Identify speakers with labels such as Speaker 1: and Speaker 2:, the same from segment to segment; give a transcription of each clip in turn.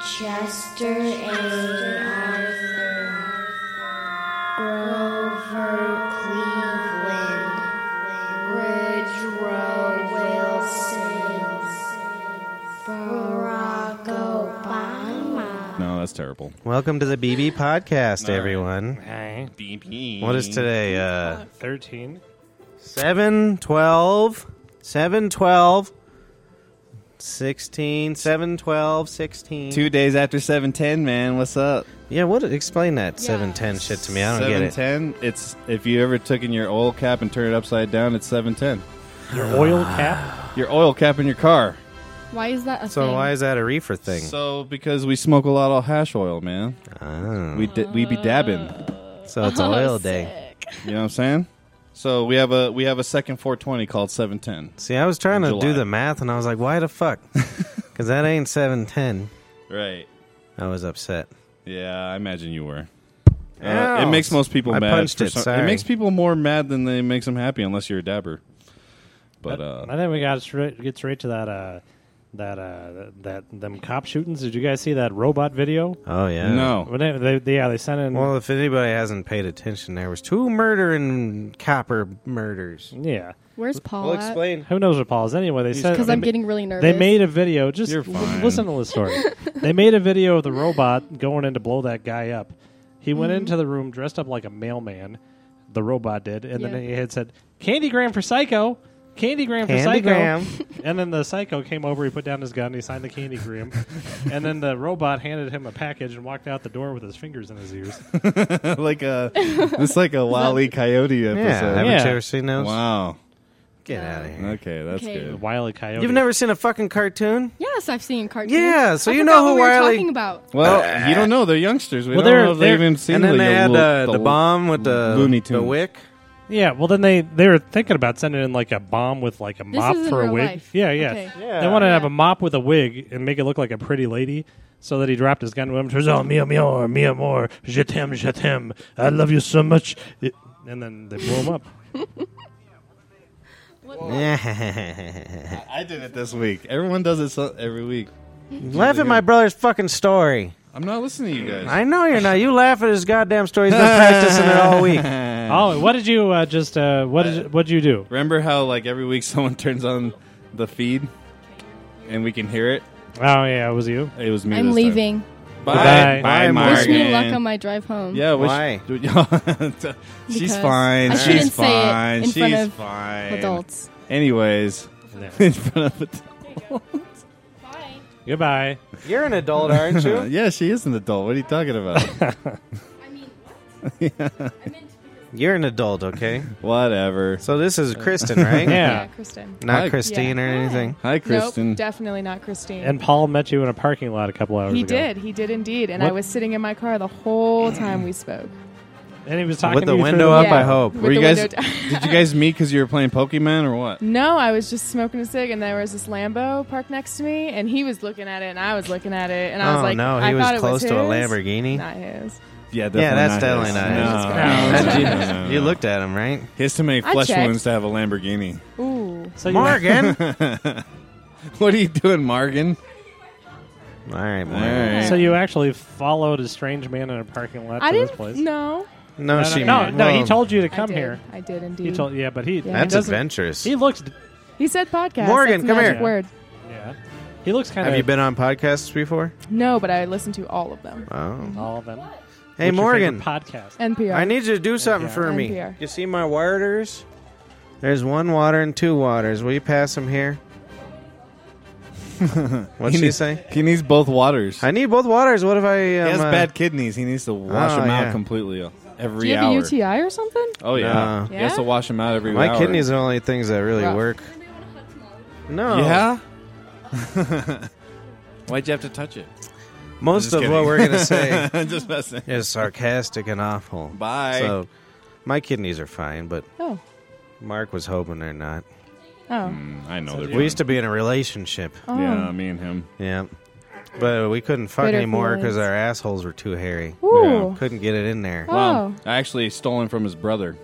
Speaker 1: Chester A. Arthur, Grover Cleveland, Woodrow Wilson, Barack Obama.
Speaker 2: No, that's terrible.
Speaker 3: Welcome to the BB podcast,
Speaker 2: All right.
Speaker 3: everyone.
Speaker 4: Hey,
Speaker 3: What is today? Uh,
Speaker 4: 13.
Speaker 3: 7, 12, 7, 12, 16, 7, 12, 16.
Speaker 2: Two days after seven ten, man. What's up?
Speaker 3: Yeah, what? Explain that 710 shit to me. I don't
Speaker 2: seven
Speaker 3: get it.
Speaker 2: ten. It's if you ever took in your oil cap and turned it upside down, it's seven ten.
Speaker 4: Your oil cap?
Speaker 2: Your oil cap in your car.
Speaker 5: Why is that a
Speaker 3: So
Speaker 5: thing?
Speaker 3: why is that a reefer thing?
Speaker 2: So because we smoke a lot of hash oil, man.
Speaker 3: Oh.
Speaker 2: We d- we be dabbing.
Speaker 3: so
Speaker 5: Oh,
Speaker 3: it's oil day.
Speaker 2: You know what I'm saying? So we have a we have a second 420 called 710.
Speaker 3: See, I was trying to
Speaker 2: In
Speaker 3: do
Speaker 2: July.
Speaker 3: the math, and I was like, why the fuck? Because that ain't 710.
Speaker 2: Right.
Speaker 3: I was upset.
Speaker 2: Yeah, I imagine you were. Uh,
Speaker 3: Ouch.
Speaker 2: it makes most people
Speaker 3: I
Speaker 2: mad.
Speaker 3: punched
Speaker 2: for
Speaker 3: it,
Speaker 2: some-
Speaker 3: sorry.
Speaker 2: makes people more mad than they makes them happy, unless you're a dabber. But
Speaker 4: I
Speaker 2: uh,
Speaker 4: think we got straight, get straight to that, uh, that, uh, that, them cop shootings. Did you guys see that robot video?
Speaker 3: Oh, yeah.
Speaker 2: no,
Speaker 4: When they, they, they- yeah, they sent in.
Speaker 3: Well, if anybody hasn't paid attention, there was two murder and copper murders.
Speaker 4: yeah.
Speaker 5: Where's Paul?
Speaker 3: We'll explain.
Speaker 4: Who knows what Paul is? Anyway, they
Speaker 2: He's
Speaker 4: sent.
Speaker 5: Because I'm getting really nervous.
Speaker 4: They made a video. Just
Speaker 2: You're
Speaker 4: li-
Speaker 2: fine.
Speaker 4: listen to the story. they made a video of the robot going in to blow that guy up. He
Speaker 3: Mm-hmm.
Speaker 4: went into the room dressed up like a mailman. The robot did, and then
Speaker 5: Yeah.
Speaker 4: he had said, "Candygram for Psycho." Candygram for
Speaker 3: Candygram.
Speaker 4: Psycho. and then the Psycho came over. He put down his gun. And he signed the Candygram, and then the robot handed him a package and walked out the door with his fingers in his ears.
Speaker 2: like a it's like a Wally Coyote
Speaker 3: Yeah,
Speaker 2: episode.
Speaker 3: haven't
Speaker 4: Yeah.
Speaker 3: you ever seen those?
Speaker 2: Wow.
Speaker 3: Get out of here.
Speaker 2: Okay, that's
Speaker 5: Okay.
Speaker 2: good.
Speaker 4: Wile E. Coyote.
Speaker 3: You've never seen a fucking cartoon?
Speaker 5: Yes, I've seen cartoons.
Speaker 3: Yeah, so
Speaker 5: I
Speaker 3: you
Speaker 5: forgot
Speaker 3: know
Speaker 5: what
Speaker 3: who
Speaker 5: we were
Speaker 3: Wiley-
Speaker 5: talking about.
Speaker 2: Well, you don't know they're youngsters. We
Speaker 4: Well,
Speaker 2: don't
Speaker 4: they're-
Speaker 2: know if they've
Speaker 4: they're-
Speaker 2: even seen
Speaker 3: and then
Speaker 2: the,
Speaker 3: they had
Speaker 2: little-
Speaker 3: uh, the bomb with the
Speaker 2: Looney
Speaker 3: the
Speaker 2: Tunes.
Speaker 3: wick.
Speaker 4: Yeah, well, then they they were thinking about sending in like a bomb with like a
Speaker 5: This
Speaker 4: mop
Speaker 5: is in
Speaker 4: for a
Speaker 5: real
Speaker 4: wig.
Speaker 5: life.
Speaker 4: Yeah, yeah.
Speaker 5: Okay.
Speaker 4: They wanted to have
Speaker 5: Yeah.
Speaker 4: a mop with a wig and make it look like a pretty lady. So that he "Oh, dropped his gun to him. Turns out, mi amor, mi amor, je t'aime, je t'aime. I love you so much. It- and then they blew him up.
Speaker 3: Laugh
Speaker 2: I did it this week. Everyone does it so, every week.
Speaker 3: at my brother's fucking story.
Speaker 2: I'm not listening to you guys.
Speaker 3: I know you're not. You laugh at his goddamn story. He's been practicing it all week.
Speaker 4: Oh, what did you uh, just? Uh, what did you, what did you do?
Speaker 2: Remember how like every week someone turns on the feed and we can hear it?
Speaker 4: Oh yeah, it was you.
Speaker 2: It was me.
Speaker 5: I'm
Speaker 2: this time.
Speaker 5: leaving.
Speaker 2: Bye.
Speaker 4: Bye.
Speaker 2: Bye,
Speaker 3: Bye,
Speaker 5: Wish me luck
Speaker 2: Morgan.
Speaker 5: on my drive home.
Speaker 2: Yeah, wish-
Speaker 3: Why?
Speaker 2: she's
Speaker 5: Because
Speaker 2: fine.
Speaker 5: I
Speaker 2: She's
Speaker 5: shouldn't say it
Speaker 2: fine.
Speaker 5: in
Speaker 2: She's
Speaker 5: front of
Speaker 2: fine.
Speaker 5: Adults.
Speaker 2: Anyways, in front of ad-
Speaker 5: Bye.
Speaker 4: Goodbye.
Speaker 3: You're an adult, aren't you?
Speaker 2: yeah, she is an adult. What are you talking about?
Speaker 5: I mean,
Speaker 3: You're an adult, okay?
Speaker 2: Whatever.
Speaker 3: So this is Kristen, right?
Speaker 4: Yeah.
Speaker 5: Kristen.
Speaker 3: Not
Speaker 2: Hi.
Speaker 3: Christine or
Speaker 6: Yeah.
Speaker 3: anything.
Speaker 2: Hi, Kristen.
Speaker 6: Nope, definitely not Christine.
Speaker 4: And Paul met you in a parking lot a couple hours
Speaker 6: he
Speaker 4: ago.
Speaker 6: did. He did indeed. And
Speaker 4: What-
Speaker 6: I was sitting in my car the whole time we spoke.
Speaker 4: And he was talking
Speaker 3: With
Speaker 4: to
Speaker 3: the
Speaker 4: you through
Speaker 3: window up,
Speaker 6: Yeah.
Speaker 3: I hope.
Speaker 6: With
Speaker 2: were you
Speaker 6: the
Speaker 2: guys?
Speaker 6: window down.
Speaker 2: did you guys meet because you were playing Pokemon or what?
Speaker 6: No, I was just smoking a cig, and there was this Lambo parked next to me, and he was looking at it, and I was looking at it, and I
Speaker 3: oh
Speaker 6: was like,
Speaker 3: no, he
Speaker 6: I
Speaker 3: was
Speaker 6: thought
Speaker 3: close
Speaker 6: it
Speaker 3: to
Speaker 6: was
Speaker 3: a
Speaker 6: his.
Speaker 3: Lamborghini.
Speaker 6: Not his.
Speaker 2: Yeah,
Speaker 3: Yeah, that's definitely not
Speaker 2: No,
Speaker 3: his.
Speaker 2: no, no, no, no.
Speaker 3: You looked at him, right?
Speaker 2: He has too many
Speaker 6: I
Speaker 2: flesh
Speaker 6: checked.
Speaker 2: wounds to have a Lamborghini.
Speaker 6: Ooh,
Speaker 4: So you,
Speaker 3: Morgan. All
Speaker 2: What are you doing, Morgan?
Speaker 3: right,
Speaker 2: All
Speaker 3: Morgan.
Speaker 2: right.
Speaker 4: So you actually followed a strange man in a parking lot
Speaker 6: I
Speaker 4: to this
Speaker 6: didn't.
Speaker 4: place.
Speaker 6: No,
Speaker 3: No,
Speaker 4: No, no,
Speaker 3: she.
Speaker 4: no, no, he
Speaker 3: well,
Speaker 4: told you to
Speaker 6: I
Speaker 4: come
Speaker 6: did.
Speaker 4: here.
Speaker 6: I did indeed.
Speaker 4: He told, yeah, but he he
Speaker 6: Yeah.
Speaker 3: That's
Speaker 4: doesn't.
Speaker 3: adventurous.
Speaker 4: He looks,
Speaker 6: He said podcast.
Speaker 3: Morgan,
Speaker 6: That's
Speaker 3: come
Speaker 6: magic
Speaker 4: here.
Speaker 6: Word.
Speaker 4: yeah, he looks kind
Speaker 3: Have
Speaker 4: of.
Speaker 3: you been on podcasts before?
Speaker 6: No, but I listened to all of them.
Speaker 3: Oh.
Speaker 4: all of them?
Speaker 3: Hey,
Speaker 4: What's your favorite
Speaker 3: Morgan.
Speaker 4: podcast.
Speaker 6: NPR.
Speaker 3: I need you to do something
Speaker 4: NPR.
Speaker 3: for me.
Speaker 6: NPR.
Speaker 3: Oh, You see my waters? There's one water and two waters. Will you pass them here? What'd she
Speaker 2: needs-
Speaker 3: say?
Speaker 2: He needs both waters.
Speaker 3: I need both waters. What if I? Um,
Speaker 2: he has
Speaker 3: uh,
Speaker 2: bad kidneys. He needs to wash
Speaker 3: Oh,
Speaker 2: them out
Speaker 3: yeah.
Speaker 2: completely every
Speaker 6: Do you have
Speaker 2: hour.
Speaker 6: a UTI or something?
Speaker 2: Oh yeah.
Speaker 3: No.
Speaker 2: he has to
Speaker 6: Yeah?
Speaker 2: wash them out every.
Speaker 3: My
Speaker 2: hour.
Speaker 3: kidneys are the only things that really
Speaker 6: Rough.
Speaker 3: work. No.
Speaker 2: Yeah. Why'd you have to touch it?
Speaker 3: Most
Speaker 2: Just
Speaker 3: of what
Speaker 2: kidding.
Speaker 3: we're gonna say
Speaker 2: Just messing.
Speaker 3: is sarcastic and awful.
Speaker 2: Bye.
Speaker 3: So, my kidneys are fine, but
Speaker 6: Oh,
Speaker 3: Mark was hoping they're not.
Speaker 6: oh,
Speaker 3: Mm,
Speaker 2: I know they're.
Speaker 3: We used to be in a relationship.
Speaker 6: oh.
Speaker 2: Yeah, me and him.
Speaker 3: Yeah. But we couldn't fuck
Speaker 6: Bitter
Speaker 3: anymore
Speaker 6: feelings.
Speaker 3: because our assholes were too hairy.
Speaker 6: Ooh.
Speaker 3: Couldn't get it in there.
Speaker 6: Oh.
Speaker 2: Well, I actually stole him from his brother.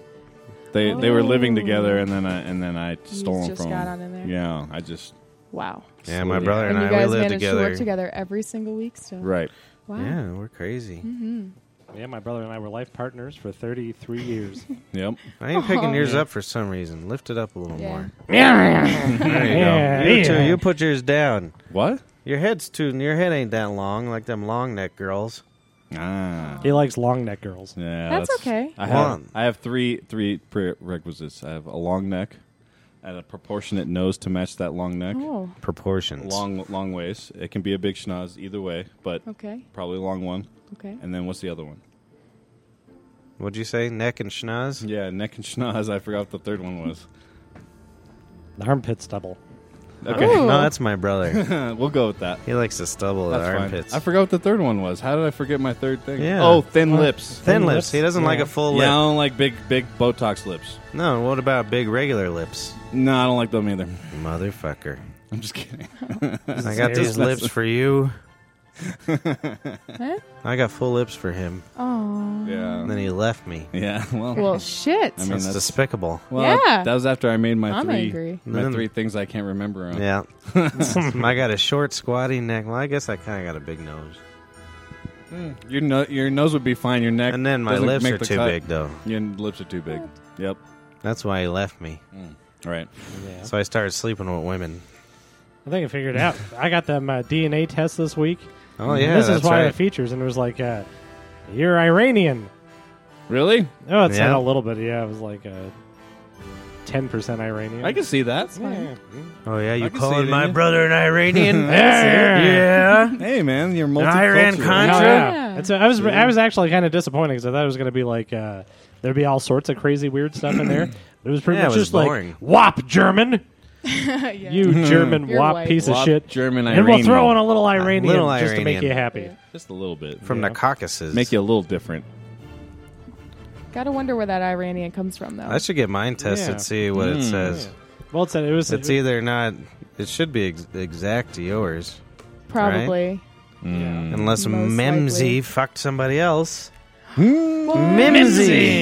Speaker 2: They they were living together, and then I and then I stole him
Speaker 6: Oh. just
Speaker 2: from
Speaker 6: got
Speaker 2: him.
Speaker 6: on in there.
Speaker 2: Yeah, I just
Speaker 6: Wow.
Speaker 3: Yeah, my
Speaker 2: Absolutely.
Speaker 3: brother and, I
Speaker 6: you
Speaker 3: we
Speaker 6: guys
Speaker 3: live
Speaker 6: manage to
Speaker 3: together.
Speaker 6: work together every single week still.
Speaker 2: Right.
Speaker 6: Wow.
Speaker 3: Yeah, we're crazy.
Speaker 6: Mm-hmm.
Speaker 4: Yeah, my brother and I were life partners for 33 years.
Speaker 2: Yep.
Speaker 3: I ain't picking
Speaker 6: Aw.
Speaker 3: yours up for some reason. Lift it up a little
Speaker 6: Oh, Yeah.
Speaker 3: more.
Speaker 4: there
Speaker 3: There you go. You two, you put yours down.
Speaker 2: What?
Speaker 3: Your head's too. Your head ain't that long, like them long neck girls.
Speaker 2: Ah.
Speaker 4: He likes long neck girls.
Speaker 2: Yeah,
Speaker 6: That's okay.
Speaker 2: I have
Speaker 3: One.
Speaker 2: I have three three prerequisites. I have a long neck, and a proportionate nose to match that long neck.
Speaker 6: Oh,
Speaker 3: Proportions.
Speaker 2: Long long waist. It can be a big schnoz either way, but
Speaker 6: okay.
Speaker 2: probably a long one.
Speaker 6: Okay.
Speaker 2: And then what's the other one?
Speaker 3: What'd you say? Neck and schnoz.
Speaker 2: Yeah, neck and schnoz. I forgot what the third one was.
Speaker 4: The armpit stubble.
Speaker 2: Okay,
Speaker 6: Ooh.
Speaker 3: No, that's my brother.
Speaker 2: we'll go with that.
Speaker 3: he likes to stubble at
Speaker 2: That's fine.
Speaker 3: armpits.
Speaker 2: I forgot what the third one was. How did I forget my third thing?
Speaker 3: Yeah.
Speaker 2: Oh, thin lips.
Speaker 3: Thin
Speaker 4: Thin
Speaker 3: lips.
Speaker 4: lips.
Speaker 3: He doesn't like
Speaker 4: Yeah.
Speaker 3: a full
Speaker 2: Yeah, I
Speaker 3: lip.
Speaker 2: don't like big, big Botox lips.
Speaker 3: No. What about big regular lips?
Speaker 2: No, I don't like them either.
Speaker 3: Motherfucker.
Speaker 2: I'm just kidding.
Speaker 3: I got these
Speaker 4: Serious.
Speaker 3: lips for you.
Speaker 6: Huh?
Speaker 3: I got full lips for him.
Speaker 6: Oh.
Speaker 3: And
Speaker 2: Yeah.
Speaker 3: then he left me.
Speaker 2: Yeah. Well.
Speaker 6: Well, shit.
Speaker 2: I mean,
Speaker 3: That's
Speaker 2: that's-
Speaker 3: despicable.
Speaker 2: well,
Speaker 6: Yeah.
Speaker 2: That was after I made my
Speaker 6: I'm
Speaker 2: three
Speaker 6: angry.
Speaker 2: my
Speaker 3: Then-
Speaker 2: three things I can't remember on.
Speaker 3: Yeah. I got a short, squatty neck. Well, I guess I kind of got a big nose.
Speaker 2: Your no- your nose would be fine. Your neck
Speaker 3: And then my
Speaker 2: doesn't
Speaker 3: lips
Speaker 2: make
Speaker 3: are
Speaker 2: the
Speaker 3: too
Speaker 2: cut.
Speaker 3: big, though.
Speaker 2: Your lips are too big. Yep.
Speaker 3: That's why he left me.
Speaker 2: All right.
Speaker 4: Yeah.
Speaker 3: So I started sleeping with women.
Speaker 4: I think I figured it out. I got them uh, DNA test this week.
Speaker 3: Oh
Speaker 2: Mm,
Speaker 4: And
Speaker 3: yeah,
Speaker 4: this
Speaker 3: that's
Speaker 4: is why
Speaker 3: right.
Speaker 4: it features, and it was like, uh, "You're Iranian."
Speaker 2: Really?
Speaker 4: Oh, it's
Speaker 3: Yeah.
Speaker 4: not a little bit. Yeah, it was like uh, ten percent Iranian.
Speaker 2: I can see that.
Speaker 4: Yeah.
Speaker 3: oh yeah,
Speaker 2: I can
Speaker 3: you
Speaker 2: see it
Speaker 3: calling
Speaker 2: in
Speaker 3: my
Speaker 2: you.
Speaker 3: brother an Iranian? yeah.
Speaker 2: Hey man, you're multicultural.
Speaker 3: I ran con-
Speaker 4: Oh,
Speaker 6: Yeah.
Speaker 4: yeah. It's, I was I was actually kind of disappointed because I thought it was going to be like uh, there'd be all sorts of crazy weird stuff in there. But it was pretty
Speaker 3: Yeah, it
Speaker 4: much
Speaker 3: was
Speaker 4: just
Speaker 3: boring. Mm-hmm.
Speaker 4: like WAP German,
Speaker 6: yeah.
Speaker 4: you German
Speaker 6: You're
Speaker 4: WAP
Speaker 6: white.
Speaker 4: piece
Speaker 2: Wop,
Speaker 4: of shit,
Speaker 2: German
Speaker 4: and we'll
Speaker 2: Iranian.
Speaker 4: throw in a little Iranian
Speaker 3: little
Speaker 4: just to make
Speaker 3: Iranian.
Speaker 4: you happy.
Speaker 2: just a little bit.
Speaker 3: From
Speaker 4: Yeah.
Speaker 3: the Caucasus.
Speaker 2: Make you a little different.
Speaker 6: Gotta wonder where that Iranian comes from, though.
Speaker 3: I should get mine tested.
Speaker 4: Yeah.
Speaker 3: See what it
Speaker 2: Mm.
Speaker 3: says.
Speaker 4: Well, it said it was
Speaker 3: It's either not. It should be ex- exact to yours,
Speaker 6: Probably.
Speaker 2: Mm.
Speaker 3: unless
Speaker 6: Most
Speaker 3: Memsy
Speaker 6: likely.
Speaker 3: fucked somebody else.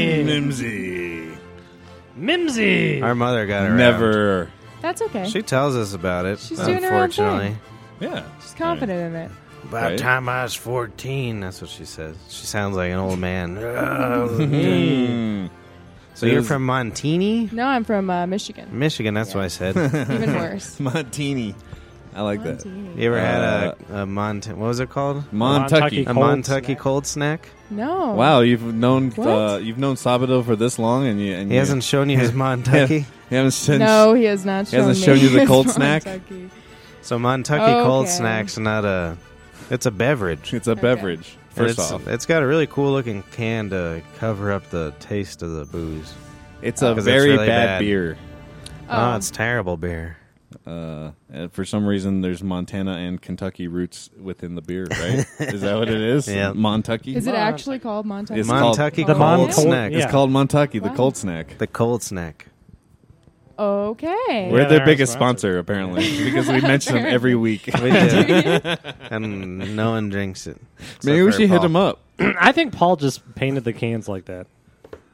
Speaker 2: Mimsy.
Speaker 4: Mimsy.
Speaker 3: Our mother got around.
Speaker 2: Never.
Speaker 6: That's okay.
Speaker 3: She tells us about it.
Speaker 6: She's doing her own thing.
Speaker 3: unfortunately,
Speaker 2: Yeah.
Speaker 6: She's confident in it.
Speaker 3: By
Speaker 2: Right.
Speaker 3: the time I was 14, that's what she says. She sounds like an old man.
Speaker 2: Mm.
Speaker 3: so you're
Speaker 2: Is-
Speaker 3: from Montini,
Speaker 6: No, I'm from uh, Michigan.
Speaker 3: Michigan. That's what I said.
Speaker 6: Even worse.
Speaker 2: Montini. I like that.
Speaker 6: Montini.
Speaker 3: You ever had a,
Speaker 2: Uh,
Speaker 3: a Mont? What was it called?
Speaker 2: Montucky.
Speaker 4: Montucky.
Speaker 3: A
Speaker 4: Cold
Speaker 3: Montucky
Speaker 4: snack.
Speaker 3: cold snack.
Speaker 6: No.
Speaker 2: Wow, you've known
Speaker 6: What?
Speaker 2: uh, you've known Sabado for this long, and you and
Speaker 3: He
Speaker 2: you,
Speaker 3: hasn't shown you his Montucky.
Speaker 2: you haven't since.
Speaker 6: No, he has not.
Speaker 2: He
Speaker 6: shown
Speaker 2: hasn't
Speaker 6: me
Speaker 2: shown you the
Speaker 6: his
Speaker 2: cold
Speaker 6: Ron
Speaker 2: snack?
Speaker 6: Tucky.
Speaker 3: So Montucky cold
Speaker 6: Oh, Okay.
Speaker 3: snack's not a. It's a beverage.
Speaker 2: It's a beverage.
Speaker 3: And
Speaker 2: First
Speaker 3: it's,
Speaker 2: off,
Speaker 3: it's got a really cool looking can to cover up the taste of the booze.
Speaker 2: it's a
Speaker 3: uh, 'Cause it's
Speaker 2: very
Speaker 3: really
Speaker 2: bad,
Speaker 3: bad.
Speaker 2: beer.
Speaker 3: Oh,
Speaker 6: Oh.
Speaker 3: it's terrible beer.
Speaker 2: Uh, and for some reason, there's Montana and Kentucky roots within the beer, right? is that what it is?
Speaker 3: Yeah.
Speaker 2: Montucky.
Speaker 6: Is it
Speaker 4: Mon-
Speaker 6: actually called Montucky?
Speaker 2: It's called-
Speaker 3: Montucky
Speaker 6: The Mon
Speaker 3: cold
Speaker 6: Cold-
Speaker 3: snack.
Speaker 2: It's
Speaker 4: Yeah.
Speaker 2: called Montucky, the
Speaker 6: Wow.
Speaker 2: cold snack.
Speaker 3: The cold snack.
Speaker 6: Okay.
Speaker 2: We're
Speaker 4: Yeah,
Speaker 2: their
Speaker 4: they're
Speaker 2: biggest
Speaker 4: our
Speaker 2: sponsor,
Speaker 4: sponsor.
Speaker 2: apparently, because we mention them every week.
Speaker 3: We did. and no one drinks it. except
Speaker 2: Maybe we
Speaker 3: for
Speaker 2: should hit
Speaker 3: Paul.
Speaker 2: them up.
Speaker 4: I think Paul just painted the cans like that.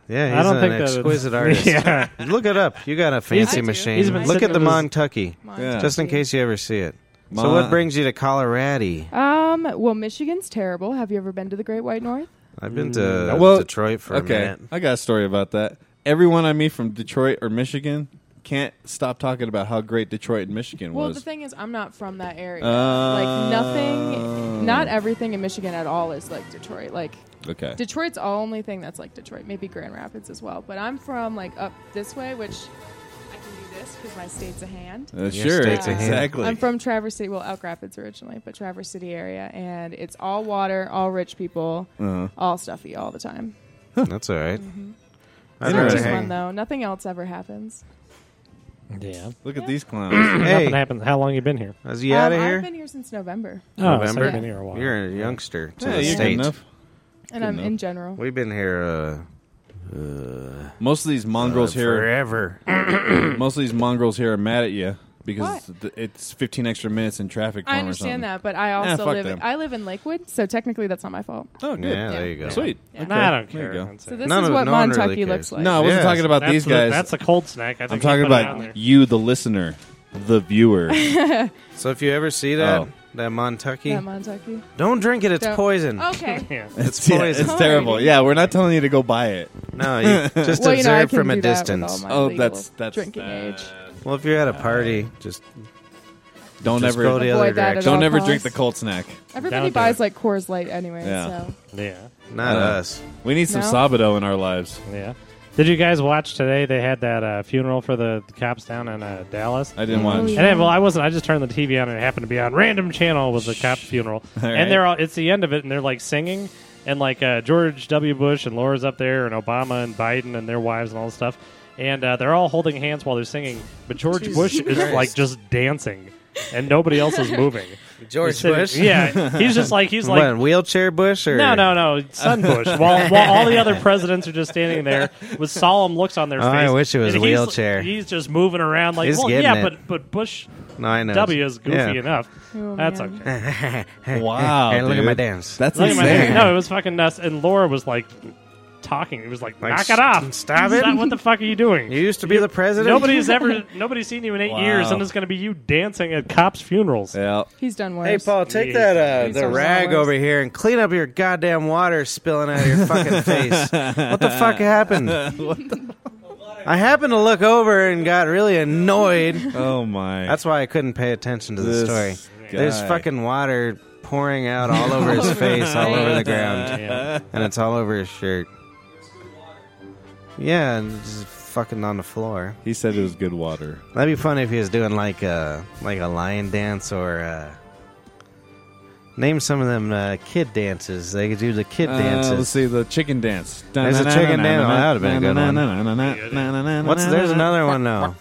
Speaker 3: Yeah, he's
Speaker 4: I don't
Speaker 3: an
Speaker 4: think that-
Speaker 3: exquisite artist.
Speaker 4: Yeah.
Speaker 3: Look it up. You got a
Speaker 6: I
Speaker 3: fancy
Speaker 6: do.
Speaker 3: machine.
Speaker 4: He's been
Speaker 3: Look
Speaker 4: sitting
Speaker 3: at the
Speaker 4: with his-
Speaker 3: Montucky,
Speaker 2: Yeah.
Speaker 3: just in case you ever see it. So,
Speaker 2: Mon-
Speaker 3: what brings you to Colorado?
Speaker 6: Um. Well, Michigan's terrible. Have you ever been to the Great White North?
Speaker 3: I've been to
Speaker 2: Mm, Well,
Speaker 3: Detroit for a
Speaker 2: okay,
Speaker 3: minute.
Speaker 2: I got a story about that. Everyone I meet from Detroit or Michigan can't stop talking about how great Detroit and Michigan
Speaker 6: Well,
Speaker 2: was.
Speaker 6: the thing is, I'm not from that area.
Speaker 2: Oh.
Speaker 6: like nothing,
Speaker 2: Um.
Speaker 6: not everything in Michigan at all is like Detroit. Like
Speaker 2: okay,
Speaker 6: Detroit's the only thing that's like Detroit. Maybe Grand Rapids as well. But I'm from like up this way, which I can do this because my state's a hand.
Speaker 2: Uh,
Speaker 3: Your
Speaker 2: sure,
Speaker 3: state's
Speaker 6: a hand.
Speaker 2: exactly.
Speaker 6: I'm from Traverse City, well, Elk Rapids originally, but Traverse City area, and it's all water, all rich people,
Speaker 2: Uh-huh.
Speaker 6: all stuffy all the time.
Speaker 3: That's all right.
Speaker 4: Mm-hmm.
Speaker 3: I'd
Speaker 6: It's not
Speaker 3: rather
Speaker 6: just
Speaker 2: Interesting.
Speaker 6: fun
Speaker 3: hang.
Speaker 6: though. Nothing else ever happens.
Speaker 4: Yeah.
Speaker 2: Look at these clowns.
Speaker 4: Nothing
Speaker 3: Hey,
Speaker 4: happened. How long you been here?
Speaker 3: is you out of
Speaker 6: Um,
Speaker 3: here?
Speaker 6: I've been here since November,
Speaker 4: Oh, so
Speaker 3: November?
Speaker 4: I've been here a while.
Speaker 3: You're a youngster to
Speaker 2: yeah,
Speaker 3: the
Speaker 2: you're good
Speaker 3: state.
Speaker 2: enough.
Speaker 6: and I'm
Speaker 2: enough.
Speaker 6: in general.
Speaker 3: We've been here uh, uh,
Speaker 2: Most of these mongrels
Speaker 3: uh,
Speaker 2: here,
Speaker 3: forever.
Speaker 2: most of these mongrels here are mad at you because
Speaker 6: What?
Speaker 2: th- it's 15 extra minutes in traffic.
Speaker 6: I
Speaker 2: for 'em or something.
Speaker 6: understand that, but I also
Speaker 2: fuck
Speaker 6: live.
Speaker 2: them.
Speaker 6: I live in Lakewood, so technically that's not my fault.
Speaker 2: Oh, good.
Speaker 3: Yeah, there you go.
Speaker 2: Sweet.
Speaker 6: Yeah.
Speaker 4: Nah, I don't
Speaker 2: There you
Speaker 4: care.
Speaker 2: go.
Speaker 4: That's
Speaker 6: So
Speaker 4: it.
Speaker 6: this
Speaker 3: None
Speaker 6: is
Speaker 3: of-
Speaker 6: what
Speaker 3: no one really
Speaker 6: Montucky
Speaker 3: cares.
Speaker 6: looks like.
Speaker 2: No, I wasn't
Speaker 3: Yes.
Speaker 2: talking about
Speaker 4: That's
Speaker 2: these
Speaker 4: the-
Speaker 2: guys.
Speaker 4: That's a cold snack. I
Speaker 2: I'm
Speaker 4: think
Speaker 2: talking
Speaker 4: you put it on
Speaker 2: about
Speaker 4: there.
Speaker 2: you, the listener. the viewer.
Speaker 3: So if you ever see that,
Speaker 2: Oh.
Speaker 3: that Montucky,
Speaker 6: That Montucky.
Speaker 3: don't drink it. It's
Speaker 6: Don't-
Speaker 3: poison.
Speaker 6: Okay.
Speaker 4: Yeah.
Speaker 2: it's yeah,
Speaker 3: poison.
Speaker 2: it's terrible. Yeah, we're not telling you to go buy it.
Speaker 3: No, you just
Speaker 6: well,
Speaker 3: observe
Speaker 6: you know, I can
Speaker 3: from a
Speaker 6: do that with all
Speaker 3: distance.
Speaker 6: my
Speaker 2: Oh,
Speaker 6: legal
Speaker 2: that's that's
Speaker 6: drinking
Speaker 2: uh,
Speaker 6: age.
Speaker 3: Well, if you're at a party, just
Speaker 2: Don't
Speaker 3: Just
Speaker 2: ever
Speaker 3: go to- The other
Speaker 6: Avoid that at
Speaker 3: direction.
Speaker 6: all
Speaker 2: don't ever
Speaker 6: costs.
Speaker 2: drink the cold snack.
Speaker 6: Everybody
Speaker 4: Down to
Speaker 6: buys
Speaker 4: it.
Speaker 6: like Coors Light anyway.
Speaker 2: Yeah.
Speaker 6: So
Speaker 4: Yeah.
Speaker 3: not
Speaker 2: Uh,
Speaker 3: us.
Speaker 2: We need some
Speaker 6: No?
Speaker 2: Sabado in our lives.
Speaker 4: Yeah. Did you guys watch today? They had that uh, funeral for the, the cops down in uh, Dallas.
Speaker 2: I didn't
Speaker 1: Oh,
Speaker 2: watch.
Speaker 1: yeah.
Speaker 4: And then, well, I wasn't. I just turned the TV on, and it happened to be on random channel with the cop funeral.
Speaker 2: All right.
Speaker 4: And they're all. It's the end of it, and they're like singing, and like uh, George W. Bush and Laura's up there, and Obama and Biden and their wives and all this stuff, and uh, they're all holding hands while they're singing. But George
Speaker 3: Jesus
Speaker 4: Bush is
Speaker 3: Christ.
Speaker 4: like just dancing, and nobody else is moving. He's
Speaker 3: George
Speaker 4: sitting-
Speaker 3: Bush.
Speaker 4: yeah, he's just like he's
Speaker 3: What,
Speaker 4: like
Speaker 3: wheelchair Bush or
Speaker 4: no, no, no, son Bush. while, while all the other presidents are just standing there with solemn looks on their
Speaker 3: Oh, I
Speaker 4: face.
Speaker 3: wish it was
Speaker 4: and he's-
Speaker 3: wheelchair.
Speaker 4: He's, just moving around like,
Speaker 3: He's
Speaker 4: well,
Speaker 3: getting
Speaker 4: yeah,
Speaker 3: it.
Speaker 4: but but Bush
Speaker 3: no, I know.
Speaker 4: W is goofy
Speaker 3: Yeah.
Speaker 4: enough.
Speaker 6: Oh,
Speaker 4: That's
Speaker 6: man.
Speaker 4: okay.
Speaker 2: Wow,
Speaker 3: Hey, look at
Speaker 2: dude.
Speaker 3: my dance.
Speaker 2: That's
Speaker 4: Look at my
Speaker 2: insane.
Speaker 4: hair. no, it was fucking nuts. And Laura was like talking. It was like,
Speaker 3: Like,
Speaker 4: knock it off,
Speaker 3: stop
Speaker 4: Stop-
Speaker 3: it.
Speaker 4: What the fuck are you doing?
Speaker 3: You used to be the president.
Speaker 4: Nobody's ever nobody's seen you in eight
Speaker 2: Wow.
Speaker 4: years, and it's going to be you dancing at cops' funerals.
Speaker 2: Yeah.
Speaker 6: he's done worse.
Speaker 3: Hey Paul, take
Speaker 4: Jeez.
Speaker 3: that uh,
Speaker 6: Please
Speaker 3: the
Speaker 6: don't
Speaker 3: rag
Speaker 6: allow us.
Speaker 3: over here and clean up your goddamn water spilling out of your fucking face. What the fuck happened? I happened to look over and got really annoyed.
Speaker 2: Oh my.
Speaker 3: That's why I couldn't pay attention to the
Speaker 2: This
Speaker 3: story.
Speaker 2: guy.
Speaker 3: There's fucking water pouring out all over his face, all over the ground,
Speaker 4: Yeah.
Speaker 3: and it's all over his shirt. Yeah, and it's just fucking on the floor.
Speaker 2: he said it was good water.
Speaker 3: That'd be funny if he was doing like a like a lion dance or uh, name some of them uh, kid dances. They could do the kid
Speaker 2: Uh, let's
Speaker 3: dances.
Speaker 2: see the chicken dance.
Speaker 3: There's a chicken dance. Oh, that would've been a good one.
Speaker 2: one.
Speaker 3: What's there's another one though?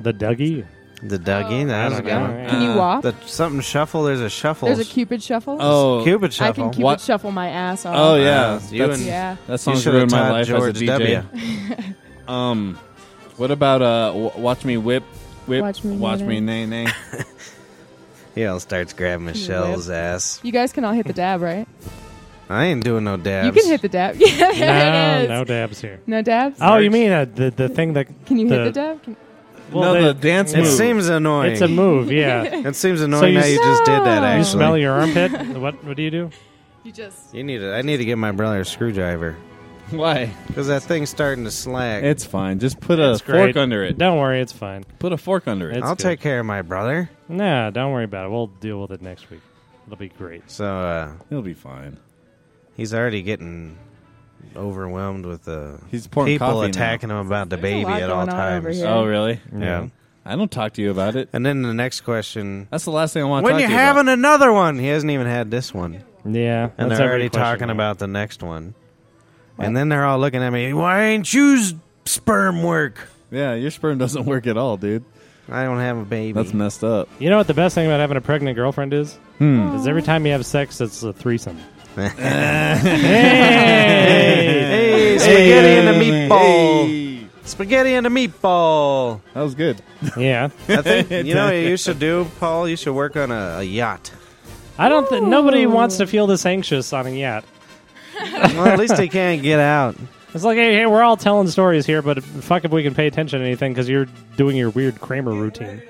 Speaker 4: The Dougie.
Speaker 3: The Dougie,
Speaker 2: Oh,
Speaker 3: that was a good one.
Speaker 6: Can you walk?
Speaker 3: The something shuffle. There's a shuffle.
Speaker 6: There's a Cupid shuffle.
Speaker 2: Oh,
Speaker 3: cupid
Speaker 6: I
Speaker 3: shuffle.
Speaker 6: can Cupid
Speaker 2: What?
Speaker 6: shuffle my ass off.
Speaker 2: oh
Speaker 3: Uh,
Speaker 2: yeah.
Speaker 3: you
Speaker 2: That's-
Speaker 3: and-
Speaker 6: yeah.
Speaker 2: That
Speaker 3: you
Speaker 2: song's
Speaker 3: should
Speaker 2: ruined
Speaker 3: have
Speaker 2: my
Speaker 3: taught
Speaker 2: life
Speaker 3: George
Speaker 2: as a
Speaker 3: W.
Speaker 2: DJ. Um, what about uh, w- watch me whip, whip,
Speaker 6: Watch me
Speaker 2: watch
Speaker 6: nay,
Speaker 2: me nay nay.
Speaker 3: He all starts grabbing Michelle's ass.
Speaker 6: You guys can all hit the dab, right?
Speaker 3: I ain't doing no dabs.
Speaker 6: You can hit the dab. Yeah, there
Speaker 4: No,
Speaker 6: it is.
Speaker 4: no dabs here.
Speaker 6: No dabs.
Speaker 4: Oh, you mean uh, the the thing that
Speaker 6: Can you
Speaker 4: the-
Speaker 6: hit the dab? Can-
Speaker 2: no,
Speaker 4: Well, they-
Speaker 2: the dance
Speaker 3: It
Speaker 2: move.
Speaker 3: seems annoying.
Speaker 4: It's a move, yeah.
Speaker 3: It seems annoying
Speaker 4: So you
Speaker 3: that you
Speaker 4: s-
Speaker 3: just did that.
Speaker 6: No.
Speaker 3: Actually,
Speaker 4: you smell your armpit. What what do you do?
Speaker 6: You just.
Speaker 3: You need. A, I need to get my brother a screwdriver
Speaker 2: Why?
Speaker 3: because that thing's starting to slack.
Speaker 2: It's fine. Just put a
Speaker 4: It's
Speaker 2: fork
Speaker 4: great.
Speaker 2: under it.
Speaker 4: Don't worry, it's fine.
Speaker 2: Put a fork under it.
Speaker 4: It's-
Speaker 3: I'll
Speaker 4: good.
Speaker 3: take care of my brother.
Speaker 4: Nah, don't worry about it. We'll deal with it next week. It'll be great.
Speaker 3: So uh,
Speaker 2: He'll be fine.
Speaker 3: he's already getting overwhelmed with the
Speaker 2: He's pouring
Speaker 3: people
Speaker 2: coffee now.
Speaker 3: attacking him about the
Speaker 6: There's a
Speaker 3: baby
Speaker 6: lot
Speaker 3: at all
Speaker 6: going on over
Speaker 3: times.
Speaker 6: here.
Speaker 2: Oh really?
Speaker 3: Yeah.
Speaker 2: I don't talk to you about it.
Speaker 3: And then the next question:
Speaker 2: That's the last thing I want. to
Speaker 3: When
Speaker 2: talk
Speaker 3: you
Speaker 2: to you
Speaker 3: having
Speaker 2: about.
Speaker 3: another one? He hasn't even had this one,
Speaker 4: Yeah,
Speaker 3: and
Speaker 4: that's
Speaker 3: they're
Speaker 4: every
Speaker 3: already
Speaker 4: question,
Speaker 3: talking
Speaker 4: yeah.
Speaker 3: about the next one. And then they're all looking at me. Why ain't you sperm work?
Speaker 2: Yeah, your sperm doesn't work at all, dude.
Speaker 3: I don't have a baby.
Speaker 2: That's messed up.
Speaker 4: You know what the best thing about having a pregnant girlfriend is?
Speaker 2: Hmm.
Speaker 4: Is every time you have sex, it's a threesome.
Speaker 3: Hey,
Speaker 4: hey,
Speaker 3: spaghetti and a meatball.
Speaker 4: Oh.
Speaker 3: Spaghetti and a meatball.
Speaker 2: That was good.
Speaker 4: yeah.
Speaker 3: I think you know what you should do, Paul. You should work on a, a yacht.
Speaker 4: I don't. think nobody wants to feel this anxious on a yacht.
Speaker 3: Well, at least he can't get out.
Speaker 4: It's like, hey, hey, we're all telling stories here, but fuck if we can pay attention to anything because you're doing your weird Kramer routine.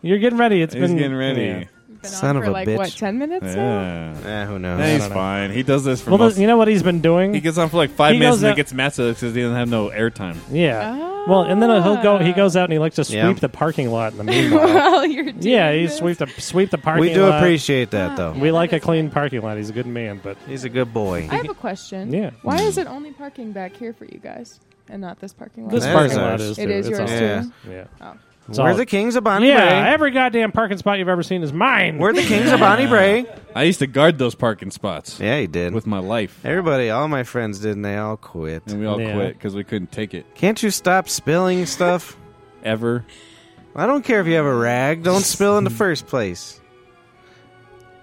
Speaker 4: You're getting ready. It's
Speaker 2: He's
Speaker 4: been
Speaker 2: getting ready.
Speaker 4: yeah.
Speaker 6: You've been
Speaker 3: Son
Speaker 6: on
Speaker 3: of
Speaker 6: for
Speaker 3: a
Speaker 6: like
Speaker 3: bitch.
Speaker 6: what? Ten minutes. now?
Speaker 2: Yeah.
Speaker 3: Eh, who
Speaker 2: Nah,
Speaker 3: knows?
Speaker 2: he's fine. He does this for
Speaker 4: Well,
Speaker 2: most.
Speaker 4: the- you know what he's been doing?
Speaker 2: he gets on for like five
Speaker 4: He
Speaker 2: minutes
Speaker 4: goes
Speaker 2: and then
Speaker 4: out-
Speaker 2: gets mad because he doesn't have no airtime.
Speaker 4: yeah. Well, and then he'll go. He goes out and he likes to sweep
Speaker 3: Yeah.
Speaker 4: the parking lot in the meanwhile.
Speaker 6: While you're doing
Speaker 4: yeah, he
Speaker 6: this.
Speaker 4: sweep the sweep the parking.
Speaker 3: We do
Speaker 4: lot.
Speaker 3: appreciate that, though.
Speaker 4: We like a clean parking lot. He's a good man, but
Speaker 3: He's a good boy.
Speaker 6: I have a question.
Speaker 4: Yeah.
Speaker 6: Why is it only parking back here for you guys and not this parking lot?
Speaker 4: this
Speaker 3: That
Speaker 4: parking
Speaker 3: is
Speaker 4: lot
Speaker 3: ours.
Speaker 4: is.
Speaker 6: It
Speaker 4: too.
Speaker 6: is
Speaker 4: It's
Speaker 6: yours
Speaker 4: all-
Speaker 3: Yeah.
Speaker 6: too.
Speaker 4: Yeah.
Speaker 6: Oh.
Speaker 4: It's
Speaker 3: We're
Speaker 4: all-
Speaker 3: the kings of Bonnie
Speaker 4: yeah.
Speaker 3: Bray.
Speaker 4: Every goddamn parking spot you've ever seen is mine.
Speaker 3: We're the kings of Bonnie Bray.
Speaker 2: I used to guard those parking spots
Speaker 3: Yeah, he did.
Speaker 2: with my life,
Speaker 3: Everybody, all my friends did, and they all quit.
Speaker 2: and we all
Speaker 4: Yeah.
Speaker 2: quit because we couldn't take it
Speaker 3: Can't you stop spilling stuff?
Speaker 2: ever.
Speaker 3: I don't care if you have a rag. Don't spill in the first place.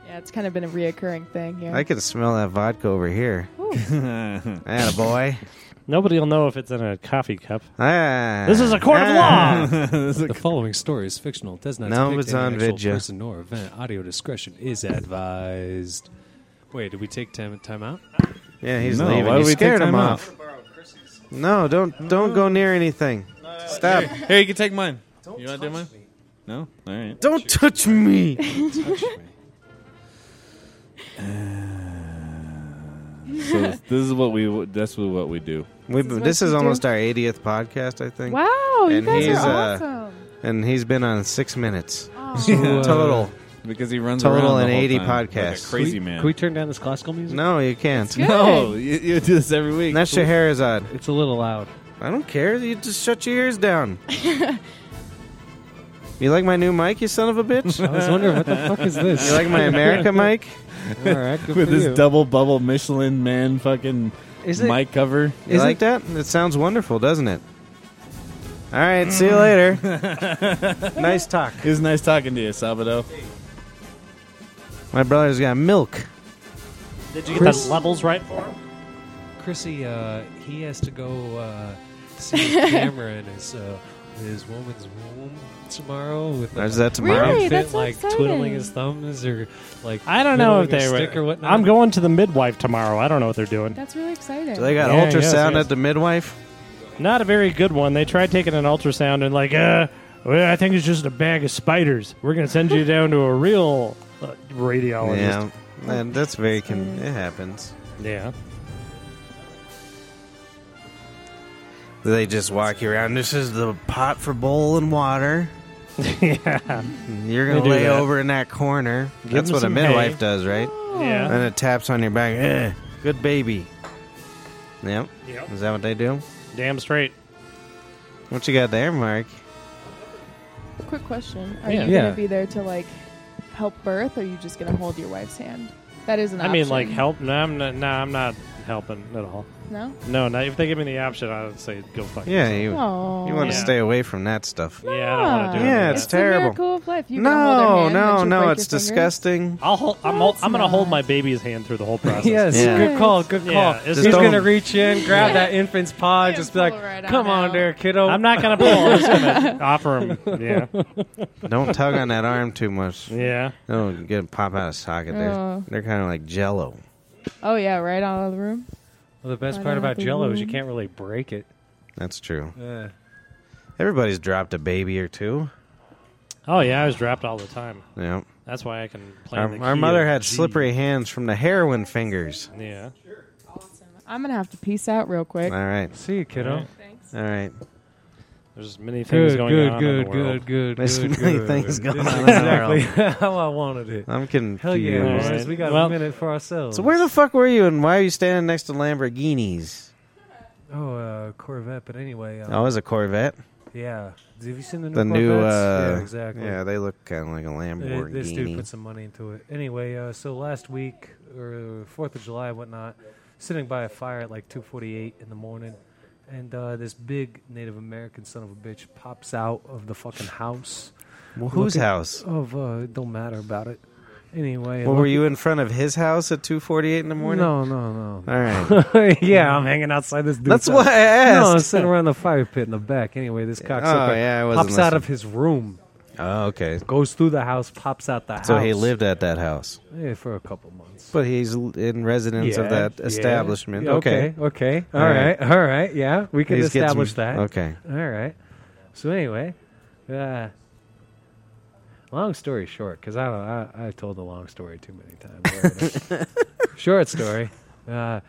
Speaker 6: Yeah, it's kind of been a reoccurring thing here.
Speaker 3: I can smell that vodka over here. Atta boy.
Speaker 4: Nobody will know if it's in a coffee cup.
Speaker 3: Ah.
Speaker 4: This is a court of
Speaker 3: Ah.
Speaker 4: law.
Speaker 7: The following story is fictional, does not
Speaker 3: No,
Speaker 7: depict
Speaker 3: it's
Speaker 7: any
Speaker 3: on
Speaker 7: actual
Speaker 3: video.
Speaker 7: person or event. Audio discretion is advised. Wait, did we take time, time out?
Speaker 3: Yeah, he's
Speaker 2: No,
Speaker 3: leaving.
Speaker 2: why
Speaker 3: you
Speaker 2: would we
Speaker 3: scared
Speaker 2: take
Speaker 3: him
Speaker 2: time
Speaker 3: off. No, don't don't go near anything. Stop.
Speaker 2: Here, you can take mine. you want to do mine? No? All right.
Speaker 3: Don't touch me.
Speaker 2: So this, this is what we w- that's what we do.
Speaker 3: We've,
Speaker 6: This is what
Speaker 3: this is
Speaker 6: you
Speaker 3: almost
Speaker 6: do?
Speaker 3: our 80th podcast, I think.
Speaker 6: Wow, you
Speaker 3: And
Speaker 6: guys
Speaker 3: he's,
Speaker 6: are
Speaker 3: uh,
Speaker 6: awesome.
Speaker 3: And he's been on six minutes
Speaker 6: Aw.
Speaker 3: total.
Speaker 2: Because he runs
Speaker 3: Total
Speaker 2: around the
Speaker 3: and
Speaker 2: whole
Speaker 3: 80
Speaker 2: time like a
Speaker 3: podcasts.
Speaker 2: crazy man.
Speaker 7: Can we turn down this classical music?
Speaker 3: No, you can't.
Speaker 6: good.
Speaker 2: No, you, you do this every week.
Speaker 3: That's Scheherazade.
Speaker 7: It's a little loud.
Speaker 3: I don't care. You just shut your ears down. you like my new mic, you son of a bitch?
Speaker 7: I was wondering what the fuck is this?
Speaker 3: you like my America mic?
Speaker 7: All right, good
Speaker 2: with
Speaker 7: for
Speaker 2: this
Speaker 7: you.
Speaker 2: double bubble Michelin man fucking
Speaker 7: Is it-
Speaker 2: mic cover.
Speaker 3: You
Speaker 7: Isn't-
Speaker 3: like that? It sounds wonderful, doesn't it? All right, see you later. nice talk.
Speaker 2: It was nice talking to you, Sabado.
Speaker 3: My brother's got milk.
Speaker 4: Did you
Speaker 7: get Chris- the
Speaker 4: levels right for him?
Speaker 7: Chrissy, uh, he has to go uh, see his camera in his uh, his woman's womb tomorrow. With
Speaker 3: Or Is
Speaker 7: uh,
Speaker 3: that tomorrow?
Speaker 6: Really?
Speaker 7: outfit,
Speaker 6: That's so
Speaker 7: like
Speaker 6: exciting.
Speaker 7: twiddling his thumbs or like
Speaker 4: I don't know if
Speaker 7: twiddling a
Speaker 4: they were.
Speaker 7: stick or whatnot.
Speaker 4: I'm going to the midwife tomorrow. I don't know what they're doing.
Speaker 6: That's really exciting.
Speaker 3: Do they got
Speaker 4: Yeah,
Speaker 3: ultrasound
Speaker 4: yes, yes.
Speaker 3: at the midwife?
Speaker 4: Not a very good one. They tried taking an ultrasound and like, uh, well, I think it's just a bag of spiders. We're gonna send you down to a real uh, radiologist.
Speaker 3: Yeah. And that's very con- it happens.
Speaker 4: Yeah.
Speaker 3: Do they just walk you around? This is the pot for bowl and water.
Speaker 4: Yeah.
Speaker 3: You're gonna
Speaker 4: They do
Speaker 3: lay
Speaker 4: that.
Speaker 3: over in that corner. that's
Speaker 4: them
Speaker 3: what a
Speaker 4: some
Speaker 3: midwife
Speaker 4: hay. Oh.
Speaker 3: does, right?
Speaker 7: Oh.
Speaker 4: Yeah.
Speaker 3: And it taps on your back. "Eh, good baby. Yep.
Speaker 4: Yep.
Speaker 3: Is that what they do?
Speaker 4: Damn straight.
Speaker 3: What you got there, Mark?
Speaker 6: Quick question: Are
Speaker 7: Yeah.
Speaker 6: you
Speaker 7: Yeah.
Speaker 6: gonna be there to like help birth, or are you just gonna hold your wife's hand? That is an
Speaker 4: I mean,
Speaker 6: option.
Speaker 4: like help? No, I'm not. No, I'm not helping at all.
Speaker 6: No.
Speaker 4: No, not, if they give me the option, I'd say go fuck.
Speaker 3: Yeah,
Speaker 4: yourself.
Speaker 3: you
Speaker 6: Oh.
Speaker 3: you want to
Speaker 4: Yeah.
Speaker 3: stay away from that stuff.
Speaker 4: Yeah, I don't want to do
Speaker 3: Yeah,
Speaker 4: any of that.
Speaker 3: it's
Speaker 6: the
Speaker 3: terrible.
Speaker 6: miracle of life. You can hold her
Speaker 3: no,
Speaker 6: hand and
Speaker 3: no,
Speaker 6: she'll
Speaker 3: no.
Speaker 6: break
Speaker 3: It's
Speaker 6: your finger.
Speaker 3: disgusting.
Speaker 4: I'll hold, I'm,
Speaker 6: No,
Speaker 4: hol-
Speaker 6: it's
Speaker 4: I'm gonna hold
Speaker 6: not.
Speaker 4: my baby's hand through the whole process.
Speaker 7: Yes,
Speaker 3: Yeah.
Speaker 7: good call, good call.
Speaker 4: Yeah, it's
Speaker 7: He's
Speaker 3: dumb.
Speaker 7: gonna reach in, grab that infant's paw, and
Speaker 6: Yeah,
Speaker 7: just be like,
Speaker 6: pull right on
Speaker 7: "Come on,
Speaker 6: out."
Speaker 7: there, kiddo."
Speaker 4: I'm not gonna pull. I'm just gonna offer him. Yeah,
Speaker 3: Don't tug on that arm too much.
Speaker 4: yeah.
Speaker 3: It'll get pop out of socket.
Speaker 6: Oh.
Speaker 3: They're they're kind of like Jello.
Speaker 6: Oh yeah, right out of the room.
Speaker 7: Well, the best
Speaker 6: Right
Speaker 7: part
Speaker 6: out
Speaker 7: about
Speaker 6: the
Speaker 7: Jello is you
Speaker 6: womb.
Speaker 7: can't really break it.
Speaker 3: That's true.
Speaker 7: Uh,
Speaker 3: Everybody's dropped a baby or two.
Speaker 4: Oh yeah, I was dropped all the time.
Speaker 3: Yeah.
Speaker 4: That's why I can play.
Speaker 3: Our,
Speaker 4: the
Speaker 3: our
Speaker 4: key
Speaker 3: mother
Speaker 4: of
Speaker 3: had
Speaker 4: G.
Speaker 3: slippery hands from the heroin fingers.
Speaker 4: Yeah.
Speaker 6: I'm gonna have to peace out real
Speaker 3: All
Speaker 6: quick.
Speaker 3: right.
Speaker 7: see you, kiddo.
Speaker 4: Alright.
Speaker 6: Thanks.
Speaker 3: All right.
Speaker 4: There's many things
Speaker 7: Good,
Speaker 4: going on
Speaker 7: good,
Speaker 4: in
Speaker 7: good,
Speaker 4: the world.
Speaker 7: good, good,
Speaker 3: There's
Speaker 7: good,
Speaker 3: many
Speaker 7: good.
Speaker 3: things going on
Speaker 7: This is
Speaker 3: in the
Speaker 7: Exactly how I wanted it.
Speaker 3: I'm confused.
Speaker 7: Hell yeah,
Speaker 4: All
Speaker 7: Moses,
Speaker 4: right.
Speaker 7: we got
Speaker 4: Well-
Speaker 7: a minute for ourselves.
Speaker 3: So where the fuck were you, and why are you standing next to Lamborghinis?
Speaker 7: oh uh, Corvette? But anyway, uh,
Speaker 3: Oh, it was a Corvette.
Speaker 7: yeah. Have you seen the new
Speaker 3: The new.
Speaker 7: Corvettes?
Speaker 3: Uh,
Speaker 7: yeah, exactly.
Speaker 3: Yeah, they look kind of like a
Speaker 7: Uh,
Speaker 3: Lamborghini.
Speaker 7: this dude put some money into it. Anyway, uh, so last week or uh, Fourth of July, whatnot, sitting by a fire at like 2:48 in the morning, and uh, this big Native American son of a bitch pops out of the fucking house
Speaker 3: well, whose
Speaker 7: Look at-
Speaker 3: house?
Speaker 7: of uh, it don't matter about it. Anyway,
Speaker 3: Well,
Speaker 7: look-
Speaker 3: were you in front of his house at 2:48 in the morning?
Speaker 7: No, no,
Speaker 3: All right.
Speaker 7: no. yeah, I'm hanging outside this dude.
Speaker 3: That's why I
Speaker 7: No, I'm
Speaker 3: asked.
Speaker 7: sitting around the fire pit in the back. Anyway, this cocksucker
Speaker 3: oh yeah, I wasn't
Speaker 7: pops out of
Speaker 3: listening.
Speaker 7: his room,
Speaker 3: Oh okay.
Speaker 7: goes through the house, pops out the house.
Speaker 3: So he lived at that house,
Speaker 7: yeah, for a couple months.
Speaker 3: but he's l- in residence of that
Speaker 7: yeah.
Speaker 3: establishment.
Speaker 7: Yeah,
Speaker 3: Okay.
Speaker 7: Okay. okay. All
Speaker 3: All
Speaker 7: right. All right. Yeah, we can
Speaker 3: These kids-
Speaker 7: establish that.
Speaker 3: Okay.
Speaker 7: All right. So anyway, uh, long story short, because I don't, I I've told the long story too many times. already. short story. Uh,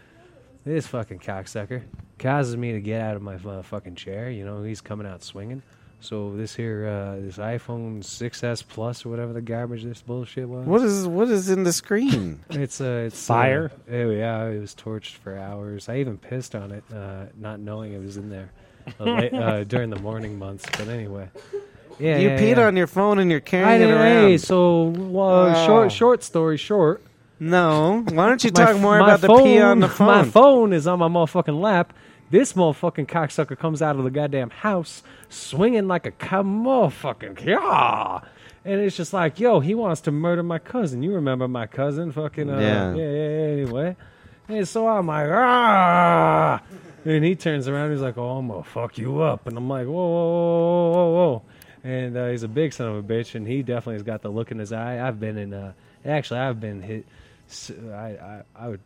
Speaker 7: this fucking cocksucker causes me to get out of my motherfucking chair. You know, he's coming out swinging. So this here, uh, this iPhone 6s Plus or whatever the garbage this bullshit was.
Speaker 3: What is what is in the screen?
Speaker 7: It's uh, it's
Speaker 4: Fire?
Speaker 7: Uh, oh yeah, it was torched for hours. I even pissed on it, uh, not knowing it was in there uh, la- uh, during the morning months. But anyway, yeah,
Speaker 3: you
Speaker 7: yeah,
Speaker 3: peed
Speaker 7: yeah.
Speaker 3: on your phone and you're
Speaker 7: I
Speaker 3: carrying it
Speaker 7: didn't.
Speaker 3: around.
Speaker 7: Hey, so well,
Speaker 3: Oh.
Speaker 7: short short story short.
Speaker 3: No. Why don't you
Speaker 7: my
Speaker 3: talk
Speaker 7: f-
Speaker 3: more
Speaker 7: my
Speaker 3: about the pee on the
Speaker 7: My
Speaker 3: phone?
Speaker 7: phone is on my motherfucking lap. This motherfucking cocksucker comes out of the goddamn house swinging like a ca- motherfucking yeah. And it's just like, yo, he wants to murder my cousin. You remember my cousin? Fucking uh,
Speaker 3: Yeah.
Speaker 7: yeah. yeah, yeah. Anyway, and so I'm like, ah. And he turns around. He's like, oh, I'm gonna fuck you up. And I'm like, whoa, whoa, whoa, whoa, whoa. whoa. And uh, he's a big son of a bitch, and he definitely has got the look in his eye. I've been in, uh, actually, I've been hit. s- I, I, I would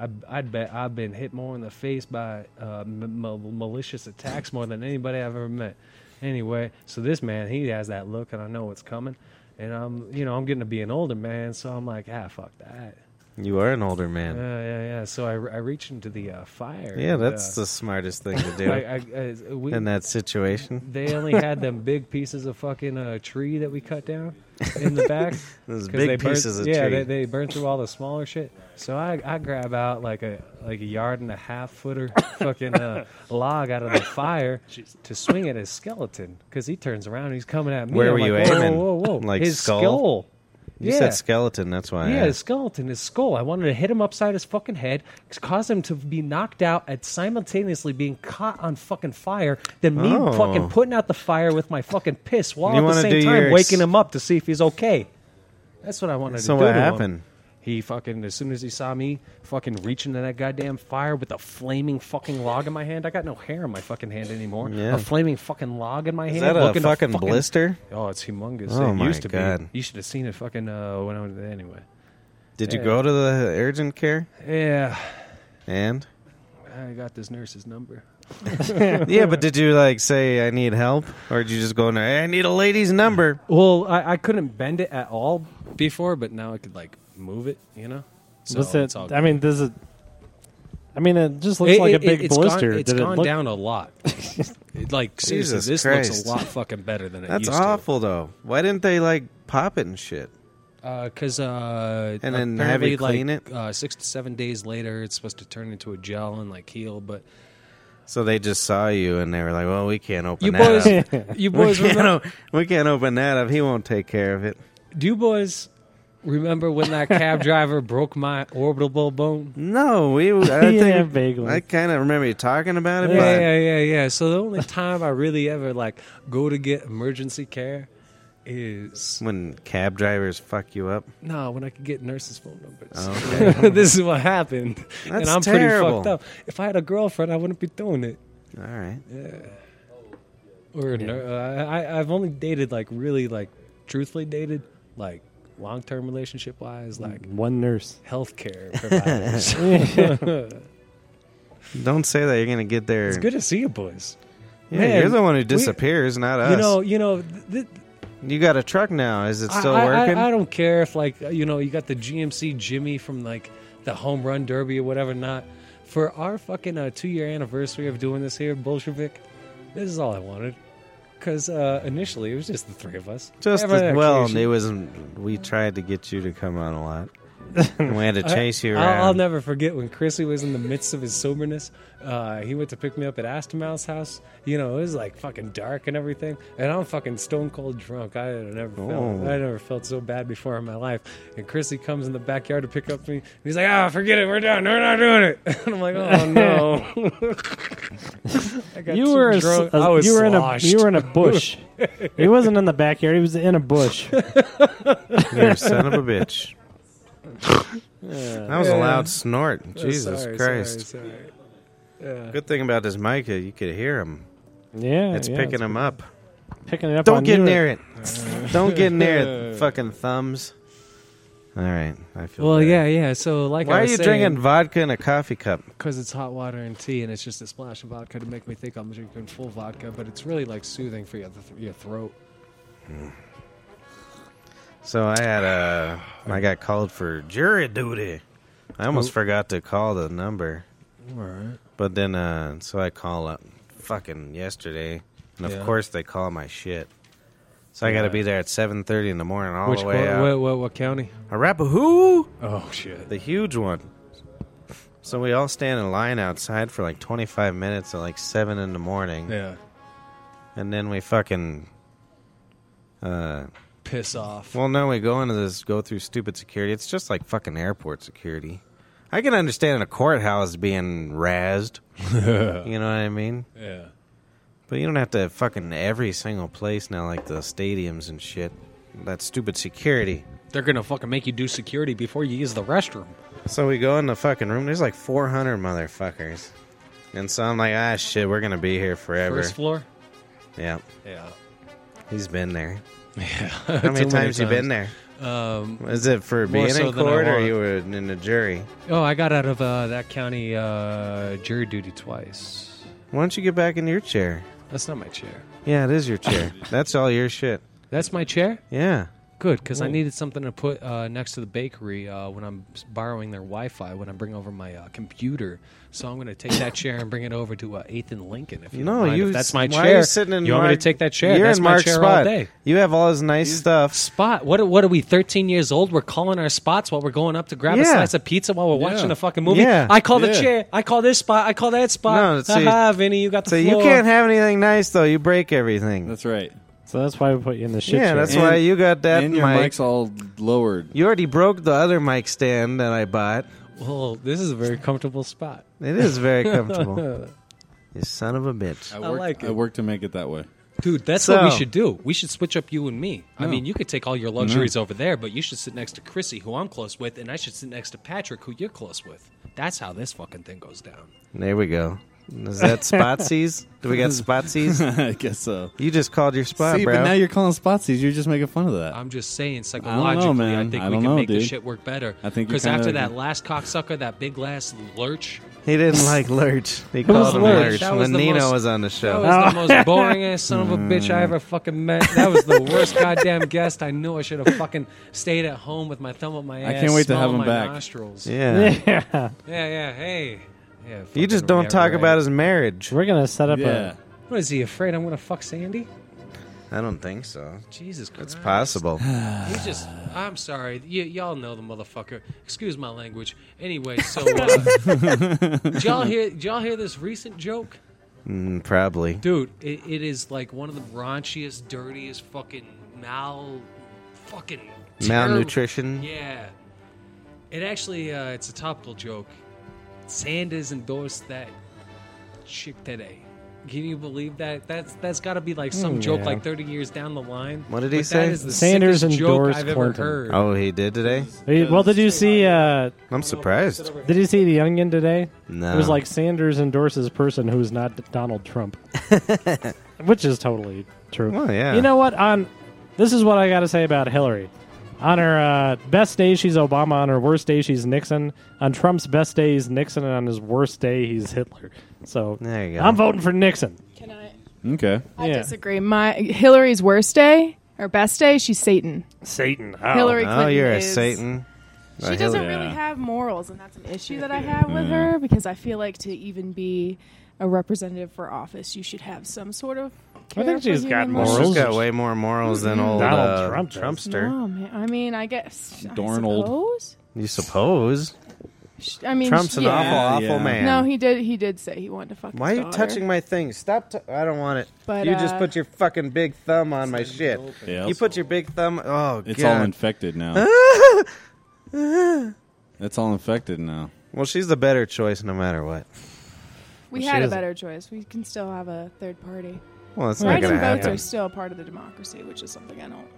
Speaker 7: I, I'd bet I've been hit more in the face by uh, m- mal- malicious attacks more than anybody I've ever met. Anyway, so this man, he has that look, and I know what's coming. And I'm, you know, I'm getting to be an older man, so I'm like, ah, fuck that.
Speaker 3: You are an older
Speaker 7: Yeah,
Speaker 3: man.
Speaker 7: yeah, yeah. So I, I reach into the uh, fire.
Speaker 3: yeah,
Speaker 7: and,
Speaker 3: that's
Speaker 7: uh,
Speaker 3: the smartest thing to
Speaker 7: I,
Speaker 3: do
Speaker 7: I, I- we,
Speaker 3: in that situation.
Speaker 7: they only had them big pieces of fucking uh, tree that we cut down in the back.
Speaker 3: Those
Speaker 7: 'Cause they
Speaker 3: big
Speaker 7: burnt-
Speaker 3: pieces of
Speaker 7: yeah,
Speaker 3: tree.
Speaker 7: they, they burn through all the smaller shit. So I, I grab out like a like a yard and a half footer fucking uh, log out of the fire to swing at his skeleton because he turns around and he's coming at me.
Speaker 3: Where
Speaker 7: I'm
Speaker 3: were you
Speaker 7: like, whoa,
Speaker 3: aiming?
Speaker 7: Whoa, whoa, whoa.
Speaker 3: Like
Speaker 7: his
Speaker 3: skull?
Speaker 7: skull.
Speaker 3: you
Speaker 7: yeah.
Speaker 3: said skeleton, that's why. I
Speaker 7: Yeah, his
Speaker 3: asked.
Speaker 7: skeleton, his skull. I wanted to hit him upside his fucking head, cause him to be knocked out, and simultaneously being caught on fucking fire. Then me
Speaker 3: Oh.
Speaker 7: fucking putting out the fire with my fucking piss while
Speaker 3: You
Speaker 7: at the
Speaker 3: wanna
Speaker 7: same
Speaker 3: do
Speaker 7: time
Speaker 3: your ex-
Speaker 7: waking him up to see if he's okay. That's what I wanted
Speaker 3: So
Speaker 7: to do.
Speaker 3: what
Speaker 7: to him.
Speaker 3: happened?
Speaker 7: He fucking as soon as he saw me fucking reaching to that goddamn fire with a flaming fucking log in my hand. I got no hair on my fucking hand anymore.
Speaker 3: Yeah.
Speaker 7: A flaming fucking log in my
Speaker 3: Is
Speaker 7: hand.
Speaker 3: that a
Speaker 7: looking to
Speaker 3: fucking blister?
Speaker 7: Oh, it's humongous.
Speaker 3: Oh
Speaker 7: it
Speaker 3: my
Speaker 7: used to
Speaker 3: God.
Speaker 7: be. You should have seen it fucking uh, when I was anyway.
Speaker 3: Did you
Speaker 7: Yeah.
Speaker 3: go to the urgent care?
Speaker 7: Yeah,
Speaker 3: And?
Speaker 7: I got this nurse's number.
Speaker 3: yeah, but did you like say I need help, or did you just go in there? Hey, I need a lady's number.
Speaker 7: Well, I, I couldn't bend it at all before, but now I could like move it. You know, so
Speaker 4: What's that?
Speaker 7: it's all
Speaker 4: I mean, does it? I mean, it just looks
Speaker 7: It-
Speaker 4: like
Speaker 7: it-
Speaker 4: a big
Speaker 7: it's
Speaker 4: blister.
Speaker 7: Gone, it's
Speaker 4: Did it
Speaker 7: gone
Speaker 4: look-
Speaker 7: down a lot. It, like seriously,
Speaker 3: Jesus
Speaker 7: this looks
Speaker 3: Christ.
Speaker 7: a lot fucking better than it
Speaker 3: That's
Speaker 7: used
Speaker 3: awful, though. Why didn't they like pop it and shit?
Speaker 7: to. Because uh,
Speaker 3: And then have you clean
Speaker 7: like,
Speaker 3: it?
Speaker 7: Uh, six to seven days later, it's supposed to turn into a gel and like heal. But
Speaker 3: So they just saw you and they were like, "Well, we can't open
Speaker 7: you
Speaker 3: that
Speaker 7: boys,
Speaker 3: up.
Speaker 7: you
Speaker 3: We
Speaker 7: boys,
Speaker 3: can't,
Speaker 7: remember,
Speaker 3: o- we can't open that up. He won't take care of it."
Speaker 7: do you boys remember when that cab driver broke my orbital bone?
Speaker 3: No, we. I
Speaker 4: yeah,
Speaker 3: think
Speaker 4: vaguely.
Speaker 3: I kind of remember you talking about it,
Speaker 7: Yeah,
Speaker 3: but
Speaker 7: yeah, yeah, yeah. So the only time I really ever like go to get emergency care is
Speaker 3: when cab drivers fuck you up,
Speaker 7: no when I could get nurses' phone numbers.
Speaker 3: Oh, Okay.
Speaker 7: this is what happened, and
Speaker 3: That's
Speaker 7: I'm
Speaker 3: terrible.
Speaker 7: pretty fucked up. If I had a girlfriend, I wouldn't be doing it.
Speaker 3: all right.
Speaker 7: Or a ner- uh, I, I've only dated like really like truthfully dated like long term relationship wise like
Speaker 3: Mm.
Speaker 4: One nurse.
Speaker 7: healthcare providers.
Speaker 3: Don't say that. You're gonna get there.
Speaker 7: it's good to see you boys.
Speaker 3: Yeah,
Speaker 7: Man,
Speaker 3: you're the one who disappears, not us.
Speaker 7: You know, you know. Th- th-
Speaker 3: you got a truck now. Is it
Speaker 7: I-
Speaker 3: still
Speaker 7: I, I-
Speaker 3: working?
Speaker 7: I, don't care if like you know you got the GMC Jimmy from like the home run derby or whatever. Not for our fucking uh, two year anniversary of doing this here Bolshevik. This is all I wanted because uh, initially it was just the three of us.
Speaker 3: Just
Speaker 7: Every
Speaker 3: as, well,
Speaker 7: occasion-
Speaker 3: it wasn't. We tried to get you to come on a lot. and we had to chase you around.
Speaker 7: I'll, I'll never forget when Chrissy was in the midst of his soberness. Uh, he went to pick me up at Astomouth's house. You know, it was like fucking dark and everything, and I'm fucking stone cold drunk. I had never felt,
Speaker 3: Oh.
Speaker 7: I never felt so bad before in my life. And Chrissy comes in the backyard to pick up me. And he's like, "Ah, forget it. We're done. We're not doing it." And I'm like, "Oh no." I got
Speaker 4: You
Speaker 7: too
Speaker 4: were a s-
Speaker 7: drunk.
Speaker 4: a-
Speaker 7: I was
Speaker 4: you were
Speaker 7: sloshed.
Speaker 4: in a you were in a bush. he wasn't in the backyard. He was in a bush.
Speaker 3: You son of a bitch. That was a
Speaker 7: Yeah. Oh,
Speaker 3: loud snort. Jesus
Speaker 7: Sorry,
Speaker 3: Christ.
Speaker 7: sorry, sorry. Yeah.
Speaker 3: Good thing about this Micah, you could hear him.
Speaker 4: Yeah,
Speaker 3: It's
Speaker 4: yeah,
Speaker 3: picking him up.
Speaker 4: picking it up.
Speaker 3: Don't
Speaker 4: on
Speaker 3: get
Speaker 4: you.
Speaker 3: near it. Don't get near it. Fucking thumbs. All right, I feel.
Speaker 7: Well,
Speaker 3: better.
Speaker 7: yeah, yeah. So, like,
Speaker 3: Why
Speaker 7: I
Speaker 3: are
Speaker 7: was
Speaker 3: you
Speaker 7: saying-
Speaker 3: drinking vodka in a coffee cup?
Speaker 7: because it's hot water and tea, and it's just a splash of vodka to make me think I'm drinking full vodka, but it's really like soothing for your, th- your throat.
Speaker 3: So I had a. I got called for jury duty. I almost forgot to call the number.
Speaker 7: All right.
Speaker 3: But then, uh, so I call up fucking yesterday, and of
Speaker 7: Yeah.
Speaker 3: course they call my shit. So I got to be there at seven thirty in the morning, all
Speaker 7: Which
Speaker 3: the way
Speaker 7: what,
Speaker 3: out.
Speaker 7: what, what, what county?
Speaker 3: Arapahoe,
Speaker 7: Oh shit!
Speaker 3: the huge one. So we all stand in line outside for like twenty five minutes at like seven in the morning,
Speaker 7: Yeah,
Speaker 3: and then we fucking. Uh,
Speaker 7: piss off.
Speaker 3: well, no, we go into this, go through stupid security. It's just like fucking airport security. I can understand a courthouse being razzed. you know what I mean?
Speaker 7: Yeah,
Speaker 3: But you don't have to fucking every single place now, like the stadiums and shit. That stupid security.
Speaker 7: they're gonna fucking make you do security before you use the restroom.
Speaker 3: So we go in the fucking room. There's like 400 motherfuckers. And so I'm like, ah, shit, we're gonna be here forever.
Speaker 7: First floor.
Speaker 3: yeah,
Speaker 7: Yeah.
Speaker 3: he's been there.
Speaker 7: Yeah.
Speaker 3: How many times you been there?
Speaker 7: Um,
Speaker 3: Is it for
Speaker 7: More
Speaker 3: being
Speaker 7: so
Speaker 3: in
Speaker 7: than I
Speaker 3: court or
Speaker 7: want.
Speaker 3: you were in the jury?
Speaker 7: oh, I got out of uh, that county uh, jury duty twice.
Speaker 3: Why don't you get back in your chair?
Speaker 7: That's not my chair.
Speaker 3: Yeah, it is your chair. That's all your shit.
Speaker 7: That's my chair?
Speaker 3: Yeah.
Speaker 7: Good, because I
Speaker 3: Whoa.
Speaker 7: needed something to put uh, next to the bakery uh, when I'm s- borrowing their Wi Fi, when I bring over my uh, computer. So I'm going to take that chair and bring it over to uh, 8th and Lincoln. If you
Speaker 3: No,
Speaker 7: don't mind.
Speaker 3: you.
Speaker 7: If that's my
Speaker 3: why
Speaker 7: chair.
Speaker 3: Are you sitting in
Speaker 7: you want me
Speaker 3: Mark-
Speaker 7: to take that chair?
Speaker 3: You're
Speaker 7: that's
Speaker 3: in
Speaker 7: my
Speaker 3: Mark's
Speaker 7: chair
Speaker 3: spot.
Speaker 7: all day.
Speaker 3: You have all his nice stuff.
Speaker 7: Spot. What, what are we, 13 years old? We're calling our spots while we're going up to grab a
Speaker 3: Yeah.
Speaker 7: slice of pizza while we're
Speaker 2: Yeah.
Speaker 7: watching a fucking movie.
Speaker 3: Yeah.
Speaker 7: I call the
Speaker 2: Yeah.
Speaker 7: chair. I call this spot. I call that
Speaker 3: No,
Speaker 7: spot.
Speaker 3: so you-
Speaker 7: Haha, Vinny, you got the
Speaker 3: So you
Speaker 7: floor.
Speaker 3: can't have anything nice though. You break everything.
Speaker 2: That's right.
Speaker 4: So that's why we put you in the shit
Speaker 3: yeah,
Speaker 4: chair.
Speaker 3: that's
Speaker 2: And-
Speaker 3: why you got that
Speaker 2: and
Speaker 3: mic.
Speaker 2: your mic's all lowered.
Speaker 3: You already broke the other mic stand that I bought.
Speaker 7: Well, this is a very comfortable spot.
Speaker 3: It is very comfortable. you son of a bitch.
Speaker 2: I,
Speaker 7: I
Speaker 2: worked,
Speaker 7: like it.
Speaker 2: I worked to make it that way.
Speaker 7: Dude, that's
Speaker 3: So-
Speaker 7: what we should do. We should switch up you and me. I
Speaker 2: No.
Speaker 7: mean, you could take all your luxuries over there, but you should sit next to Chrissy, who I'm close with, and I should sit next to Patrick, who you're close with. That's how this fucking thing goes down.
Speaker 3: There we go. Is that spotsies? Do we got spotsies?
Speaker 2: I guess so.
Speaker 3: You just called your spot,
Speaker 2: See,
Speaker 3: bro.
Speaker 2: but now you're calling spotsies. You're just making fun of that.
Speaker 7: I'm just saying, psychologically, I,
Speaker 2: man.
Speaker 7: think
Speaker 2: I
Speaker 7: we
Speaker 2: don't
Speaker 7: can
Speaker 2: know,
Speaker 7: make
Speaker 2: dude.
Speaker 7: this shit work better.
Speaker 2: I think you're
Speaker 7: because
Speaker 2: kinda-
Speaker 7: after that last cocksucker, that big last lurch,
Speaker 3: he didn't like Lurch. He
Speaker 4: was
Speaker 3: called him
Speaker 4: Lurch?
Speaker 3: Lurch
Speaker 7: That was
Speaker 3: when
Speaker 7: the
Speaker 3: Nino
Speaker 7: most-
Speaker 3: was on the
Speaker 7: that
Speaker 3: show.
Speaker 7: was the most boring ass son of a bitch
Speaker 2: Mm.
Speaker 7: I ever fucking met. That was the worst goddamn guest. I knew I should have fucking stayed at home with my thumb up my
Speaker 2: I
Speaker 7: ass.
Speaker 2: can't wait to have
Speaker 7: smelling
Speaker 2: him
Speaker 7: my
Speaker 2: back.
Speaker 7: Nostrils.
Speaker 3: yeah.
Speaker 4: yeah.
Speaker 7: Yeah, yeah, hey. Yeah,
Speaker 3: You just
Speaker 7: fucking
Speaker 3: don't
Speaker 7: yeah,
Speaker 3: talk
Speaker 7: right.
Speaker 3: about his marriage.
Speaker 4: We're going to set up
Speaker 2: yeah.
Speaker 7: What is he afraid? I'm gonna fuck Sandy?
Speaker 3: I don't think so.
Speaker 7: Jesus Christ!
Speaker 3: It's possible.
Speaker 7: He just. I'm sorry. Y- y'all know the motherfucker. Excuse my language. Anyway, so uh, did y'all hear? Did y'all hear this recent joke,
Speaker 3: Mm, probably.
Speaker 7: dude? It, it is like one of the raunchiest, dirtiest, fucking mal, fucking terror-
Speaker 3: Malnutrition.
Speaker 7: Yeah. It actually, uh, it's a topical joke. Sanders endorsed that chick today. Can you believe that? That's that's got to be like some
Speaker 4: Mm,
Speaker 7: joke
Speaker 4: yeah.
Speaker 7: like 30 years down the line.
Speaker 3: What did he
Speaker 7: But
Speaker 3: say?
Speaker 7: That is the
Speaker 4: Sanders
Speaker 7: sickest joke
Speaker 4: endorsed
Speaker 7: I've ever
Speaker 4: Clinton.
Speaker 7: heard.
Speaker 3: Oh, he did today?
Speaker 4: a. Well, did you see? Uh,
Speaker 3: I'm surprised.
Speaker 4: did you see the Onion today?
Speaker 3: No.
Speaker 4: It was like Sanders endorses person who's not Donald Trump, which is totally true.
Speaker 3: Well, yeah.
Speaker 4: You know what? On this is what I got to say about Hillary. On her uh, best day, she's Obama. On her worst day, she's Nixon. On Trump's best day, he's Nixon, and on his worst day, he's Hitler. So
Speaker 3: There you go.
Speaker 4: I'm voting for Nixon.
Speaker 5: Can I?
Speaker 2: Okay.
Speaker 5: I
Speaker 4: Yeah.
Speaker 5: disagree. My Hillary's worst day or best day, she's Satan.
Speaker 3: Uh,
Speaker 4: Satan.
Speaker 5: Hillary
Speaker 3: oh,
Speaker 5: Clinton
Speaker 3: you're a
Speaker 5: is-
Speaker 3: Satan.
Speaker 5: She
Speaker 3: A
Speaker 5: doesn't
Speaker 2: Hillary.
Speaker 5: really
Speaker 2: Yeah.
Speaker 5: have morals, and that's an issue that I have
Speaker 3: Mm-hmm.
Speaker 5: with her because I feel like to even be a representative for office, you should have some sort of.
Speaker 4: I think
Speaker 5: care for
Speaker 4: she's got
Speaker 5: human
Speaker 4: morals.
Speaker 3: She's got way more morals than old
Speaker 4: Donald
Speaker 3: uh,
Speaker 4: Trump does.
Speaker 3: Trumpster.
Speaker 5: No, man. I mean, I guess. I
Speaker 2: Darnold.
Speaker 5: suppose?
Speaker 3: You suppose?
Speaker 5: Sh- I mean,
Speaker 3: Trump's an
Speaker 5: yeah.
Speaker 3: awful, awful
Speaker 2: Yeah.
Speaker 3: man.
Speaker 5: No, he did. He did say he wanted to fuck.
Speaker 3: Why are
Speaker 5: his
Speaker 3: you
Speaker 5: daughter.
Speaker 3: touching my thing? Stop! T- I don't want it.
Speaker 5: But,
Speaker 3: you just
Speaker 5: uh,
Speaker 3: put your fucking big thumb on my shit.
Speaker 2: Yeah,
Speaker 3: You put your big thumb. Oh
Speaker 2: It's all
Speaker 3: god!
Speaker 2: infected now. it's all infected now.
Speaker 3: well, she's the better choice, no matter what.
Speaker 5: We
Speaker 3: She
Speaker 5: had a
Speaker 3: doesn't-
Speaker 5: better choice. We can still have a third party.
Speaker 3: Well, it's not
Speaker 5: Rights
Speaker 3: gonna
Speaker 5: and votes
Speaker 3: happen.
Speaker 5: are still a part of the democracy, which is something I don't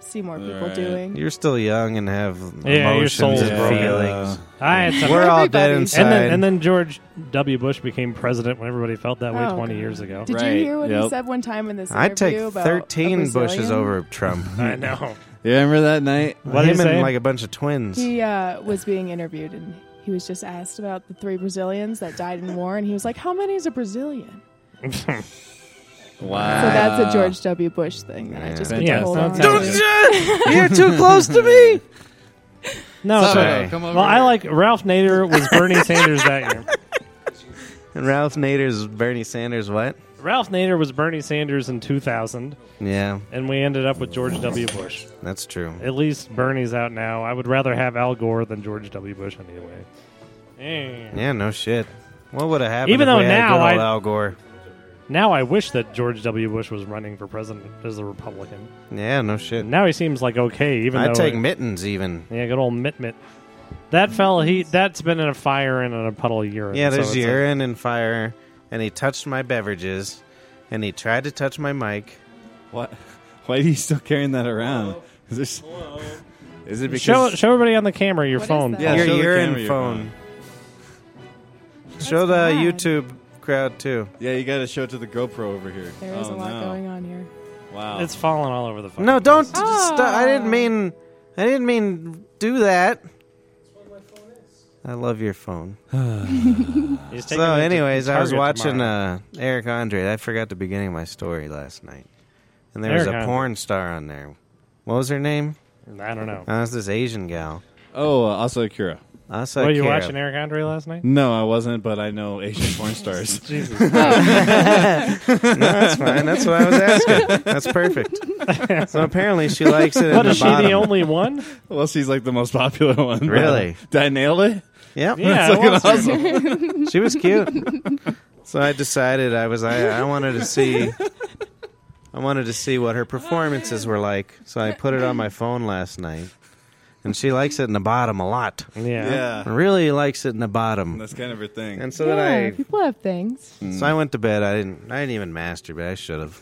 Speaker 5: see more people
Speaker 2: Right.
Speaker 5: doing.
Speaker 3: You're still young and have
Speaker 4: Yeah, your
Speaker 3: emotions
Speaker 4: soul's
Speaker 3: and
Speaker 4: broken.
Speaker 3: feelings.
Speaker 4: I had some-
Speaker 3: We're all dead
Speaker 5: Everybody's-
Speaker 3: inside.
Speaker 4: and then, and then George W. Bush became president when everybody felt that way
Speaker 5: Oh,
Speaker 4: 20
Speaker 5: God.
Speaker 4: years ago.
Speaker 5: Did
Speaker 2: Right,
Speaker 5: you hear what he
Speaker 2: yep.
Speaker 5: said one time in this
Speaker 3: I'd
Speaker 5: interview
Speaker 3: take
Speaker 5: about a
Speaker 3: thirteen bushes
Speaker 5: Brazilian?
Speaker 3: over Trump.
Speaker 4: I know.
Speaker 2: You remember that night?
Speaker 4: What did
Speaker 3: Him
Speaker 4: he
Speaker 3: and
Speaker 4: say?
Speaker 3: like a bunch of twins.
Speaker 5: He uh, was being interviewed and he was just asked about the three Brazilians that died in war, and he was like, "How many is a Brazilian?"
Speaker 2: Wow.
Speaker 5: So that's a George W. Bush thing that I just get
Speaker 4: Yeah,
Speaker 5: to hold
Speaker 4: it's
Speaker 5: on.
Speaker 4: not
Speaker 5: to.
Speaker 4: Don't-
Speaker 3: You're too close to me.
Speaker 4: no, it's
Speaker 3: Sorry.
Speaker 4: okay. Well, I like Ralph Nader was Bernie Sanders that year.
Speaker 3: And Ralph Nader's Bernie Sanders. What?
Speaker 4: Ralph Nader was Bernie Sanders in 2000,
Speaker 3: Yeah,
Speaker 4: and we ended up with George W. Bush.
Speaker 3: that's true.
Speaker 4: At least Bernie's out now. I would rather have Al Gore than George W. Bush anyway. Eh.
Speaker 3: Yeah, no shit. What would have happened
Speaker 4: Even
Speaker 3: if
Speaker 4: though
Speaker 3: we had
Speaker 4: now
Speaker 3: good old
Speaker 4: I-
Speaker 3: Al Gore?
Speaker 4: Now I wish that George W. Bush was running for president as a Republican.
Speaker 3: Yeah, no shit.
Speaker 4: Now he seems like okay, even
Speaker 3: I'd
Speaker 4: though
Speaker 3: take mittens even.
Speaker 4: yeah, good old Mitt Mitt. That fell. He that's been in a fire and in a puddle of urine.
Speaker 3: Yeah,
Speaker 4: so
Speaker 3: there's
Speaker 4: it's like-
Speaker 3: urine and fire, and he touched my beverages, and he tried to touch my mic.
Speaker 2: What? Why are you still carrying that around? Is this? Is it because?
Speaker 4: show show everybody on the camera your
Speaker 5: What is
Speaker 4: phone.
Speaker 5: that?
Speaker 2: Yeah,
Speaker 3: your
Speaker 2: show the
Speaker 3: urine
Speaker 2: camera your
Speaker 3: phone.
Speaker 2: phone.
Speaker 3: Show the
Speaker 5: bad.
Speaker 3: YouTube crowd too.
Speaker 2: Yeah, you got to show it to the GoPro over here.
Speaker 5: There is
Speaker 2: oh,
Speaker 5: a lot
Speaker 2: no.
Speaker 5: going on here.
Speaker 2: Wow.
Speaker 4: It's falling all over the phone.
Speaker 3: No, don't.
Speaker 5: Oh.
Speaker 3: st- I didn't mean. I didn't mean do that. I love your phone.
Speaker 4: He's
Speaker 3: So,
Speaker 4: taking me to
Speaker 3: uh, anyways, I was
Speaker 4: Target
Speaker 3: watching
Speaker 4: tomorrow.
Speaker 3: uh, Eric Andre. I forgot the beginning of my story last night, and there was
Speaker 4: Eric
Speaker 3: a
Speaker 4: Andre.
Speaker 3: porn star on there. What was her name?
Speaker 4: I don't know.
Speaker 3: Uh, it was this Asian gal.
Speaker 2: Oh, uh, also Akira.
Speaker 3: Asa
Speaker 4: Were you
Speaker 3: Akira.
Speaker 4: watching Eric Andre last night?
Speaker 2: No, I wasn't, but I know Asian porn stars.
Speaker 3: No, that's fine. That's what I was asking. That's perfect. So apparently she likes it.
Speaker 4: But
Speaker 3: in
Speaker 4: is she
Speaker 3: the bottom.
Speaker 4: the only one?
Speaker 2: well, she's like the most popular one.
Speaker 3: Really?
Speaker 2: Did I nail it?
Speaker 3: Yep.
Speaker 4: Yeah, it was her.
Speaker 3: She was cute. so I decided I was I, I wanted to see I wanted to see what her performances were like. So I put it on my phone last night. And she likes it in the bottom a lot.
Speaker 4: yeah.
Speaker 3: Really likes it in the bottom.
Speaker 2: That's kind of her thing.
Speaker 3: And so then
Speaker 6: people have things.
Speaker 3: I so I went to bed. I didn't I didn't even masturbate. I should have.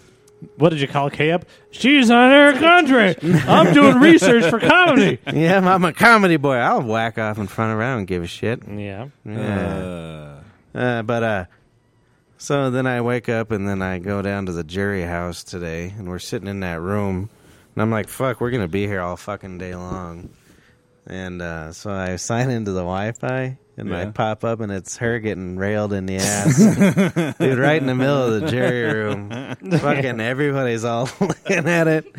Speaker 4: What did you call K up? She's on Eric Andre. I'm doing research for comedy.
Speaker 3: Yeah, I'm a comedy boy. I'll whack off in front of her. I don't give a shit.
Speaker 4: Yeah.
Speaker 3: Yeah.
Speaker 2: Uh,
Speaker 3: Uh, but uh, so then I wake up and then I go down to the jury house today, and we're sitting in that room, and I'm like, "Fuck, we're gonna be here all fucking day long." And uh, so I sign into the Wi-Fi, and I
Speaker 2: Yeah.
Speaker 3: pop up, and it's her getting railed in the ass, dude, right in the middle of the jury room. fucking everybody's all looking at it,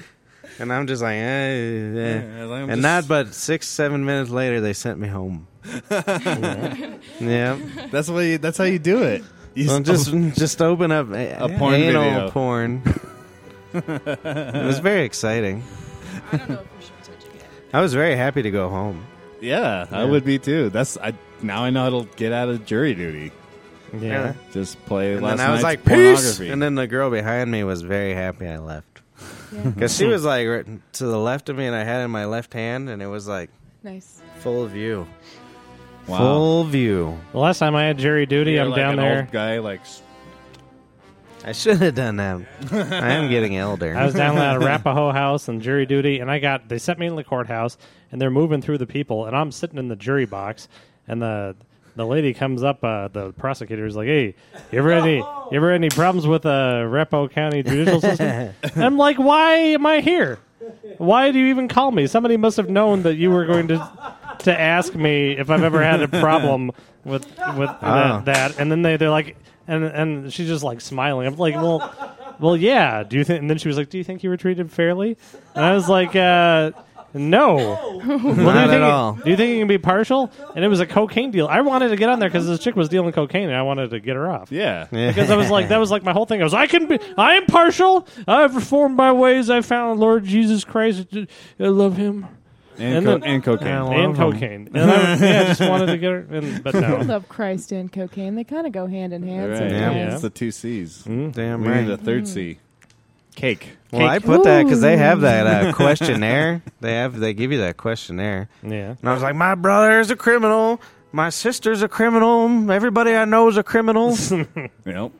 Speaker 3: and I'm just like, eh, eh.
Speaker 2: Yeah, like, I'm just-
Speaker 3: and not but six, seven minutes later, they sent me home. yeah.
Speaker 2: that's what. You, that's how you do it. You
Speaker 3: Well,
Speaker 2: s-
Speaker 3: just just open up a,
Speaker 2: oh. A porn
Speaker 3: anal
Speaker 2: video.
Speaker 3: porn. it was very exciting.
Speaker 6: I don't know if we should touch it.
Speaker 3: I was very happy to go home.
Speaker 2: yeah, I would be too. That's I. Now I know how to get out of jury duty.
Speaker 4: Yeah.
Speaker 2: Just play
Speaker 3: And
Speaker 2: last
Speaker 3: then I was
Speaker 2: night's
Speaker 3: like, peace.
Speaker 2: pornography.
Speaker 3: And then the girl behind me was very happy I left
Speaker 6: Yeah.
Speaker 3: because she was like right to the left of me, and I had it in my left hand, and it was like
Speaker 6: Nice.
Speaker 3: full view,
Speaker 2: wow.
Speaker 3: full view.
Speaker 4: The last time I had jury duty,
Speaker 2: You're
Speaker 4: I'm
Speaker 2: like
Speaker 4: down
Speaker 2: an
Speaker 4: there.
Speaker 2: Old guy like s-
Speaker 3: I should have done that. I am getting elder.
Speaker 4: I was down at Arapahoe House and jury duty, and I got they sent me in the courthouse, and they're moving through the people, and I'm sitting in the jury box, and the the lady comes up, uh, the prosecutor's like, "Hey, you ever had any you ever had any problems with uh, Arapahoe County judicial system?" And I'm like, "Why am I here? Why do you even call me? Somebody must have known that you were going to." To ask me if I've ever had a problem with with
Speaker 3: Ah.
Speaker 4: that, that, and then they they're like, and and she's just like smiling. I'm like, well, well, yeah. Do you think? And then she was like, "Do you think you were treated fairly?" And I was like, uh, "No, Well, do you
Speaker 3: Not at
Speaker 4: think-
Speaker 3: all.
Speaker 4: Do you think you can be partial? And it was a cocaine deal. I wanted to get on there because this chick was dealing cocaine, and I wanted to get her off.
Speaker 2: yeah.
Speaker 4: Because I was like, that was like my whole thing. I was, I can be, I am partial. I have reformed my ways. I found Lord Jesus Christ. I love him
Speaker 2: And,
Speaker 4: And
Speaker 2: co-
Speaker 4: then-
Speaker 2: and cocaine.
Speaker 4: and cocaine. And I, was- yeah, I just wanted to get her. And, but
Speaker 6: I
Speaker 4: no,
Speaker 6: love Christ and cocaine. They kind of go hand in hand.
Speaker 2: Right.
Speaker 6: sometimes.
Speaker 4: Yeah.
Speaker 2: It's the two C's.
Speaker 3: Damn
Speaker 2: We
Speaker 3: Mm-hmm. right.
Speaker 2: need a third C. Cake.
Speaker 3: Well, I put that because they have that uh, questionnaire. they have they give you that questionnaire.
Speaker 4: yeah.
Speaker 3: And I was like, my brother is a criminal. My sister's a criminal. Everybody I know is a criminal.
Speaker 2: Yep.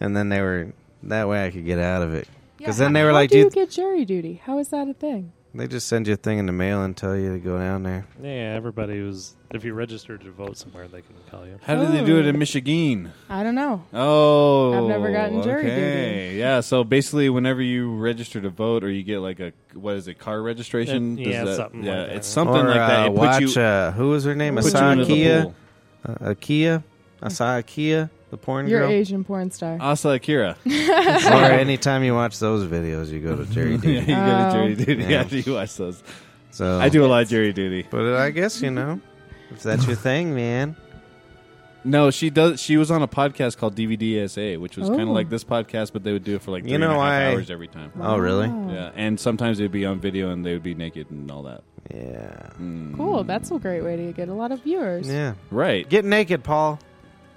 Speaker 3: and then they were, that way I could get out of it. Because
Speaker 6: Yeah,
Speaker 3: then they were
Speaker 6: how
Speaker 3: like,
Speaker 6: do you
Speaker 3: "Dude,
Speaker 6: get jury duty? How is that a thing?
Speaker 3: they just send you a thing in the mail and tell you to go down there.
Speaker 4: Yeah, everybody was. If you registered to vote somewhere, they can call you.
Speaker 2: How did they do it in Michigan?
Speaker 6: I don't know.
Speaker 2: Oh,
Speaker 6: I've never gotten jury duty.
Speaker 2: okay. Yeah, so basically, whenever you register to vote or you get like a what is it, car registration?
Speaker 4: Uh,
Speaker 2: does
Speaker 4: yeah,
Speaker 2: that-
Speaker 4: something
Speaker 2: yeah,
Speaker 4: like that.
Speaker 2: it's something
Speaker 3: or
Speaker 2: like that.
Speaker 3: uh,
Speaker 2: It
Speaker 3: watch,
Speaker 2: puts you,
Speaker 3: uh, who was her name?
Speaker 2: puts you into the
Speaker 3: Asakia?
Speaker 2: pool.
Speaker 3: Uh, Akia? Asa Akia? The porn
Speaker 6: You're
Speaker 3: girl?
Speaker 6: Asian porn star.
Speaker 2: Asa Akira. yeah,
Speaker 3: or anytime you watch those videos, you go to jury
Speaker 2: you
Speaker 3: duty.
Speaker 2: go to
Speaker 6: Oh.
Speaker 2: jury duty
Speaker 3: Yeah.
Speaker 2: after you watch those.
Speaker 3: So
Speaker 2: I do a lot of jury duty.
Speaker 3: But I guess, you know, if that's your thing, man.
Speaker 2: No, she does. She was on a podcast called DVDSA, which was kind of
Speaker 6: Oh.
Speaker 2: like this podcast, but they would do it for like
Speaker 3: You
Speaker 2: three and a
Speaker 3: know,
Speaker 2: half
Speaker 3: I-
Speaker 2: hours every time.
Speaker 3: Oh, really?
Speaker 6: Wow.
Speaker 2: Yeah, and sometimes it'd be on video and they would be naked and all that.
Speaker 3: Yeah.
Speaker 2: Mm.
Speaker 6: Cool. That's a great way to get a lot of viewers.
Speaker 3: Yeah.
Speaker 2: Right.
Speaker 3: Get naked, Paul.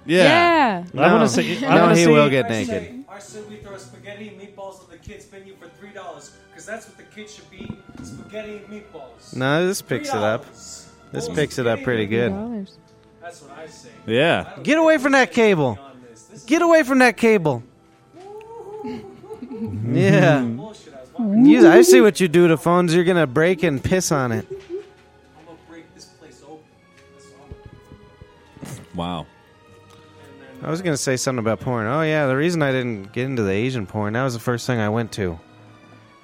Speaker 2: Yeah.
Speaker 4: I
Speaker 3: No.
Speaker 4: want to see. I
Speaker 3: No,
Speaker 4: wanna
Speaker 3: he
Speaker 4: see-
Speaker 3: will get naked.
Speaker 8: Our we throw spaghetti and meatballs at the kids' menu for three dollars, because that's what the kids should be: spaghetti and meatballs.
Speaker 3: No, this picks it up. This picks it up pretty good.
Speaker 6: $3.
Speaker 8: That's what I say.
Speaker 2: Yeah.
Speaker 3: Get away from that cable.
Speaker 8: On this, this is
Speaker 3: Get away from that cable. Yeah.
Speaker 8: bullshit. I was watching.
Speaker 3: You, I see what you do to phones. You're going to break and piss on it.
Speaker 8: I'm gonna break this place open. That's all. I'm gonna
Speaker 2: Wow.
Speaker 3: I was going to say something about porn. Oh, yeah. The reason I didn't get into the Asian porn, that was the first thing I went to.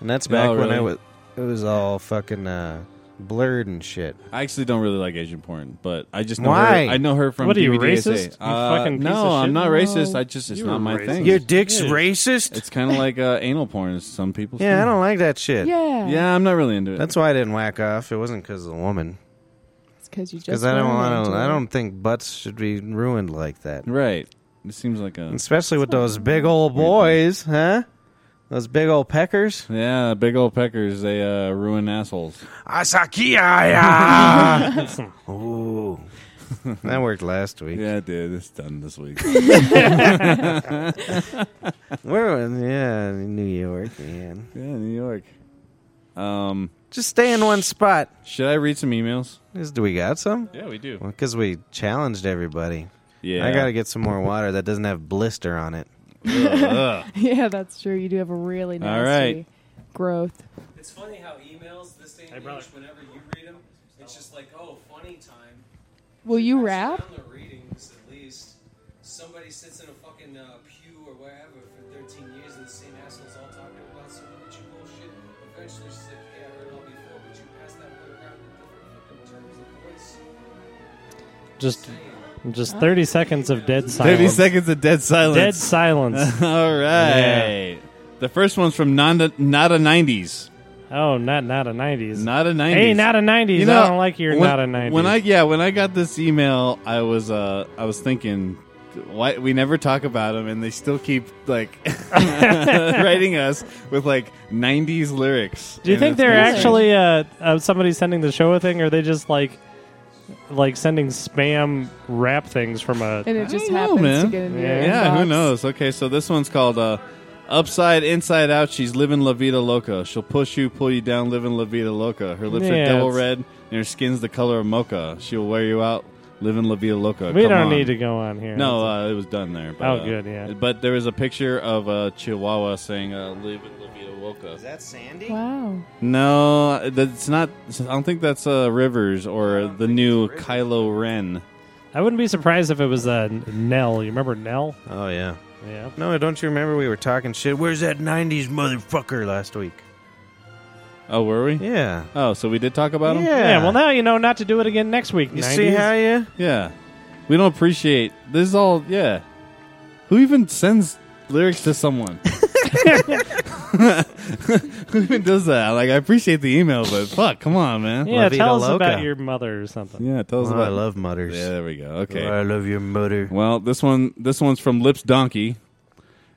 Speaker 3: And that's back
Speaker 2: Oh,
Speaker 3: when I
Speaker 2: really?
Speaker 3: was. It was all fucking uh, blurred and shit.
Speaker 2: I actually don't really like Asian porn, but I just know
Speaker 3: Why?
Speaker 2: Her, I know her from.
Speaker 4: What are you,
Speaker 2: DVDSA.
Speaker 4: racist? You
Speaker 2: Uh,
Speaker 4: fucking piece
Speaker 2: no,
Speaker 4: of shit.
Speaker 2: I'm not racist.
Speaker 4: No.
Speaker 2: I just it's
Speaker 4: You
Speaker 2: not
Speaker 4: were
Speaker 2: my
Speaker 4: racist.
Speaker 2: thing.
Speaker 4: Your
Speaker 3: dick's racist.
Speaker 2: It's kind of like uh, anal porn. Is some people.
Speaker 3: yeah, I don't like that shit.
Speaker 5: Yeah.
Speaker 2: Yeah, I'm not really into it.
Speaker 3: That's why I didn't whack off. It wasn't because of the woman.
Speaker 5: It's because you just.
Speaker 3: Because I don't want to.
Speaker 5: to.
Speaker 3: I don't think butts should be ruined like that,
Speaker 2: right. It seems like a
Speaker 3: especially with those big old boys, huh? Those big old peckers.
Speaker 2: yeah, big old peckers. They uh, ruin assholes.
Speaker 3: Asakiya. Ooh, that worked last week.
Speaker 2: Yeah, dude, it's done this week.
Speaker 3: Where was yeah, New York, man.
Speaker 2: yeah, New York. Um,
Speaker 3: Just stay in one spot.
Speaker 2: should I read some emails?
Speaker 3: Is do we got some?
Speaker 2: Yeah, we do.
Speaker 3: Because we challenged everybody.
Speaker 2: Yeah,
Speaker 3: I gotta get some more water that doesn't have blister on it.
Speaker 2: Ugh.
Speaker 5: yeah, that's true. You do have a really
Speaker 2: All
Speaker 5: nasty
Speaker 2: right.
Speaker 5: growth.
Speaker 8: It's funny how emails this day and
Speaker 4: brother.
Speaker 8: age, whenever you read them, it's just like, oh, funny time.
Speaker 5: Will you
Speaker 8: Pass
Speaker 5: rap?
Speaker 8: down the readings, at least. Somebody sits in a fucking uh, pew or wherever for 13 years and the same assholes all talking about some religion bullshit. Eventually she's like, yeah, I heard it all before, but you passed that word around in different fucking terms of voice.
Speaker 4: Just, just thirty seconds of dead silence.
Speaker 2: thirty seconds of dead silence.
Speaker 4: Dead silence.
Speaker 2: All right. The first one's from Nanda, not a nineties.
Speaker 4: oh, not not a nineties.
Speaker 2: Not a nineties.
Speaker 4: Hey, not a nineties.
Speaker 2: You know,
Speaker 4: I don't like your
Speaker 2: when,
Speaker 4: not a nineties.
Speaker 2: When I yeah, when I got this email, I was uh I was thinking why we never talk about them and they still keep like writing us with like 90s lyrics
Speaker 4: do you
Speaker 2: And
Speaker 4: think
Speaker 2: it's
Speaker 4: they're
Speaker 2: really strange.
Speaker 4: actually uh, uh somebody sending the show a thing, or are they just like like sending spam rap things from a?
Speaker 6: And it just
Speaker 2: don't know,
Speaker 6: happens
Speaker 2: man.
Speaker 6: to get in
Speaker 4: Yeah.
Speaker 6: your
Speaker 2: yeah who
Speaker 6: inbox.
Speaker 2: knows okay so this one's called uh upside inside out she's living la vida loca she'll push you pull you down living la vida loca her lips
Speaker 4: Yeah,
Speaker 2: are devil
Speaker 4: it's-
Speaker 2: red and her skin's the color of mocha she'll wear you out living la vida loca
Speaker 4: We
Speaker 2: Come
Speaker 4: don't
Speaker 2: on.
Speaker 4: need to go on here.
Speaker 2: No, uh, it was done there. But,
Speaker 4: Oh,
Speaker 2: uh,
Speaker 4: good, yeah.
Speaker 2: But there was a picture of a chihuahua saying uh, "Live in La Vida Loca."
Speaker 3: that Sandy?
Speaker 5: Wow.
Speaker 2: No, that's not. I don't think that's uh, Rivers or the new Kylo Ren.
Speaker 4: I wouldn't be surprised if it was uh, Nell. You remember Nell?
Speaker 3: Oh yeah.
Speaker 4: Yeah.
Speaker 3: No, don't you remember we were talking shit? Where's that '90s motherfucker last week?
Speaker 2: Oh, were we?
Speaker 3: Yeah.
Speaker 2: Oh, so we did talk about
Speaker 3: yeah.
Speaker 2: him.
Speaker 4: Yeah. Well, now you know not to do it again next week.
Speaker 3: you
Speaker 4: 90s.
Speaker 3: see how you?
Speaker 2: Yeah. We don't appreciate this. Is all yeah. Who even sends lyrics to someone? Who even does that? Like, I appreciate the email, but fuck, come on, man.
Speaker 4: Yeah,
Speaker 3: La Vida
Speaker 4: tell us about
Speaker 3: Loca.
Speaker 4: your mother or something.
Speaker 2: Yeah, tell us
Speaker 3: Oh,
Speaker 2: about.
Speaker 3: I love mutters.
Speaker 2: yeah, there we go. Okay.
Speaker 3: Oh, I love your mutter.
Speaker 2: Well, this one this one's from Lips Donkey,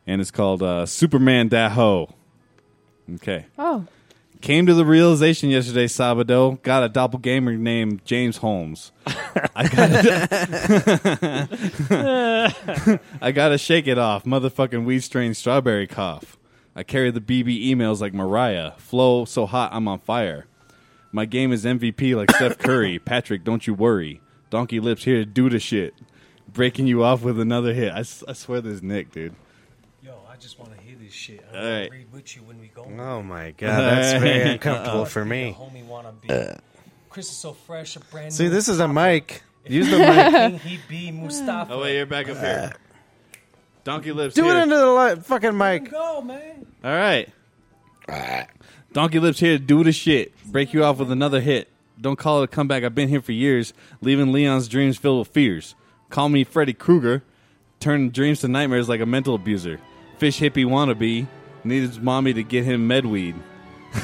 Speaker 2: and it's called uh, Superman Da Ho. Okay.
Speaker 5: Oh,
Speaker 2: Came to the realization yesterday, Sabado. Got a doppelganger named James Holmes. I got I gotta shake it off. Motherfucking weed strain strawberry cough. I carry the BB emails like Mariah. Flow so hot, I'm on fire. My game is MVP like Steph Curry. Patrick, don't you worry. Donkey Lips here to do the shit. Breaking you off with another hit. I, s- I swear this is Nick, dude.
Speaker 8: Yo, I just want to hear this shit. I
Speaker 2: wanna Alright.
Speaker 8: read with you when we go.
Speaker 3: Oh my god, that's very uncomfortable for me.
Speaker 8: Uh,
Speaker 3: Uh.
Speaker 8: homie wanna be. Chris is so fresh, a brand
Speaker 3: See,
Speaker 8: new
Speaker 3: this is a mic. Use the mic.
Speaker 8: king, he be Mustafa.
Speaker 2: Oh wait, you're back up here. Donkey Lips.
Speaker 3: Do it
Speaker 2: here.
Speaker 3: into the li- fucking mic.
Speaker 8: Go, man.
Speaker 2: All right. Donkey Lips here to do the shit. Break you off with another hit. Don't call it a comeback. I've been here for years, leaving Leon's dreams filled with fears. Call me Freddy Krueger. Turn dreams to nightmares like a mental abuser. Fish hippie wannabe. Needs mommy to get him medweed.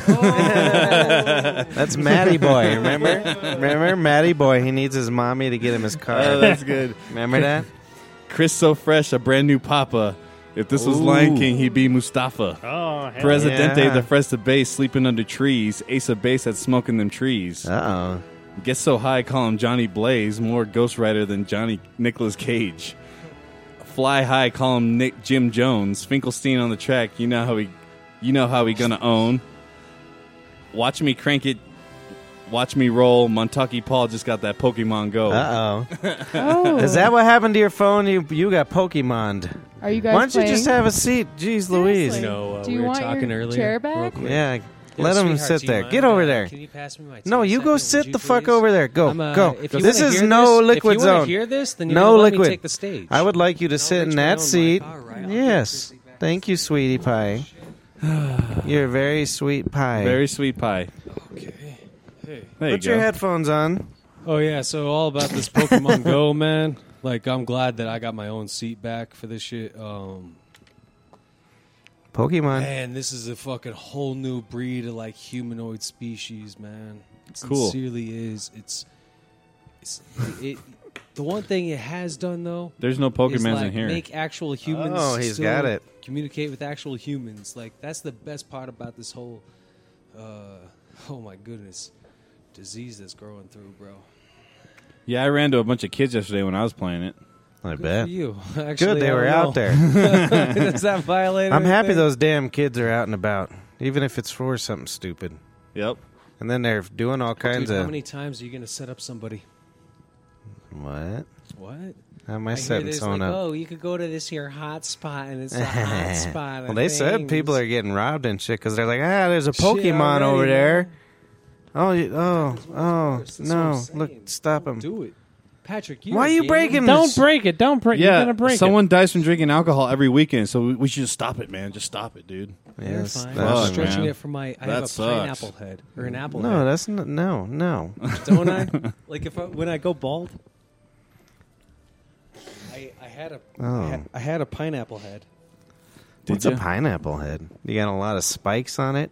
Speaker 3: That's Matty Boy. Remember? remember Matty Boy? He needs his mommy to get him his car.
Speaker 2: Oh, that's good.
Speaker 3: remember that?
Speaker 2: Chris so fresh, a brand new papa. If this was Lion
Speaker 3: Ooh.
Speaker 2: King, he'd be Mustafa.
Speaker 4: Oh, hell
Speaker 2: Presidente,
Speaker 3: Yeah.
Speaker 2: the fresh to base, sleeping under trees. Ace of base had smoking them trees.
Speaker 3: Uh oh.
Speaker 2: Get so high, call him Johnny Blaze, more Ghost Rider than Johnny Nicolas Cage. Fly high, call him Nick Jim Jones. Finkelstein on the track, you know how he, you know how he gonna own. Watch me crank it, watch me roll. Montucky Paul just got that Pokemon Go.
Speaker 3: Uh oh. Is that what happened to your phone? You you got Pokemoned.
Speaker 6: Are you guys
Speaker 3: Why don't you just
Speaker 6: playing?
Speaker 3: have a seat? Jeez Louise.
Speaker 6: Seriously.
Speaker 7: No, uh,
Speaker 6: Do you
Speaker 7: we were
Speaker 6: want your
Speaker 7: talking earlier.
Speaker 6: chair back?
Speaker 7: Real quick.
Speaker 3: Yeah. Let him sit there. Get over there.
Speaker 8: Uh, Can you pass me my
Speaker 3: No,
Speaker 8: tea
Speaker 3: you
Speaker 8: second,
Speaker 3: go
Speaker 8: would
Speaker 3: sit
Speaker 8: you
Speaker 3: the fuck
Speaker 8: please?
Speaker 3: over there. Go,
Speaker 8: I'm, uh,
Speaker 3: go.
Speaker 8: if you
Speaker 3: This
Speaker 8: wanna
Speaker 3: is
Speaker 8: hear
Speaker 3: no
Speaker 8: this-
Speaker 3: liquid
Speaker 8: if you wanna
Speaker 3: zone.
Speaker 8: hear this, then you're
Speaker 3: no
Speaker 8: gonna let me
Speaker 3: liquid.
Speaker 8: take the stage.
Speaker 3: I would like you to sit
Speaker 8: let
Speaker 3: in
Speaker 8: you
Speaker 3: that
Speaker 8: know, Mike.
Speaker 3: seat.
Speaker 8: All right, I'll get
Speaker 3: yes. Thank you, sweetie pie. You're a very sweet pie.
Speaker 2: Very sweet pie.
Speaker 8: Okay.
Speaker 9: Hey.
Speaker 2: There you
Speaker 3: Put your
Speaker 2: go.
Speaker 3: headphones on.
Speaker 9: Oh yeah, so all about this Pokemon Go, man. Like I'm glad that I got my own seat back for this shit. Um
Speaker 3: Pokemon.
Speaker 9: man, this is a fucking whole new breed of like humanoid species, man. It
Speaker 2: Cool.
Speaker 9: Sincerely is. It's it's it, the one thing it has done though
Speaker 2: There's no
Speaker 9: is,
Speaker 2: Pokemans
Speaker 9: like,
Speaker 2: in here.
Speaker 9: Make actual humans.
Speaker 3: Oh, he's
Speaker 9: still
Speaker 3: got it.
Speaker 9: Communicate with actual humans. Like that's the best part about this whole. Uh, oh my goodness, disease that's growing through, bro.
Speaker 2: yeah, I ran to a bunch of kids yesterday when I was playing it.
Speaker 3: I
Speaker 9: Good
Speaker 3: bet.
Speaker 9: for you. Actually,
Speaker 3: Good, they
Speaker 9: I
Speaker 3: were
Speaker 9: don't know.
Speaker 3: out there.
Speaker 9: Does that violate?
Speaker 3: I'm happy
Speaker 9: anything?
Speaker 3: those damn kids are out and about, even if it's for something stupid.
Speaker 2: Yep.
Speaker 3: And then they're doing all kinds
Speaker 9: Dude, how
Speaker 3: of
Speaker 9: many times are you gonna set up somebody?
Speaker 3: what?
Speaker 9: What?
Speaker 3: How am I,
Speaker 9: I hear
Speaker 3: setting
Speaker 9: there's
Speaker 3: someone
Speaker 9: like,
Speaker 3: up?
Speaker 9: Oh, you could go to this here hot spot, and it's a hot spot.
Speaker 3: well, they said people are getting robbed and shit because they're like, ah, there's a
Speaker 9: Shit
Speaker 3: Pokemon
Speaker 9: already,
Speaker 3: over
Speaker 9: man.
Speaker 3: there. Oh, you, oh, oh, no! Look, stop him.
Speaker 9: Do it, Patrick.
Speaker 3: Why are you breaking?
Speaker 4: Don't
Speaker 3: this?
Speaker 4: break it. Don't break. You're
Speaker 2: Yeah,
Speaker 4: gonna break
Speaker 2: someone dies from drinking alcohol every weekend, so we, we should just stop it, man. Just stop it, dude.
Speaker 3: Yeah,
Speaker 9: You're
Speaker 3: that's-
Speaker 9: fine.
Speaker 3: that's-
Speaker 9: I'm
Speaker 2: Fuck,
Speaker 9: stretching
Speaker 2: man.
Speaker 9: it for my. I
Speaker 2: That
Speaker 9: have a
Speaker 2: sucks.
Speaker 9: pineapple head or an apple
Speaker 3: no, that's not, no, no.
Speaker 9: head, don't I? Like if I, when I go bald, I, I had a I
Speaker 3: Oh.
Speaker 9: had- I had a pineapple head.
Speaker 3: What's
Speaker 2: ya?
Speaker 3: a pineapple head? You got a lot of spikes on it.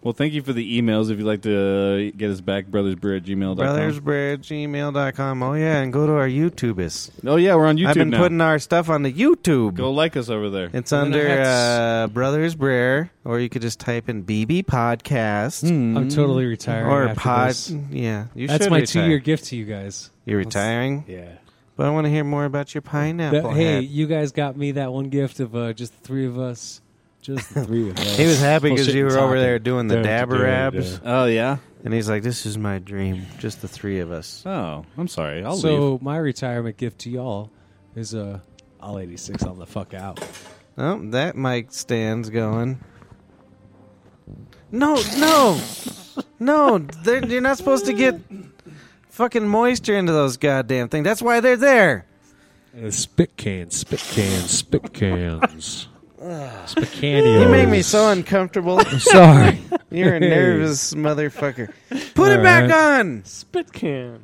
Speaker 2: Well, thank you for the emails. If you'd like to uh, get us back, brothersbrew at gmail.com.
Speaker 3: Brothersbridgegmail.com. Oh yeah, and go to our YouTubist.
Speaker 2: Oh, yeah, we're on YouTube
Speaker 3: I've been
Speaker 2: now.
Speaker 3: putting our stuff on the YouTube.
Speaker 2: Go like us over there.
Speaker 3: It's
Speaker 9: And then I
Speaker 3: under
Speaker 9: had
Speaker 3: uh, Brothers Brer, or you could just type in BB Podcast
Speaker 2: Hmm.
Speaker 9: I'm totally retiring.
Speaker 3: Hmm. or
Speaker 9: after
Speaker 3: Pod.
Speaker 9: this.
Speaker 3: Yeah, you
Speaker 9: That's
Speaker 3: should
Speaker 9: my
Speaker 3: retire.
Speaker 9: two-year gift to you guys.
Speaker 3: You're retiring,
Speaker 9: Yeah.
Speaker 3: but I want to hear more about your pineapple.
Speaker 9: hey,
Speaker 3: head.
Speaker 9: you guys got me that one gift of uh, just the three of us. Just the three of us.
Speaker 3: he was happy
Speaker 9: Bullshit
Speaker 3: because you
Speaker 9: and
Speaker 3: were over
Speaker 9: talking.
Speaker 3: there doing the
Speaker 7: Don't
Speaker 3: dabber
Speaker 7: do it,
Speaker 3: abs,
Speaker 7: yeah.
Speaker 2: Oh, yeah?
Speaker 3: and he's like, "This is my dream, just the three of us."
Speaker 2: Oh, I'm sorry. I'll
Speaker 9: so my retirement gift to y'all is uh, I'll 86 on the fuck out.
Speaker 3: Oh, that mic stand's going. No, no, no! they're- You're not supposed to get fucking moisture into those goddamn things. That's why they're there.
Speaker 7: Uh, spit cans, spit cans, spit cans. Spicanios.
Speaker 3: You make me so uncomfortable.
Speaker 7: sorry.
Speaker 3: You're a nervous motherfucker. Put it
Speaker 7: All
Speaker 3: back
Speaker 7: right.
Speaker 3: on.
Speaker 5: Spit can.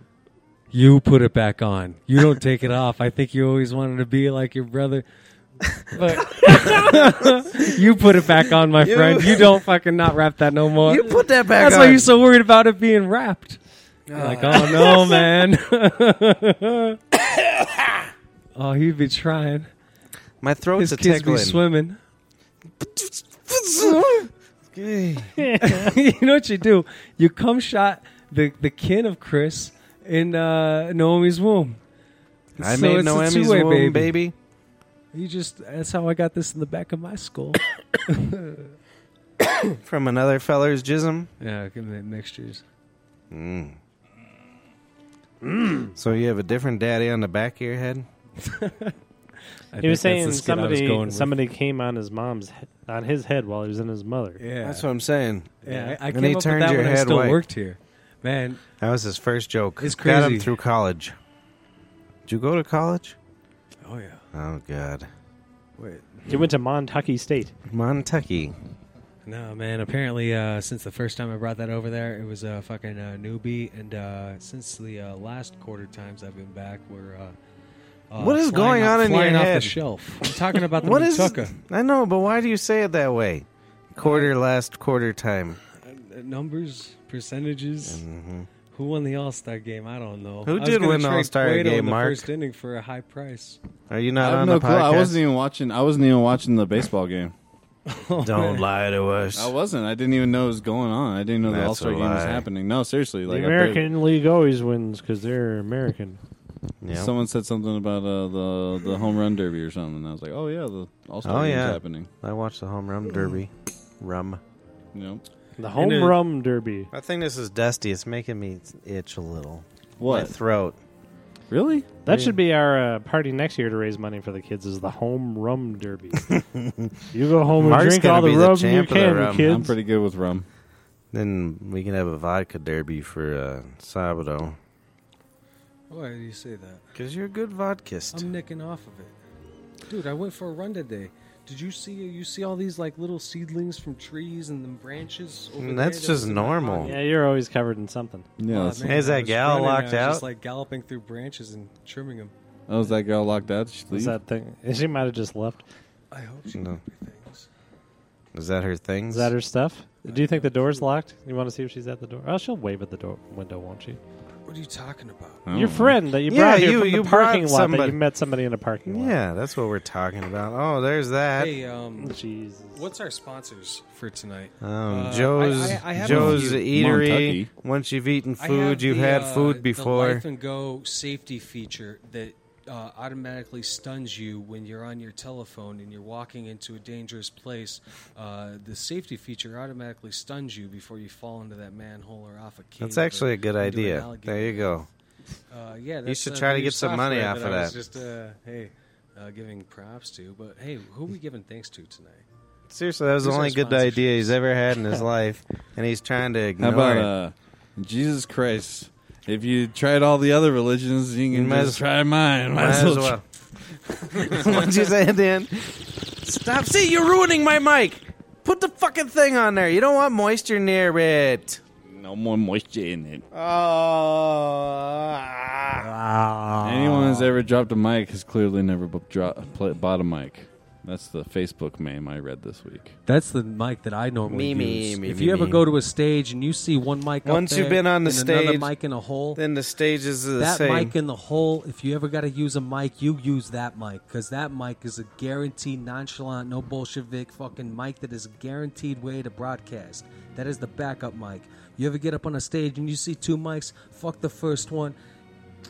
Speaker 7: You put it back on. You don't take it off. I think you always wanted to be like your brother. But you put it back on, my
Speaker 3: You-
Speaker 7: friend. You don't fucking not wrap that no more.
Speaker 3: You put that back
Speaker 7: That's
Speaker 3: on.
Speaker 7: why you're so worried about it being wrapped. You're like, oh no, man. oh, he'd be trying.
Speaker 3: My throat's
Speaker 7: His
Speaker 3: a
Speaker 7: kids
Speaker 3: tickling.
Speaker 7: be swimming.
Speaker 3: Okay.
Speaker 7: you know what you do? You cum shot the the kin of Chris in uh, Naomi's womb.
Speaker 3: I
Speaker 7: So
Speaker 3: made
Speaker 7: it's a
Speaker 3: Noemi's
Speaker 7: two-way
Speaker 3: womb,
Speaker 7: baby.
Speaker 3: baby.
Speaker 7: You just that's how I got this in the back of my skull.
Speaker 3: From another feller's jism.
Speaker 7: yeah, give me mixtures.
Speaker 3: So you have a different daddy on the back of your head?
Speaker 7: I
Speaker 4: He was
Speaker 7: think
Speaker 4: saying
Speaker 7: that's the skit I was going
Speaker 4: somebody
Speaker 7: with.
Speaker 4: somebody came on his mom's he- on his head while he was in his mother.
Speaker 7: Yeah,
Speaker 3: That's what I'm saying.
Speaker 7: yeah. I, I
Speaker 3: And
Speaker 7: came
Speaker 3: he
Speaker 7: up with
Speaker 3: turned
Speaker 7: that
Speaker 3: your
Speaker 7: when I
Speaker 3: head
Speaker 7: still
Speaker 3: white.
Speaker 7: worked here. Man,
Speaker 3: That was his first joke.
Speaker 7: It's
Speaker 3: Got him
Speaker 7: crazy.
Speaker 3: through college. Did you go to college?
Speaker 7: oh yeah.
Speaker 3: Oh, God.
Speaker 7: Wait,
Speaker 4: He went to Montucky State.
Speaker 3: Montucky.
Speaker 7: no, man. Apparently, uh, since the first time I brought that over there, it was a fucking uh, newbie, and uh, since the uh, last quarter times I've been back, we're uh, uh,
Speaker 3: What is going
Speaker 7: flying off-
Speaker 3: on in your
Speaker 7: flying off the
Speaker 3: head?
Speaker 7: shelf? I'm talking about the
Speaker 3: What is?
Speaker 7: Matuka.
Speaker 3: I know, but why do you say it that way? Quarter last quarter time.
Speaker 7: Uh, numbers, percentages. Who won the All Star game? I don't know.
Speaker 3: Mm-hmm. Who
Speaker 7: I was
Speaker 3: did
Speaker 7: gonna
Speaker 3: win the
Speaker 7: trade
Speaker 3: All-Star
Speaker 7: Cueto
Speaker 3: game,
Speaker 7: in the
Speaker 3: Mark?
Speaker 7: First inning for a high price.
Speaker 3: Are you
Speaker 2: I
Speaker 3: not
Speaker 2: have
Speaker 3: on
Speaker 2: no
Speaker 3: the
Speaker 2: clue.
Speaker 3: podcast?
Speaker 2: I wasn't even watching. I wasn't even watching the baseball game.
Speaker 3: Don't lie to us.
Speaker 2: I wasn't. I didn't even know it was going on. I didn't know the
Speaker 3: That's
Speaker 2: All Star
Speaker 3: a
Speaker 2: game was
Speaker 3: lie.
Speaker 2: happening. No, seriously. Like I
Speaker 4: the
Speaker 2: barely-
Speaker 4: American League always wins because they're American.
Speaker 3: Yeah.
Speaker 2: Someone said something about uh, the the home run derby or something. And I was like, oh yeah, the All Star
Speaker 3: Oh,
Speaker 2: game's
Speaker 3: yeah.
Speaker 2: happening.
Speaker 3: I watched the home run derby. Rum.
Speaker 2: You know
Speaker 4: The home
Speaker 7: a-
Speaker 4: run derby.
Speaker 3: I think this is dusty. It's making me itch a little. My
Speaker 2: what?
Speaker 3: throat.
Speaker 2: really?
Speaker 4: That should be our uh, party next year to raise money for the kids. Is the home rum derby? you go home and
Speaker 3: Mark's
Speaker 4: drink
Speaker 3: gonna
Speaker 4: all the
Speaker 3: be the
Speaker 4: rum you
Speaker 3: champ of the
Speaker 4: can,
Speaker 3: rum.
Speaker 4: kids.
Speaker 2: I'm pretty good with rum.
Speaker 3: Then we can have a vodka derby for uh, Sabado.
Speaker 9: Why do you say that?
Speaker 7: Um,
Speaker 3: Because you're a good vodkist.
Speaker 9: I'm nicking off of it. Dude, I went for a run today.
Speaker 7: Did you see? You see all these like little seedlings from trees and them branches. Over
Speaker 3: And Mm, that's
Speaker 7: there that was
Speaker 3: just
Speaker 7: in my
Speaker 3: normal.
Speaker 7: pocket?
Speaker 4: Yeah, you're always covered in something.
Speaker 2: Yeah,
Speaker 7: Oh,
Speaker 2: that's-
Speaker 7: man,
Speaker 3: Is
Speaker 7: I
Speaker 3: that
Speaker 7: was
Speaker 3: gal
Speaker 7: running, I
Speaker 3: locked
Speaker 7: was just,
Speaker 3: out?
Speaker 7: like galloping through branches and trimming them.
Speaker 2: that was that girl locked out. Did she
Speaker 4: Is
Speaker 2: leave?
Speaker 4: that thing? She might have just left.
Speaker 7: I hope she
Speaker 3: No.
Speaker 7: no. things.
Speaker 3: Is that her thing?
Speaker 4: Is that her stuff? Do you think the door's locked? You want to see if she's at the door? Oh, she'll wave at the door window, won't she?
Speaker 7: What are you talking about?
Speaker 2: I don't
Speaker 4: Your
Speaker 2: know.
Speaker 4: friend that you
Speaker 3: Yeah,
Speaker 4: brought here
Speaker 3: you-
Speaker 4: from the
Speaker 3: you brought
Speaker 4: parking lot that
Speaker 3: somebody.
Speaker 4: you met somebody in a parking lot.
Speaker 3: Yeah, that's what we're talking about. Oh, there's that.
Speaker 7: Hey, um,
Speaker 4: Jesus.
Speaker 7: what's our sponsors for tonight?
Speaker 3: Um,
Speaker 7: Uh,
Speaker 3: Joe's
Speaker 7: I- I- I have
Speaker 3: Joe's
Speaker 2: a few.
Speaker 3: Eatery.
Speaker 2: Montucky.
Speaker 3: Once you've eaten
Speaker 7: I
Speaker 3: food,
Speaker 7: have
Speaker 3: you've
Speaker 7: the,
Speaker 3: had
Speaker 7: uh,
Speaker 3: food
Speaker 7: The
Speaker 3: before.
Speaker 7: life and go safety feature that uh, automatically stuns you when you're on your telephone and you're walking into a dangerous place. Uh, the safety feature automatically stuns you before you fall into that manhole or off a cave.
Speaker 3: That's
Speaker 7: or
Speaker 3: actually a good
Speaker 7: into an
Speaker 3: idea.
Speaker 7: alligator.
Speaker 3: There you go.
Speaker 7: Uh, yeah, that's,
Speaker 3: should
Speaker 7: uh,
Speaker 3: try to
Speaker 7: new
Speaker 3: get some money
Speaker 7: software
Speaker 3: off of
Speaker 7: I was
Speaker 3: that.
Speaker 7: Just uh, hey, uh, giving props to, but hey, who are we giving thanks to tonight?
Speaker 3: Seriously, that was the
Speaker 7: These are
Speaker 3: only good
Speaker 7: sponsorships.
Speaker 3: idea he's ever had in his life, and he's trying to
Speaker 2: How
Speaker 3: ignore
Speaker 2: about
Speaker 3: it.
Speaker 2: uh, Jesus Christ? If you tried all the other religions, you can
Speaker 3: Might
Speaker 2: just
Speaker 3: as-
Speaker 2: try mine. Might as well. try-
Speaker 3: What'd you say, Dan? Stop! See, you're ruining my mic. Put the fucking thing on there. You don't want moisture near it.
Speaker 2: No more moisture in it.
Speaker 3: Oh.
Speaker 2: Anyone who's ever dropped a mic has clearly never b- dro- pl- bought a mic. That's the Facebook meme I read this week.
Speaker 7: That's the mic that I
Speaker 3: Me,
Speaker 7: normally
Speaker 3: me, use. me,
Speaker 7: if
Speaker 3: me,
Speaker 7: you ever
Speaker 3: me.
Speaker 7: go to a stage and you see one mic, up
Speaker 3: Once you've
Speaker 7: there
Speaker 3: been on the
Speaker 7: and another
Speaker 3: stage,
Speaker 7: mic in a hole.
Speaker 3: Then the stages are the
Speaker 7: that
Speaker 3: same.
Speaker 7: mic in the hole. If you ever got to use a mic, you use that mic because that mic is a guaranteed, nonchalant, no Bolshevik fucking mic that is a guaranteed way to broadcast. That is the backup mic. You ever get up on a stage and you see two mics? Fuck the first one.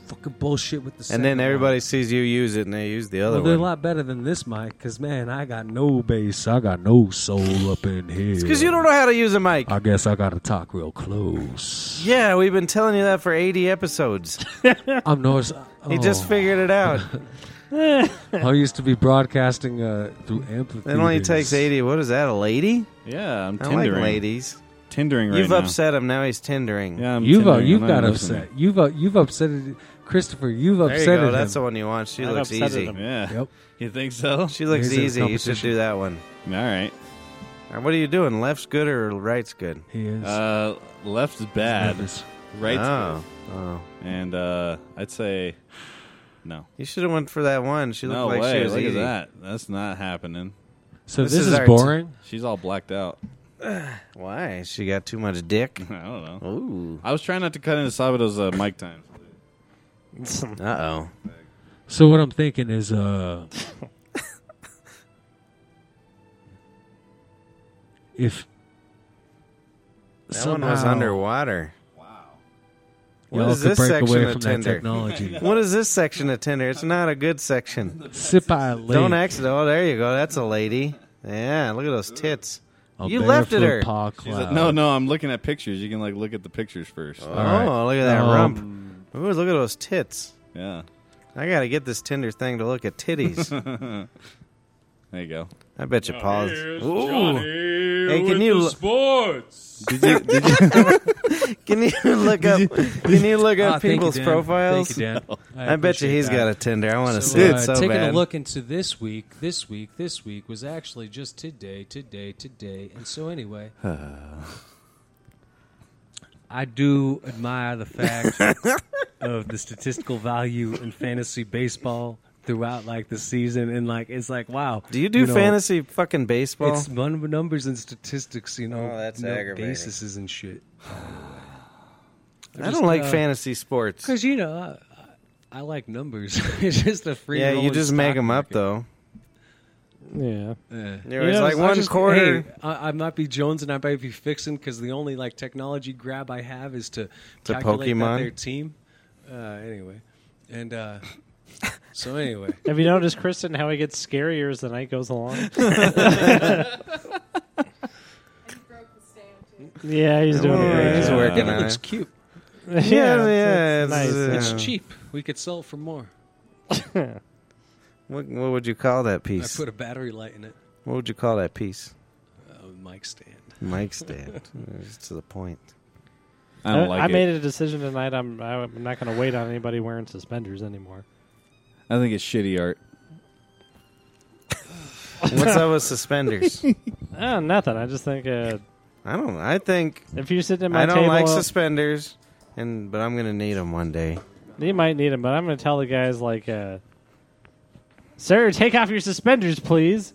Speaker 7: Fucking bullshit with the.
Speaker 3: and
Speaker 7: second
Speaker 3: then everybody
Speaker 7: One.
Speaker 3: sees you use it, and they use the other
Speaker 7: Well, they're a
Speaker 3: one.
Speaker 7: lot better than this mic because man, I got no bass, I got no soul up in here.
Speaker 3: Because you don't know how to use a mic.
Speaker 7: I guess I gotta talk real close.
Speaker 3: yeah, we've been telling you that for 80 episodes.
Speaker 7: I'm no.
Speaker 3: He
Speaker 7: Oh.
Speaker 3: just figured it out.
Speaker 7: I used to be broadcasting uh, through
Speaker 3: It
Speaker 7: amplitude.
Speaker 3: only takes 80. What is that, a lady?
Speaker 2: Yeah, I'm
Speaker 3: I
Speaker 2: tindering.
Speaker 3: like ladies.
Speaker 2: Tindering right
Speaker 3: You've
Speaker 2: now.
Speaker 3: upset him. Now he's tindering.
Speaker 2: Yeah, I'm
Speaker 7: You've uh,
Speaker 2: tindering.
Speaker 7: you've
Speaker 2: I'm not
Speaker 7: got
Speaker 2: even
Speaker 7: upset. You've uh, you've upset Christopher. You've
Speaker 3: There you
Speaker 7: upset
Speaker 3: go.
Speaker 7: him.
Speaker 3: That's the one you want. She
Speaker 4: I've
Speaker 3: looks
Speaker 4: upsetted
Speaker 3: easy.
Speaker 2: listening.
Speaker 4: him.
Speaker 2: Yeah.
Speaker 7: Yep.
Speaker 2: You think so?
Speaker 3: She looks
Speaker 7: Here's a
Speaker 3: easy. You should
Speaker 7: competition.
Speaker 3: do that one.
Speaker 2: All right.
Speaker 3: And what are you doing? Left's good or right's good?
Speaker 7: he is.
Speaker 2: Uh, left's bad.
Speaker 7: nervous.
Speaker 2: Right's
Speaker 3: oh. Oh.
Speaker 2: good. And uh, I'd say no.
Speaker 3: You should have went for that one. She looked
Speaker 2: no
Speaker 3: like
Speaker 2: way.
Speaker 3: she was
Speaker 2: Look
Speaker 3: easy.
Speaker 2: at that. That's not happening.
Speaker 7: so
Speaker 3: this
Speaker 7: this,
Speaker 3: is
Speaker 7: is,
Speaker 3: our t-
Speaker 7: boring.
Speaker 2: She's all blacked out.
Speaker 3: Why? She got too much dick.
Speaker 2: I don't know.
Speaker 3: Ooh.
Speaker 2: I was trying not to cut into Sabato's uh, mic time.
Speaker 3: Uh oh.
Speaker 7: so what I'm thinking is, uh, if
Speaker 3: That one was underwater. Wow.
Speaker 7: y'all
Speaker 3: What is
Speaker 7: could
Speaker 3: this
Speaker 7: break
Speaker 3: section
Speaker 7: away
Speaker 3: of
Speaker 7: from that
Speaker 3: Tinder?
Speaker 7: technology,
Speaker 3: What is this section of Tinder? It's not a good section.
Speaker 7: sip by a lake.
Speaker 3: Don't accident. Oh, there you go. That's a lady. Yeah, look at those tits.
Speaker 7: a
Speaker 3: you left it
Speaker 7: barefoot
Speaker 3: her.
Speaker 7: Paw
Speaker 2: She's
Speaker 7: cloud.
Speaker 2: like, no, no, I'm looking at pictures. You can like look at the pictures first.
Speaker 3: Oh,
Speaker 7: right.
Speaker 3: look at that
Speaker 7: Um,
Speaker 3: rump. Ooh, look at those tits.
Speaker 2: Yeah.
Speaker 3: I gotta get this Tinder thing to look at titties.
Speaker 2: There you go.
Speaker 3: I bet you pause. Ooh. Hey, can you
Speaker 2: Did you, did you,
Speaker 3: can you look up can you look
Speaker 7: Ah,
Speaker 3: up
Speaker 7: thank you,
Speaker 3: people's
Speaker 7: Dan.
Speaker 3: profiles?
Speaker 7: Thank you, Dan.
Speaker 3: I, bet you
Speaker 7: appreciate
Speaker 3: he's
Speaker 7: that.
Speaker 3: got a Tinder. I want to
Speaker 7: So,
Speaker 3: see
Speaker 7: uh,
Speaker 3: it so
Speaker 7: taking
Speaker 3: bad.
Speaker 7: a look into this week, this week, this week was actually just today, today, today, and so anyway. I do admire the fact of the statistical value in fantasy baseball throughout like the season, and like it's like wow.
Speaker 3: Do you do
Speaker 7: know,
Speaker 3: fantasy fucking baseball?
Speaker 7: It's num- numbers and statistics, you know.
Speaker 3: Oh, that's
Speaker 7: you know,
Speaker 3: aggravating.
Speaker 7: Bases and shit.
Speaker 3: I
Speaker 7: just,
Speaker 3: don't like
Speaker 7: uh,
Speaker 3: fantasy sports.
Speaker 7: Because you know, I, I- I like numbers. it's just a free.
Speaker 3: Yeah, you
Speaker 7: rolling
Speaker 3: just make
Speaker 7: stock
Speaker 3: them up
Speaker 7: market.
Speaker 3: though.
Speaker 4: Yeah.
Speaker 7: Yeah.
Speaker 3: There was like one quarter.
Speaker 7: Hey, I, I might be Jones and I might be fixing because the only like technology grab I have is to,
Speaker 3: To
Speaker 7: calculate
Speaker 3: Pokemon?
Speaker 7: that their team. Uh, anyway, and uh, so anyway,
Speaker 4: Have you noticed, Kristen, how he gets scarier as the night goes along? yeah, he's doing
Speaker 3: Yeah,
Speaker 4: it.
Speaker 3: he's working on
Speaker 7: it's
Speaker 3: it.
Speaker 7: Uh, cute.
Speaker 4: Yeah,
Speaker 3: Yeah, yeah,
Speaker 4: it's,
Speaker 3: it's,
Speaker 4: nice.
Speaker 3: uh,
Speaker 7: It's
Speaker 3: Yeah.
Speaker 7: cheap. We could sell for more.
Speaker 3: What, what would you call that
Speaker 7: I
Speaker 3: piece?
Speaker 7: put a battery light in it.
Speaker 3: What would you call that piece?
Speaker 7: Uh, mic stand.
Speaker 3: Mike stand. It's to the point.
Speaker 2: I don't like
Speaker 4: I
Speaker 2: it.
Speaker 4: made a decision tonight. I'm I'm not going to wait on anybody wearing suspenders anymore.
Speaker 2: I think it's shitty art.
Speaker 3: What's up with suspenders?
Speaker 4: Uh, nothing. I just think uh,
Speaker 3: I don't. I think
Speaker 4: if you're sitting at my
Speaker 3: I don't
Speaker 4: table,
Speaker 3: like suspenders, and but I'm gonna need them one day.
Speaker 4: you might need them. But I'm going to tell the guys like, uh, "Sir, take off your suspenders, please."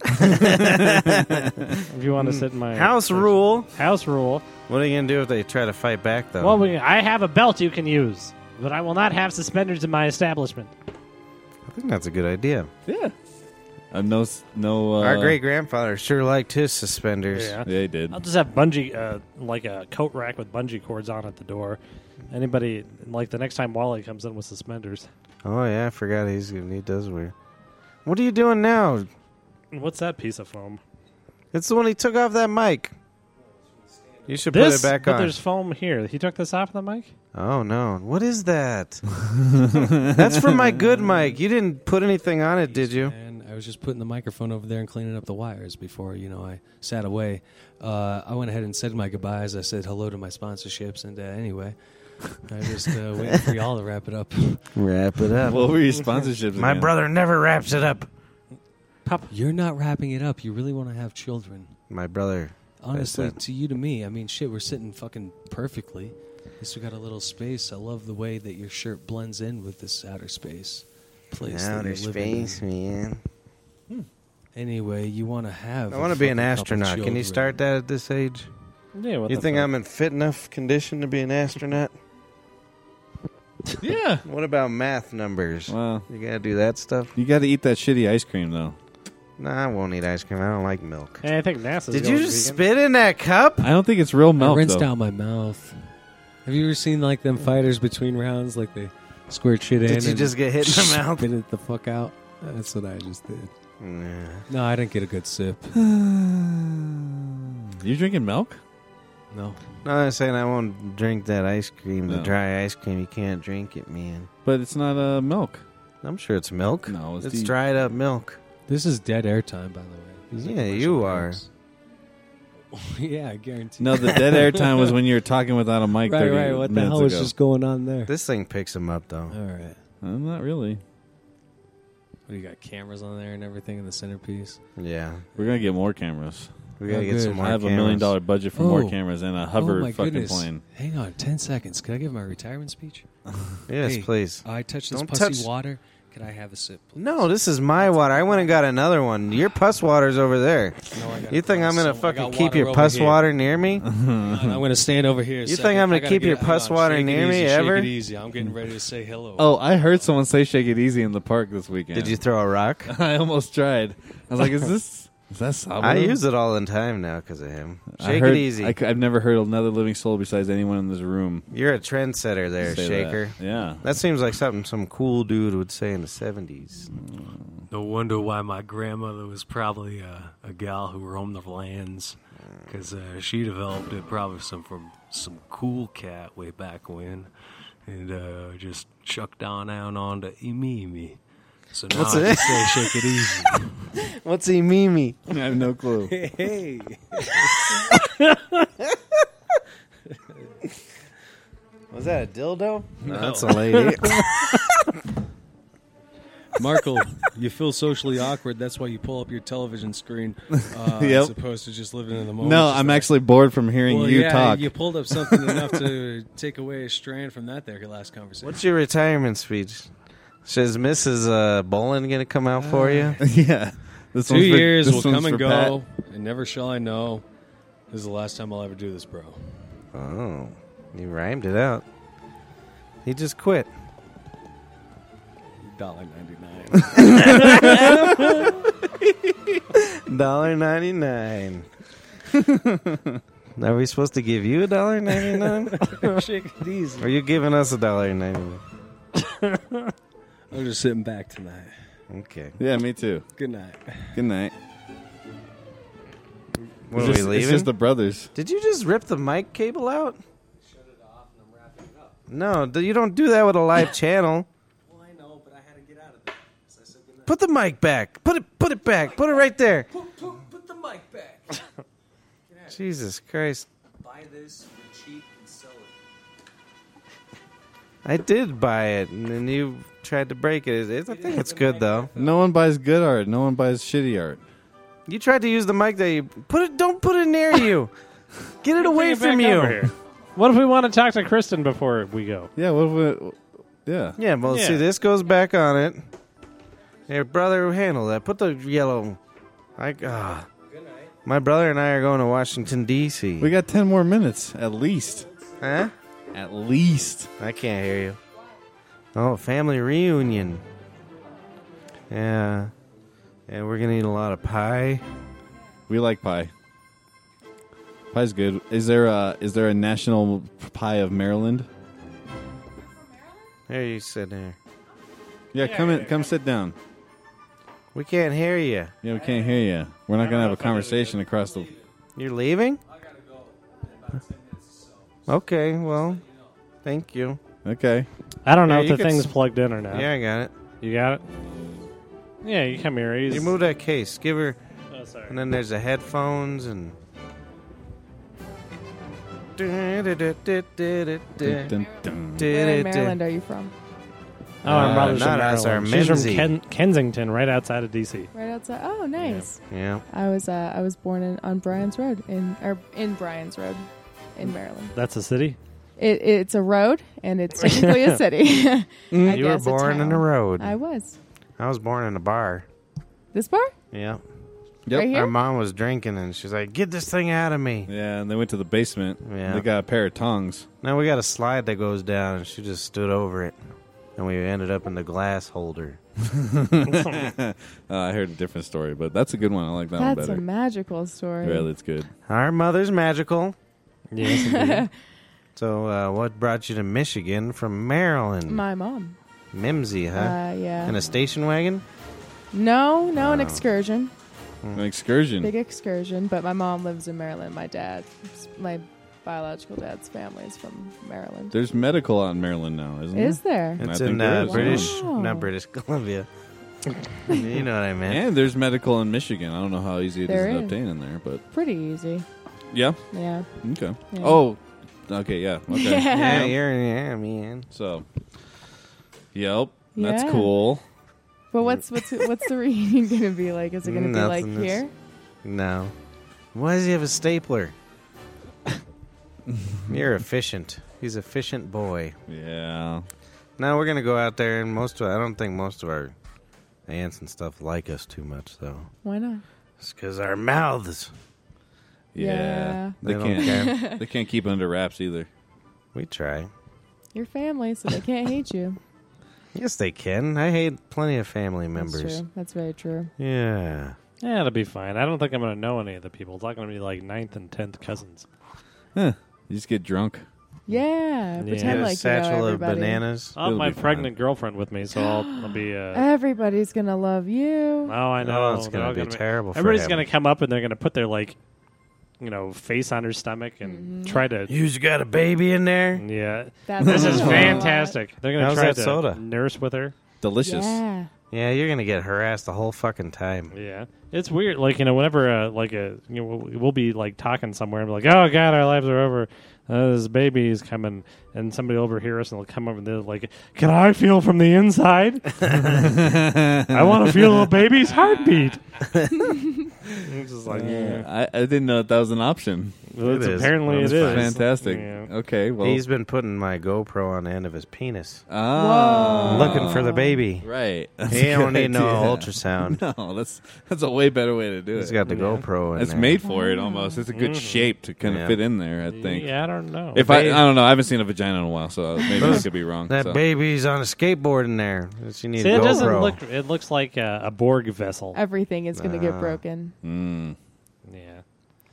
Speaker 4: if you want to sit in my
Speaker 3: Hmm. House rule.
Speaker 4: house rule,
Speaker 3: What are you gonna do if they try to fight back though?
Speaker 4: well, we, I have a belt you can use, but I will not have suspenders in my establishment.
Speaker 3: I think that's a good idea.
Speaker 2: Yeah. Uh, no, s- no. Uh,
Speaker 3: Our great grandfather sure liked his suspenders.
Speaker 4: Yeah.
Speaker 2: Yeah, he did.
Speaker 4: I'll just have bungee, uh, like a coat rack with bungee cords on at the door. Anybody, like the next time Wally comes in with suspenders.
Speaker 3: Oh yeah, I forgot he's gonna need those wear. What are you doing now?
Speaker 4: What's that piece of foam?
Speaker 3: It's the one he took off that mic. You should
Speaker 4: This,
Speaker 3: put it back
Speaker 4: but
Speaker 3: on.
Speaker 4: there's foam here. He took this off the mic?
Speaker 3: Oh no! What is that? That's from my good mic. You didn't put anything on it, did you?
Speaker 7: And I was just putting the microphone over there and cleaning up the wires before you know I sat away. Uh, I went ahead and said my goodbyes. I said hello to my sponsorships, and uh, anyway, I just uh, waiting for y'all to wrap it up.
Speaker 3: Wrap it up.
Speaker 2: What were your sponsorships?
Speaker 3: my
Speaker 2: again?
Speaker 3: brother never wraps it up.
Speaker 7: You're not wrapping it up. You really want to have children.
Speaker 3: My brother.
Speaker 7: Honestly,
Speaker 3: said-
Speaker 7: to you to me, I mean, shit, we're sitting fucking perfectly. At least we got a little space. I love the way that your shirt blends in with this outer space place. that
Speaker 3: Outer
Speaker 7: you're living in.
Speaker 3: space, man.
Speaker 7: Anyway, you want to have.
Speaker 3: I
Speaker 7: a
Speaker 3: want to be an
Speaker 7: fucking couple
Speaker 3: astronaut. Can you
Speaker 7: children.
Speaker 3: start that at this age?
Speaker 4: Yeah, what
Speaker 3: You
Speaker 4: the
Speaker 3: think
Speaker 4: fuck?
Speaker 3: I'm in fit enough condition to be an astronaut?
Speaker 10: Yeah.
Speaker 3: What about math numbers?
Speaker 2: Well,
Speaker 3: You gotta do that stuff?
Speaker 2: you got to eat that shitty ice cream though.
Speaker 3: Nah, I won't eat ice cream. I don't like milk.
Speaker 4: Hey, I think NASA's
Speaker 3: Did
Speaker 4: going
Speaker 3: you just
Speaker 4: vegan.
Speaker 3: spit in that cup?
Speaker 2: I don't think it's real
Speaker 7: I
Speaker 2: milk
Speaker 7: rinsed
Speaker 2: though.
Speaker 7: out my mouth. Have you ever seen like them fighters between rounds, like they squirt shit in?
Speaker 3: Did you
Speaker 7: and
Speaker 3: just get hit in the mouth?
Speaker 7: Spit it the fuck out. That's what I just did.
Speaker 3: Nah.
Speaker 7: No, I didn't get a good sip.
Speaker 2: You drinking milk?
Speaker 7: No,
Speaker 3: No, I'm saying I won't drink that ice cream. The
Speaker 2: No.
Speaker 3: dry ice cream, you can't drink it, man.
Speaker 2: But it's not uh, milk.
Speaker 3: I'm sure it's milk.
Speaker 2: No, it's,
Speaker 3: it's
Speaker 2: the-
Speaker 3: dried up milk.
Speaker 7: this is dead air time, by the way. These are
Speaker 3: Yeah,
Speaker 7: commercial
Speaker 3: you are.
Speaker 7: breaks. yeah, I guarantee.
Speaker 2: No, the dead air time was when you were talking without a mic.
Speaker 7: right,
Speaker 2: 30
Speaker 7: right. What the
Speaker 2: minutes
Speaker 7: hell is
Speaker 2: ago.
Speaker 7: just going on there?
Speaker 3: This thing picks them up, though.
Speaker 7: All right.
Speaker 2: Uh, not really.
Speaker 7: What do you got? Cameras on there and everything in the centerpiece.
Speaker 3: Yeah.
Speaker 2: We're gonna get more cameras.
Speaker 3: We gotta
Speaker 7: Oh,
Speaker 3: get
Speaker 7: good.
Speaker 3: some more
Speaker 2: I have a million
Speaker 3: cameras.
Speaker 2: dollar budget for more
Speaker 7: Oh.
Speaker 2: cameras and a hover
Speaker 7: oh my
Speaker 2: fucking
Speaker 7: goodness!
Speaker 2: plane.
Speaker 7: Hang on, ten seconds. Can I give my retirement speech?
Speaker 3: Yes,
Speaker 7: Hey.
Speaker 3: please.
Speaker 7: I touched this
Speaker 3: Don't
Speaker 7: pussy
Speaker 3: touch-
Speaker 7: water. Can I have a sip? please?
Speaker 3: No, this is my water. I went and got another one. Your pus water's over there.
Speaker 7: No, I got
Speaker 3: You
Speaker 7: it.
Speaker 3: think I'm
Speaker 7: So
Speaker 3: gonna
Speaker 7: I
Speaker 3: fucking
Speaker 7: got
Speaker 3: keep your
Speaker 7: over
Speaker 3: pus
Speaker 7: here.
Speaker 3: water near me?
Speaker 7: And I'm gonna stand over here. a
Speaker 3: You
Speaker 7: second.
Speaker 3: think I'm gonna
Speaker 7: I gotta
Speaker 3: keep
Speaker 7: get-
Speaker 3: your
Speaker 7: hang
Speaker 3: pus
Speaker 7: on,
Speaker 3: water
Speaker 7: shake it
Speaker 3: near me
Speaker 7: easy,
Speaker 3: ever?
Speaker 7: Shake it easy. I'm getting ready to say hello.
Speaker 2: Oh, I heard someone say "Shake It Easy" in the park this weekend.
Speaker 3: Did you throw a rock?
Speaker 2: I almost tried. I was like, "Is this? Is that Sabo?"
Speaker 3: I use it all the time now because of him.
Speaker 2: I
Speaker 3: Shake
Speaker 2: heard-
Speaker 3: it easy.
Speaker 2: I, have never heard another living soul besides anyone in this room.
Speaker 3: You're a trendsetter there,
Speaker 2: say
Speaker 3: Shaker.
Speaker 2: That. Yeah.
Speaker 3: That seems like something some cool dude would say in the 70s.
Speaker 11: No wonder why my grandmother was probably uh, a gal who roamed the lands, because uh, she developed it probably some from some cool cat way back when, and uh, just chucked on out onto Imimi. So now
Speaker 3: What's
Speaker 11: I
Speaker 3: it?
Speaker 11: just say shake it easy.
Speaker 3: What's he mimi?
Speaker 2: I have no clue.
Speaker 7: hey,
Speaker 3: Was that a dildo? No, that's a lady.
Speaker 7: Markle, you feel socially awkward. That's why you pull up your television screen uh,
Speaker 2: Yep.
Speaker 7: as opposed to just living in the moment.
Speaker 2: No,
Speaker 7: Just
Speaker 2: I'm
Speaker 7: like-
Speaker 2: actually bored from hearing
Speaker 7: Well,
Speaker 2: you
Speaker 7: yeah,
Speaker 2: talk.
Speaker 7: You pulled up something enough to take away a strand from that there last conversation.
Speaker 3: What's your retirement speech? Is Mrs. Uh, Bolin going to come out for you?
Speaker 2: yeah. This
Speaker 7: Two
Speaker 2: one's for-
Speaker 7: years
Speaker 2: this
Speaker 7: will
Speaker 2: one's
Speaker 7: come and
Speaker 2: for Pat.
Speaker 7: go, and never shall I know. This is the last time I'll ever do this, bro.
Speaker 3: Oh, he rhymed it out. He just quit.
Speaker 7: Dollar ninety nine.
Speaker 3: Dollar ninety nine. Are we supposed to give you a dollar ninety nine? Are you giving us a dollar ninety nine?
Speaker 7: I'm just sitting back tonight.
Speaker 3: Okay.
Speaker 2: Yeah, me too.
Speaker 7: Good night.
Speaker 2: Good night.
Speaker 3: What
Speaker 2: it's just,
Speaker 3: are we
Speaker 2: it's
Speaker 3: leaving?
Speaker 2: just the brothers.
Speaker 3: Did you just rip the mic cable out? No, th- you don't do that with a live channel. Put the mic back. Put it. Put it back. Put it right there.
Speaker 11: Put the mic back.
Speaker 3: Jesus Christ!
Speaker 11: Buy this for cheap and sell it.
Speaker 3: I did buy it, and then you tried to break it. It's- it's- I think it's good though.
Speaker 2: No one buys good art. No one buys shitty art.
Speaker 3: You tried to use the mic that you put it. Don't put it near you. Get it away
Speaker 4: Bring it
Speaker 3: from
Speaker 4: back over
Speaker 3: you.
Speaker 4: here. What if we want to talk to Kristen before we go?
Speaker 2: Yeah. What? If we, yeah.
Speaker 3: Yeah, well,
Speaker 4: Yeah.
Speaker 3: see, this goes back on it. Hey, brother, handle that. Put the yellow. I ah. My brother and I are going to Washington D.C.
Speaker 2: We got ten more minutes at least.
Speaker 3: huh?
Speaker 2: At least.
Speaker 3: I can't hear you. Oh, family reunion. Yeah. Yeah, we're gonna eat a lot of pie.
Speaker 2: We like pie. Pie's good. Is there a is there a national pie of Maryland?
Speaker 3: There you sit there.
Speaker 2: Yeah, come in. Come sit down.
Speaker 3: We can't hear you.
Speaker 2: Yeah, we can't hear you. We're not gonna have a conversation across the.
Speaker 3: You're leaving? Okay, well, thank you.
Speaker 2: Okay.
Speaker 4: I don't know
Speaker 3: Yeah,
Speaker 4: if
Speaker 3: you
Speaker 4: the
Speaker 3: could
Speaker 4: thing's
Speaker 3: s-
Speaker 4: plugged in or not.
Speaker 3: Yeah, I got it.
Speaker 4: You got it? Yeah, you come here. He's,
Speaker 3: You move that case. Give her.
Speaker 4: Oh, sorry.
Speaker 3: And then there's the headphones and.
Speaker 2: Dun, dun.
Speaker 6: Where in Maryland are you from?
Speaker 4: Oh, our
Speaker 3: Uh,
Speaker 4: mother's
Speaker 3: not
Speaker 4: from
Speaker 3: us, our
Speaker 4: Maryland. She's from
Speaker 3: Menzie.
Speaker 4: Ken- Kensington, right outside of D.C.
Speaker 6: Right outside. Oh, nice.
Speaker 3: Yeah.
Speaker 6: I was uh, I was born in, on Bryan's Road in or in Bryan's Road in Maryland.
Speaker 4: That's a city?
Speaker 6: It, it's a road and it's technically a city. I
Speaker 3: You were
Speaker 6: guess a
Speaker 3: born in
Speaker 6: town.
Speaker 3: a road.
Speaker 6: I was.
Speaker 3: I was born in a bar.
Speaker 6: This bar?
Speaker 3: Yeah.
Speaker 2: Yep.
Speaker 6: Right
Speaker 3: Our
Speaker 6: here?
Speaker 3: mom was drinking and she's like, "Get this thing out of me."
Speaker 2: Yeah, and they went to the basement.
Speaker 3: Yeah.
Speaker 2: They got a pair of tongs.
Speaker 3: Now we got a slide that goes down, and she just stood over it, and we ended up in the glass holder.
Speaker 2: Uh, I heard a different story, but that's a good one. I like that
Speaker 6: That's a
Speaker 2: one
Speaker 6: magical story.
Speaker 2: better. Yeah, that's good.
Speaker 3: Our mother's magical.
Speaker 4: Yes, indeed.
Speaker 3: So, uh, what brought you to Michigan from Maryland?
Speaker 6: My mom.
Speaker 3: Mimsy, huh?
Speaker 6: Uh, yeah.
Speaker 3: in a station wagon?
Speaker 6: no, no, an excursion,
Speaker 2: An excursion.
Speaker 6: Mm. big excursion. But my mom lives in Maryland. My dad, my biological dad's family is from Maryland.
Speaker 2: There's medical out in Maryland now, isn't
Speaker 6: Is there?
Speaker 2: I
Speaker 3: It's
Speaker 2: think
Speaker 3: in
Speaker 2: there
Speaker 3: uh,
Speaker 2: is,
Speaker 3: British,
Speaker 6: yeah.
Speaker 3: not British Columbia. you know what
Speaker 2: there?
Speaker 3: I meant.
Speaker 2: And there's medical in Michigan. I don't know how easy it is
Speaker 6: There
Speaker 2: to
Speaker 6: is.
Speaker 2: obtain in there, but
Speaker 6: Pretty easy.
Speaker 2: yeah.
Speaker 6: Yeah.
Speaker 2: Okay.
Speaker 6: Yeah.
Speaker 2: Oh, okay. Yeah. Okay.
Speaker 3: Yeah, you're yeah, man.
Speaker 2: So, yep. That's
Speaker 6: Yeah.
Speaker 2: cool.
Speaker 6: But what's what's what's the reunion gonna be like? Is it gonna be like
Speaker 3: Nothing, it's-
Speaker 6: here?
Speaker 3: No. Why does he have a stapler? You're efficient. He's efficient boy.
Speaker 2: Yeah.
Speaker 3: No, we're gonna go out there, and most of I don't think most of our aunts and stuff like us too much, though.
Speaker 6: Why not?
Speaker 3: It's because our mouths.
Speaker 2: Yeah.
Speaker 6: Yeah.
Speaker 2: They,
Speaker 3: They don't
Speaker 2: can't. they can't keep it under wraps either.
Speaker 3: We try.
Speaker 6: Your family, so they can't hate you.
Speaker 3: Yes, they can. I hate plenty of family
Speaker 6: That's
Speaker 3: members. Mm.
Speaker 6: true. That's very true.
Speaker 3: Yeah.
Speaker 4: yeah, it'll be fine. I don't think I'm going to know any of the people. It's not going to be like ninth and tenth cousins.
Speaker 2: You just get drunk.
Speaker 6: Yeah.
Speaker 4: Yeah.
Speaker 6: Pretend
Speaker 3: Get a
Speaker 6: like you
Speaker 3: satchel
Speaker 6: know
Speaker 3: of
Speaker 6: everybody.
Speaker 3: bananas.
Speaker 4: I'll
Speaker 2: It'll
Speaker 4: have my
Speaker 2: be fine.
Speaker 4: pregnant girlfriend with me, so I'll, I'll be. Uh,
Speaker 6: Everybody's gonna love you.
Speaker 4: oh, I know.
Speaker 3: Oh, it's
Speaker 4: They're
Speaker 3: gonna
Speaker 4: all
Speaker 3: be terrible for
Speaker 4: Everybody's
Speaker 3: him.
Speaker 4: going to come up and they're going to put their like, you know, face on her stomach and try to.
Speaker 3: You's got a baby in there.
Speaker 4: Yeah,
Speaker 6: That's
Speaker 4: this is
Speaker 6: a lot.
Speaker 4: fantastic. They're going
Speaker 3: Oh.
Speaker 4: to
Speaker 3: How's
Speaker 4: try
Speaker 3: that
Speaker 4: to
Speaker 3: soda?
Speaker 4: nurse with her.
Speaker 2: Delicious.
Speaker 6: Yeah.
Speaker 3: Yeah, you're gonna get harassed the whole fucking time.
Speaker 4: Yeah, it's weird. Like you know, whenever uh, like a you know we'll, we'll be like talking somewhere and be like, "Oh God, our lives are over. Uh, this baby is coming," and somebody will overhear us and they'll come over and they're like, "Can I feel from the inside? I want to feel a baby's heartbeat." it's just like yeah.
Speaker 2: I, I didn't know that was an option.
Speaker 4: Well, it's
Speaker 3: It is.
Speaker 4: apparently
Speaker 3: That's
Speaker 4: it is
Speaker 3: fine.
Speaker 2: Fantastic.
Speaker 4: Yeah.
Speaker 2: Okay. Well.
Speaker 3: He's been putting my GoPro on the end of his penis,
Speaker 4: Uh,
Speaker 2: ah,
Speaker 3: looking for the baby.
Speaker 2: Right.
Speaker 3: He don't need no
Speaker 2: ultrasound.
Speaker 3: ultrasound.
Speaker 2: No, that's that's a way better way to do
Speaker 3: He's
Speaker 2: it.
Speaker 3: got the GoPro in
Speaker 2: it's
Speaker 3: there.
Speaker 2: made for it almost. It's a good shape to kind of
Speaker 3: Yeah.
Speaker 2: fit in there. I think.
Speaker 4: Yeah, I don't know.
Speaker 2: If I, I don't know, I haven't seen a vagina in a while, so maybe I could be wrong.
Speaker 3: That
Speaker 2: so.
Speaker 3: baby's on a skateboard in there. She needs
Speaker 4: See,
Speaker 3: a
Speaker 4: it
Speaker 3: GoPro.
Speaker 4: doesn't look. It looks like a, a Borg vessel.
Speaker 6: Everything is gonna get broken.
Speaker 2: Mm.
Speaker 4: yeah,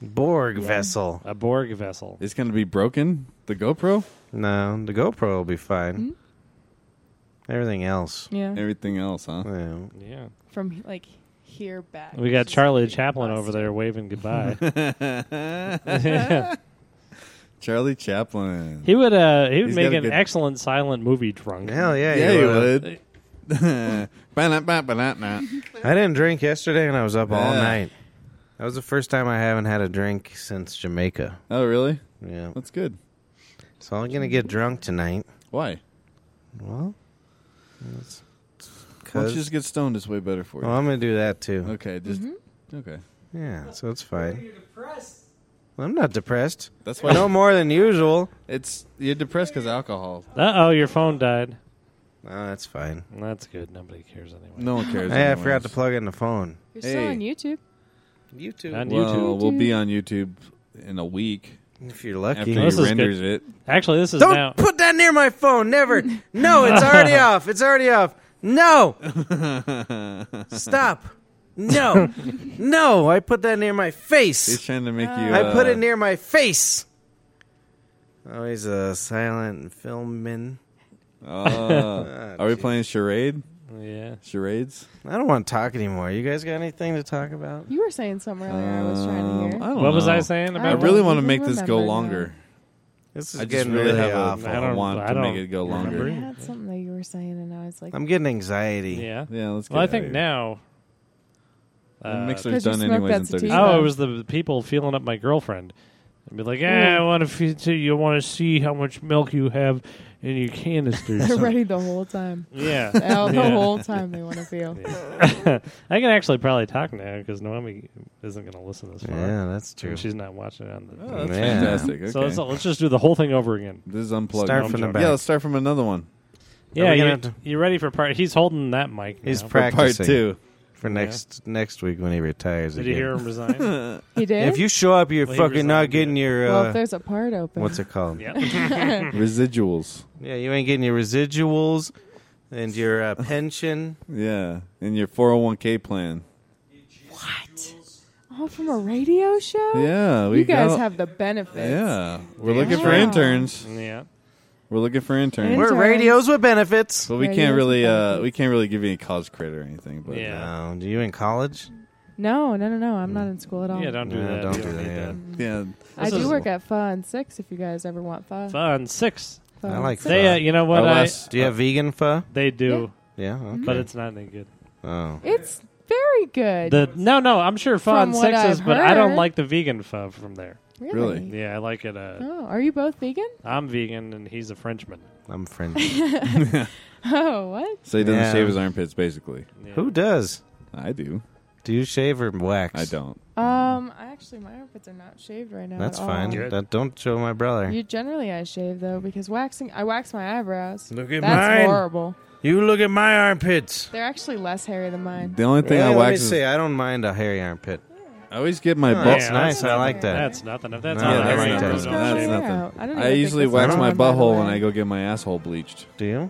Speaker 3: Borg vessel.
Speaker 4: a Borg vessel.
Speaker 2: It's gonna be broken. The GoPro,
Speaker 3: No, the GoPro will be fine. Everything else.
Speaker 6: Yeah.
Speaker 2: everything else, huh?
Speaker 3: Yeah.
Speaker 4: Yeah,
Speaker 6: From like here back.
Speaker 4: we got
Speaker 6: It's just
Speaker 4: Charlie
Speaker 6: gonna be
Speaker 4: Chaplin over
Speaker 6: busted.
Speaker 4: there waving goodbye.
Speaker 2: Charlie Chaplin.
Speaker 4: He would uh he would
Speaker 2: He's
Speaker 4: make
Speaker 2: got a
Speaker 4: an
Speaker 2: good-
Speaker 4: excellent silent movie drunk.
Speaker 3: Hell yeah,
Speaker 2: yeah,
Speaker 3: you
Speaker 2: he
Speaker 3: would.
Speaker 2: would. Ba-na-ba-ba-na-na.
Speaker 3: I didn't drink yesterday and I was up all
Speaker 2: Yeah.
Speaker 3: night. That was the first time I haven't had a drink since Jamaica.
Speaker 2: oh, really?
Speaker 3: Yeah.
Speaker 2: That's good.
Speaker 3: So I'm going to get drunk tonight.
Speaker 2: Why?
Speaker 3: Well,
Speaker 2: Why don't you
Speaker 3: cuz.
Speaker 2: just get stoned? It's way better for you.
Speaker 3: Well, I'm gonna do that too.
Speaker 2: okay, just okay.
Speaker 3: Yeah, so it's fine. Well, I'm not depressed.
Speaker 2: That's why
Speaker 3: No more than usual.
Speaker 2: it's you're depressed because alcohol.
Speaker 4: Uh oh, your phone died.
Speaker 3: No, that's fine.
Speaker 4: That's good. Nobody cares anyway.
Speaker 2: No one cares.
Speaker 3: Hey, I
Speaker 2: anyway.
Speaker 3: forgot to plug in the phone.
Speaker 6: You're still
Speaker 2: Hey.
Speaker 6: on YouTube.
Speaker 3: YouTube.
Speaker 4: On
Speaker 2: Well,
Speaker 4: YouTube.
Speaker 2: we'll be on YouTube in a week
Speaker 3: If you're
Speaker 2: after
Speaker 3: lucky.
Speaker 2: he
Speaker 4: This is good.
Speaker 2: renders it.
Speaker 4: Actually, this is
Speaker 3: Don't
Speaker 4: now.
Speaker 3: put that near my phone. Never. No, it's already off. It's already off. No. Stop. No. No, I put that near my
Speaker 2: He's
Speaker 3: face.
Speaker 2: trying to make you.
Speaker 3: I put
Speaker 2: uh,
Speaker 3: it near my face. Oh, he's a silent filmman.
Speaker 2: uh,
Speaker 3: Oh,
Speaker 2: are we playing charade?
Speaker 4: Yeah.
Speaker 2: Charades?
Speaker 3: I don't want to talk anymore. You guys got anything to talk about?
Speaker 6: You were saying something earlier. I was trying to
Speaker 2: Um,
Speaker 6: hear.
Speaker 2: I don't
Speaker 4: What was
Speaker 2: know.
Speaker 4: I saying
Speaker 2: I
Speaker 4: about?
Speaker 2: really
Speaker 6: don't
Speaker 2: want to
Speaker 6: even
Speaker 2: make this go
Speaker 6: remember now.
Speaker 2: longer.
Speaker 3: This is
Speaker 2: I just
Speaker 3: getting
Speaker 2: really
Speaker 3: really
Speaker 2: have
Speaker 3: awful.
Speaker 2: a
Speaker 4: I don't-
Speaker 2: want
Speaker 4: I
Speaker 2: to
Speaker 4: don't
Speaker 2: make it go
Speaker 6: I
Speaker 2: longer.
Speaker 4: remember.
Speaker 6: had something that you were saying, and I was like,
Speaker 3: I'm getting anxiety.
Speaker 4: yeah.
Speaker 2: Yeah, let's. Get
Speaker 4: Well, I
Speaker 2: out of
Speaker 4: think
Speaker 2: here.
Speaker 4: now.
Speaker 2: The
Speaker 4: uh,
Speaker 2: mixer's
Speaker 6: 'Cause you
Speaker 2: done
Speaker 6: smoked
Speaker 2: anyways
Speaker 6: that
Speaker 2: in 30
Speaker 6: sativa.
Speaker 2: seconds.
Speaker 4: Oh, it was the people feeling up my girlfriend. I'd be like, yeah, I want to see you want to see how much milk you have in your canisters.
Speaker 6: they're ready the whole time.
Speaker 4: Yeah.
Speaker 6: Oh, the
Speaker 4: Yeah.
Speaker 6: whole time they want to feel.
Speaker 4: I can actually probably talk now because Naomi isn't going to listen this far.
Speaker 3: Yeah, that's true.
Speaker 4: And She's not watching it on the.
Speaker 2: Oh, that's
Speaker 3: Yeah.
Speaker 2: fantastic. Okay.
Speaker 4: So let's, let's just do the whole thing over again.
Speaker 2: this is unplugged.
Speaker 3: Start from the back.
Speaker 2: Yeah, let's start from another one.
Speaker 4: Yeah,
Speaker 3: we gonna
Speaker 4: you,
Speaker 3: have to-
Speaker 4: you ready for part? He's holding that mic.
Speaker 3: He's
Speaker 4: now.
Speaker 2: For part
Speaker 3: practicing
Speaker 2: two.
Speaker 3: for next next week when he retires.
Speaker 4: Did you
Speaker 3: again.
Speaker 4: hear him resign?
Speaker 6: He did.
Speaker 3: If you show up, you're
Speaker 4: Well, he
Speaker 3: fucking not
Speaker 4: resigned, yeah.
Speaker 3: getting your
Speaker 6: well, if
Speaker 3: uh,
Speaker 6: there's a part open,
Speaker 3: what's it called?
Speaker 4: yeah.
Speaker 2: Residuals.
Speaker 3: Yeah, you ain't getting your residuals and your uh, pension.
Speaker 2: Yeah, and your 401k plan.
Speaker 6: oh, from a radio show.
Speaker 2: Yeah, we
Speaker 6: you guys
Speaker 2: got-
Speaker 6: have the benefits.
Speaker 2: Yeah, we're looking for
Speaker 6: Wow.
Speaker 2: interns.
Speaker 4: Yeah.
Speaker 2: We're looking for interns.
Speaker 6: We're-
Speaker 3: We're radios with benefits.
Speaker 2: but we
Speaker 6: Radios
Speaker 2: can't
Speaker 6: and
Speaker 2: really, uh,
Speaker 6: benefits.
Speaker 2: we can't really give you any college credit or anything. But
Speaker 4: Yeah.
Speaker 3: Um, do you in college?
Speaker 6: No, no, no, no. I'm not in school at all.
Speaker 4: Yeah, don't do
Speaker 3: No,
Speaker 4: that.
Speaker 3: don't
Speaker 4: You
Speaker 3: do that,
Speaker 4: need
Speaker 3: yeah.
Speaker 2: yeah,
Speaker 6: I
Speaker 4: This
Speaker 6: do
Speaker 4: is-
Speaker 6: work at Pho and Six. If you guys ever want Pho, Pho
Speaker 4: Fun six.
Speaker 3: I
Speaker 6: and
Speaker 3: like
Speaker 6: Six.
Speaker 4: They, uh,
Speaker 3: pho.
Speaker 4: you know what?
Speaker 2: Our
Speaker 4: I-
Speaker 2: last-
Speaker 3: Do you have vegan pho?
Speaker 4: they do,
Speaker 3: Oh, Yeah.
Speaker 6: Mm-hmm.
Speaker 3: Okay.
Speaker 4: but it's not that good.
Speaker 3: oh.
Speaker 6: It's very good.
Speaker 4: The no, no, I'm sure fun
Speaker 6: From what
Speaker 4: six is,
Speaker 6: I've
Speaker 4: but I don't
Speaker 6: heard.
Speaker 4: like the vegan pho from there.
Speaker 6: really.
Speaker 2: really.
Speaker 4: Yeah, I like it. Uh,
Speaker 6: Oh, are you both vegan?
Speaker 4: I'm vegan and he's a Frenchman.
Speaker 3: I'm French.
Speaker 6: Oh, what?
Speaker 2: So he doesn't
Speaker 3: Yeah.
Speaker 2: shave his armpits, basically.
Speaker 4: Yeah.
Speaker 3: Who does?
Speaker 2: I do.
Speaker 3: Do you shave or wax?
Speaker 2: I don't.
Speaker 6: Um, I actually my armpits are not shaved right now.
Speaker 3: That's
Speaker 6: at all.
Speaker 3: fine.
Speaker 4: Good.
Speaker 3: That- don't show my brother.
Speaker 6: You generally I shave though because waxing I wax my eyebrows.
Speaker 3: Look at
Speaker 6: That's
Speaker 3: mine.
Speaker 6: horrible.
Speaker 3: You look at my armpits.
Speaker 6: They're actually less hairy than mine.
Speaker 2: The only thing I
Speaker 3: let me
Speaker 2: wax is
Speaker 3: say, I don't mind a hairy armpit.
Speaker 2: I always get my
Speaker 3: Oh,
Speaker 2: butt.
Speaker 3: That's
Speaker 4: Yeah,
Speaker 3: nice. I like that.
Speaker 4: That's nothing. If that's
Speaker 3: No,
Speaker 4: not
Speaker 3: that's
Speaker 4: right,
Speaker 3: not-
Speaker 4: then
Speaker 3: that's
Speaker 4: don't
Speaker 2: not-
Speaker 4: shave
Speaker 2: that's
Speaker 4: it.
Speaker 2: nothing.
Speaker 6: Out. I, don't even
Speaker 2: I
Speaker 6: think
Speaker 2: usually
Speaker 6: this
Speaker 2: wax
Speaker 6: is
Speaker 2: my
Speaker 6: one, by the
Speaker 2: butthole
Speaker 6: way.
Speaker 2: when I go get my asshole bleached.
Speaker 3: Do you?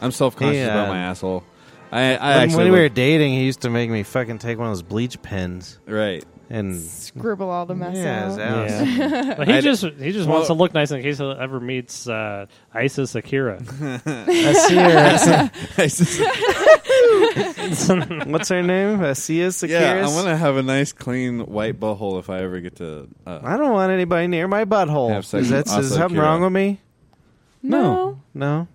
Speaker 2: I'm self conscious
Speaker 3: Yeah.
Speaker 2: about my asshole. I, I
Speaker 3: When,
Speaker 2: actually
Speaker 3: when we were
Speaker 2: look-
Speaker 3: dating, he used to make me fucking take one of those bleach pens
Speaker 2: right.
Speaker 3: and
Speaker 6: scribble all the mess
Speaker 3: yeah, his
Speaker 6: out.
Speaker 3: ass.
Speaker 4: Yeah. but he
Speaker 2: I-
Speaker 4: just he just wants to look nice in case he ever meets uh, ISIS Akira.
Speaker 3: What's her name? Uh, Asia Sakiris?
Speaker 2: yeah, I want to have a nice, clean white butthole if I ever get to. Uh,
Speaker 3: I don't want anybody near my butthole.
Speaker 2: Have sex
Speaker 3: is
Speaker 2: with
Speaker 3: that, is
Speaker 2: Asa
Speaker 3: something
Speaker 2: Akira.
Speaker 3: wrong with me?
Speaker 6: No,
Speaker 3: No.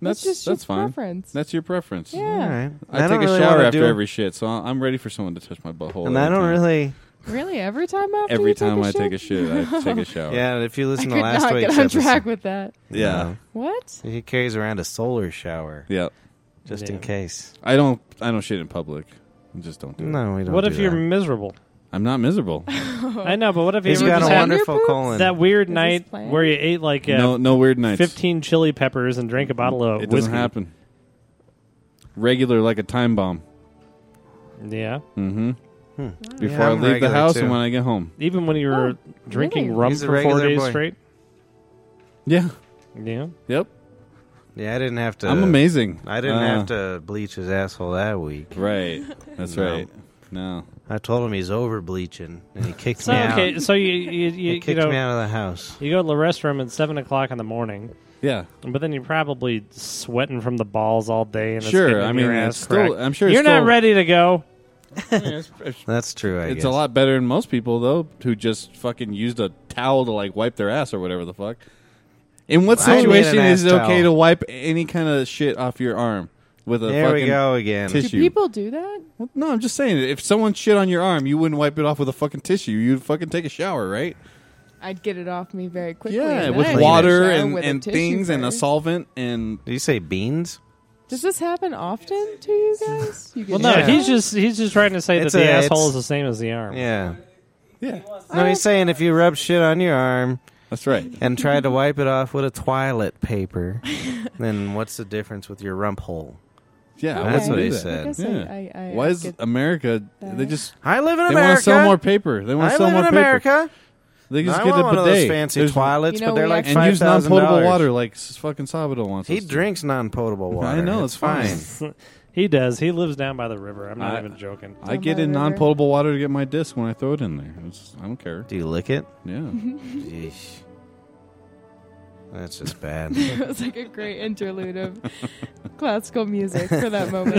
Speaker 2: that's
Speaker 6: it's just
Speaker 2: that's
Speaker 6: your
Speaker 2: fine.
Speaker 6: preference.
Speaker 2: That's your preference.
Speaker 3: All
Speaker 6: yeah,
Speaker 3: right.
Speaker 2: I,
Speaker 3: don't
Speaker 2: take a
Speaker 3: really
Speaker 2: shower
Speaker 3: wanna
Speaker 2: after
Speaker 3: do-
Speaker 2: every shit, so I- I'm ready for someone to touch my butthole.
Speaker 3: And I
Speaker 2: every
Speaker 3: don't
Speaker 2: time.
Speaker 3: really.
Speaker 6: really. Every time after
Speaker 2: Every
Speaker 6: you take
Speaker 2: time
Speaker 6: a
Speaker 2: I
Speaker 6: shit?
Speaker 2: take a shit, I take a shower.
Speaker 3: Yeah, if you
Speaker 6: I
Speaker 3: listen
Speaker 6: could
Speaker 3: to last
Speaker 6: not
Speaker 3: week's
Speaker 6: get on
Speaker 3: episode,
Speaker 6: track with that.
Speaker 2: yeah,
Speaker 6: What?
Speaker 3: no. he carries around a solar shower
Speaker 2: yeah.
Speaker 3: just in
Speaker 4: Yeah.
Speaker 3: case.
Speaker 2: I don't. I don't shit in public. I just don't do it.
Speaker 3: No, we don't.
Speaker 4: what
Speaker 3: do
Speaker 4: if you're
Speaker 3: that.
Speaker 4: miserable?
Speaker 2: I'm not miserable.
Speaker 4: I know, but what if
Speaker 3: He's
Speaker 4: you ever
Speaker 3: got a
Speaker 4: just had
Speaker 3: wonderful
Speaker 6: Your boobs?
Speaker 3: colon.
Speaker 4: that weird
Speaker 6: Oh. Is this
Speaker 4: night
Speaker 6: planned?
Speaker 4: where you ate like uh,
Speaker 2: No, no weird nights.
Speaker 4: fifteen chili peppers and drank a bottle of
Speaker 2: it doesn't
Speaker 4: whiskey?
Speaker 2: happen. Regular, like a time bomb.
Speaker 4: Yeah,
Speaker 2: Mm-hmm. Before
Speaker 3: Yeah,
Speaker 2: I
Speaker 3: I'm
Speaker 2: leave the
Speaker 3: regular,
Speaker 2: house
Speaker 3: too.
Speaker 2: and when I get home.
Speaker 4: even when you were
Speaker 6: Oh,
Speaker 4: drinking
Speaker 6: really?
Speaker 4: rum
Speaker 3: He's a
Speaker 4: for four
Speaker 3: regular
Speaker 4: days
Speaker 3: boy.
Speaker 4: straight.
Speaker 2: Yeah.
Speaker 4: Yeah,
Speaker 2: Yep.
Speaker 3: yeah, I didn't have to.
Speaker 2: I'm amazing.
Speaker 3: I didn't
Speaker 2: Uh,
Speaker 3: have to bleach his asshole that week.
Speaker 2: Right. That's
Speaker 3: No.
Speaker 2: right. No.
Speaker 3: I told him he's over bleaching, and he kicked
Speaker 4: so
Speaker 3: me out.
Speaker 4: okay, so you you
Speaker 3: He
Speaker 4: you, you
Speaker 3: kicked
Speaker 4: know
Speaker 3: me out of the house.
Speaker 4: you go to the restroom at seven o'clock in the morning,
Speaker 2: Yeah.
Speaker 4: but then you're probably sweating from the balls all day. And it's
Speaker 2: Sure.
Speaker 4: getting
Speaker 2: I
Speaker 4: in
Speaker 2: mean,
Speaker 4: your
Speaker 2: it's
Speaker 4: ass
Speaker 2: still.
Speaker 4: crack.
Speaker 2: I'm sure.
Speaker 4: you're
Speaker 2: it's still,
Speaker 4: not ready to go.
Speaker 2: It's, it's-
Speaker 3: That's true. I
Speaker 2: it's
Speaker 3: guess.
Speaker 2: a lot better than most people though, who just fucking used a towel to like wipe their ass or whatever the fuck. In what
Speaker 3: I need an
Speaker 2: situation is
Speaker 3: ass
Speaker 2: it okay to
Speaker 3: towel.
Speaker 2: wipe any kind of shit off your arm with a
Speaker 3: There
Speaker 2: fucking
Speaker 3: we go again.
Speaker 6: Do
Speaker 2: tissue?
Speaker 6: people do that?
Speaker 2: Well, No, I'm just saying. If someone shit on your arm, you wouldn't wipe it off with a fucking tissue. You'd fucking take a shower, right?
Speaker 6: I'd get it off me very quickly.
Speaker 2: yeah,
Speaker 6: and then
Speaker 2: with
Speaker 6: I'd get a
Speaker 2: water
Speaker 6: shower
Speaker 2: and,
Speaker 6: with a
Speaker 2: and
Speaker 6: tissue
Speaker 2: things and a
Speaker 6: first.
Speaker 2: solvent and
Speaker 3: Do you say beans?
Speaker 6: Does this happen often to you guys? You
Speaker 4: Well,
Speaker 6: get
Speaker 4: no,
Speaker 3: Yeah.
Speaker 4: he's just he's just trying to say
Speaker 3: It's
Speaker 4: that the
Speaker 3: a-
Speaker 4: asshole
Speaker 3: it's-
Speaker 4: is the same as the arm.
Speaker 3: Yeah.
Speaker 2: Yeah,
Speaker 3: No, he's saying if you rub shit on your arm
Speaker 2: that's right.
Speaker 3: and tried to wipe it off with a toilet paper, then what's the difference with your rump hole?
Speaker 2: Yeah, I
Speaker 3: That's
Speaker 2: wouldn't
Speaker 3: what
Speaker 2: do
Speaker 3: he
Speaker 2: that.
Speaker 6: I
Speaker 3: said.
Speaker 6: guess
Speaker 2: Yeah.
Speaker 6: I, I, I,
Speaker 2: Why is
Speaker 6: get
Speaker 2: America? They
Speaker 6: that.
Speaker 2: just
Speaker 3: I live in
Speaker 2: they
Speaker 3: America.
Speaker 2: want to sell more paper. They want
Speaker 3: I
Speaker 2: to sell
Speaker 3: live
Speaker 2: more
Speaker 3: in
Speaker 2: paper.
Speaker 3: America.
Speaker 2: They just
Speaker 3: I
Speaker 2: get
Speaker 3: want
Speaker 2: a
Speaker 3: one of
Speaker 2: bidet.
Speaker 3: those fancy
Speaker 2: There's-
Speaker 3: toilets,
Speaker 6: You
Speaker 3: but
Speaker 6: know,
Speaker 3: they're
Speaker 6: we
Speaker 3: like
Speaker 6: actually-
Speaker 2: and
Speaker 3: five
Speaker 2: use
Speaker 3: thousand
Speaker 2: non-potable
Speaker 3: dollars.
Speaker 2: water like s- fucking Sabado wants.
Speaker 3: He
Speaker 2: us to.
Speaker 3: drinks non-potable water.
Speaker 2: I know,
Speaker 3: it's
Speaker 2: it's fine.
Speaker 3: fine.
Speaker 4: He does. He lives down by the river. I'm not
Speaker 2: I-
Speaker 4: even joking.
Speaker 2: I get
Speaker 6: by
Speaker 2: in
Speaker 6: the river.
Speaker 2: non-potable water to get my disc when I throw it in there. It's, I don't care.
Speaker 3: Do you lick it?
Speaker 2: Yeah,
Speaker 3: Yeesh. That's just bad.
Speaker 6: it was like a great interlude of classical music for that moment.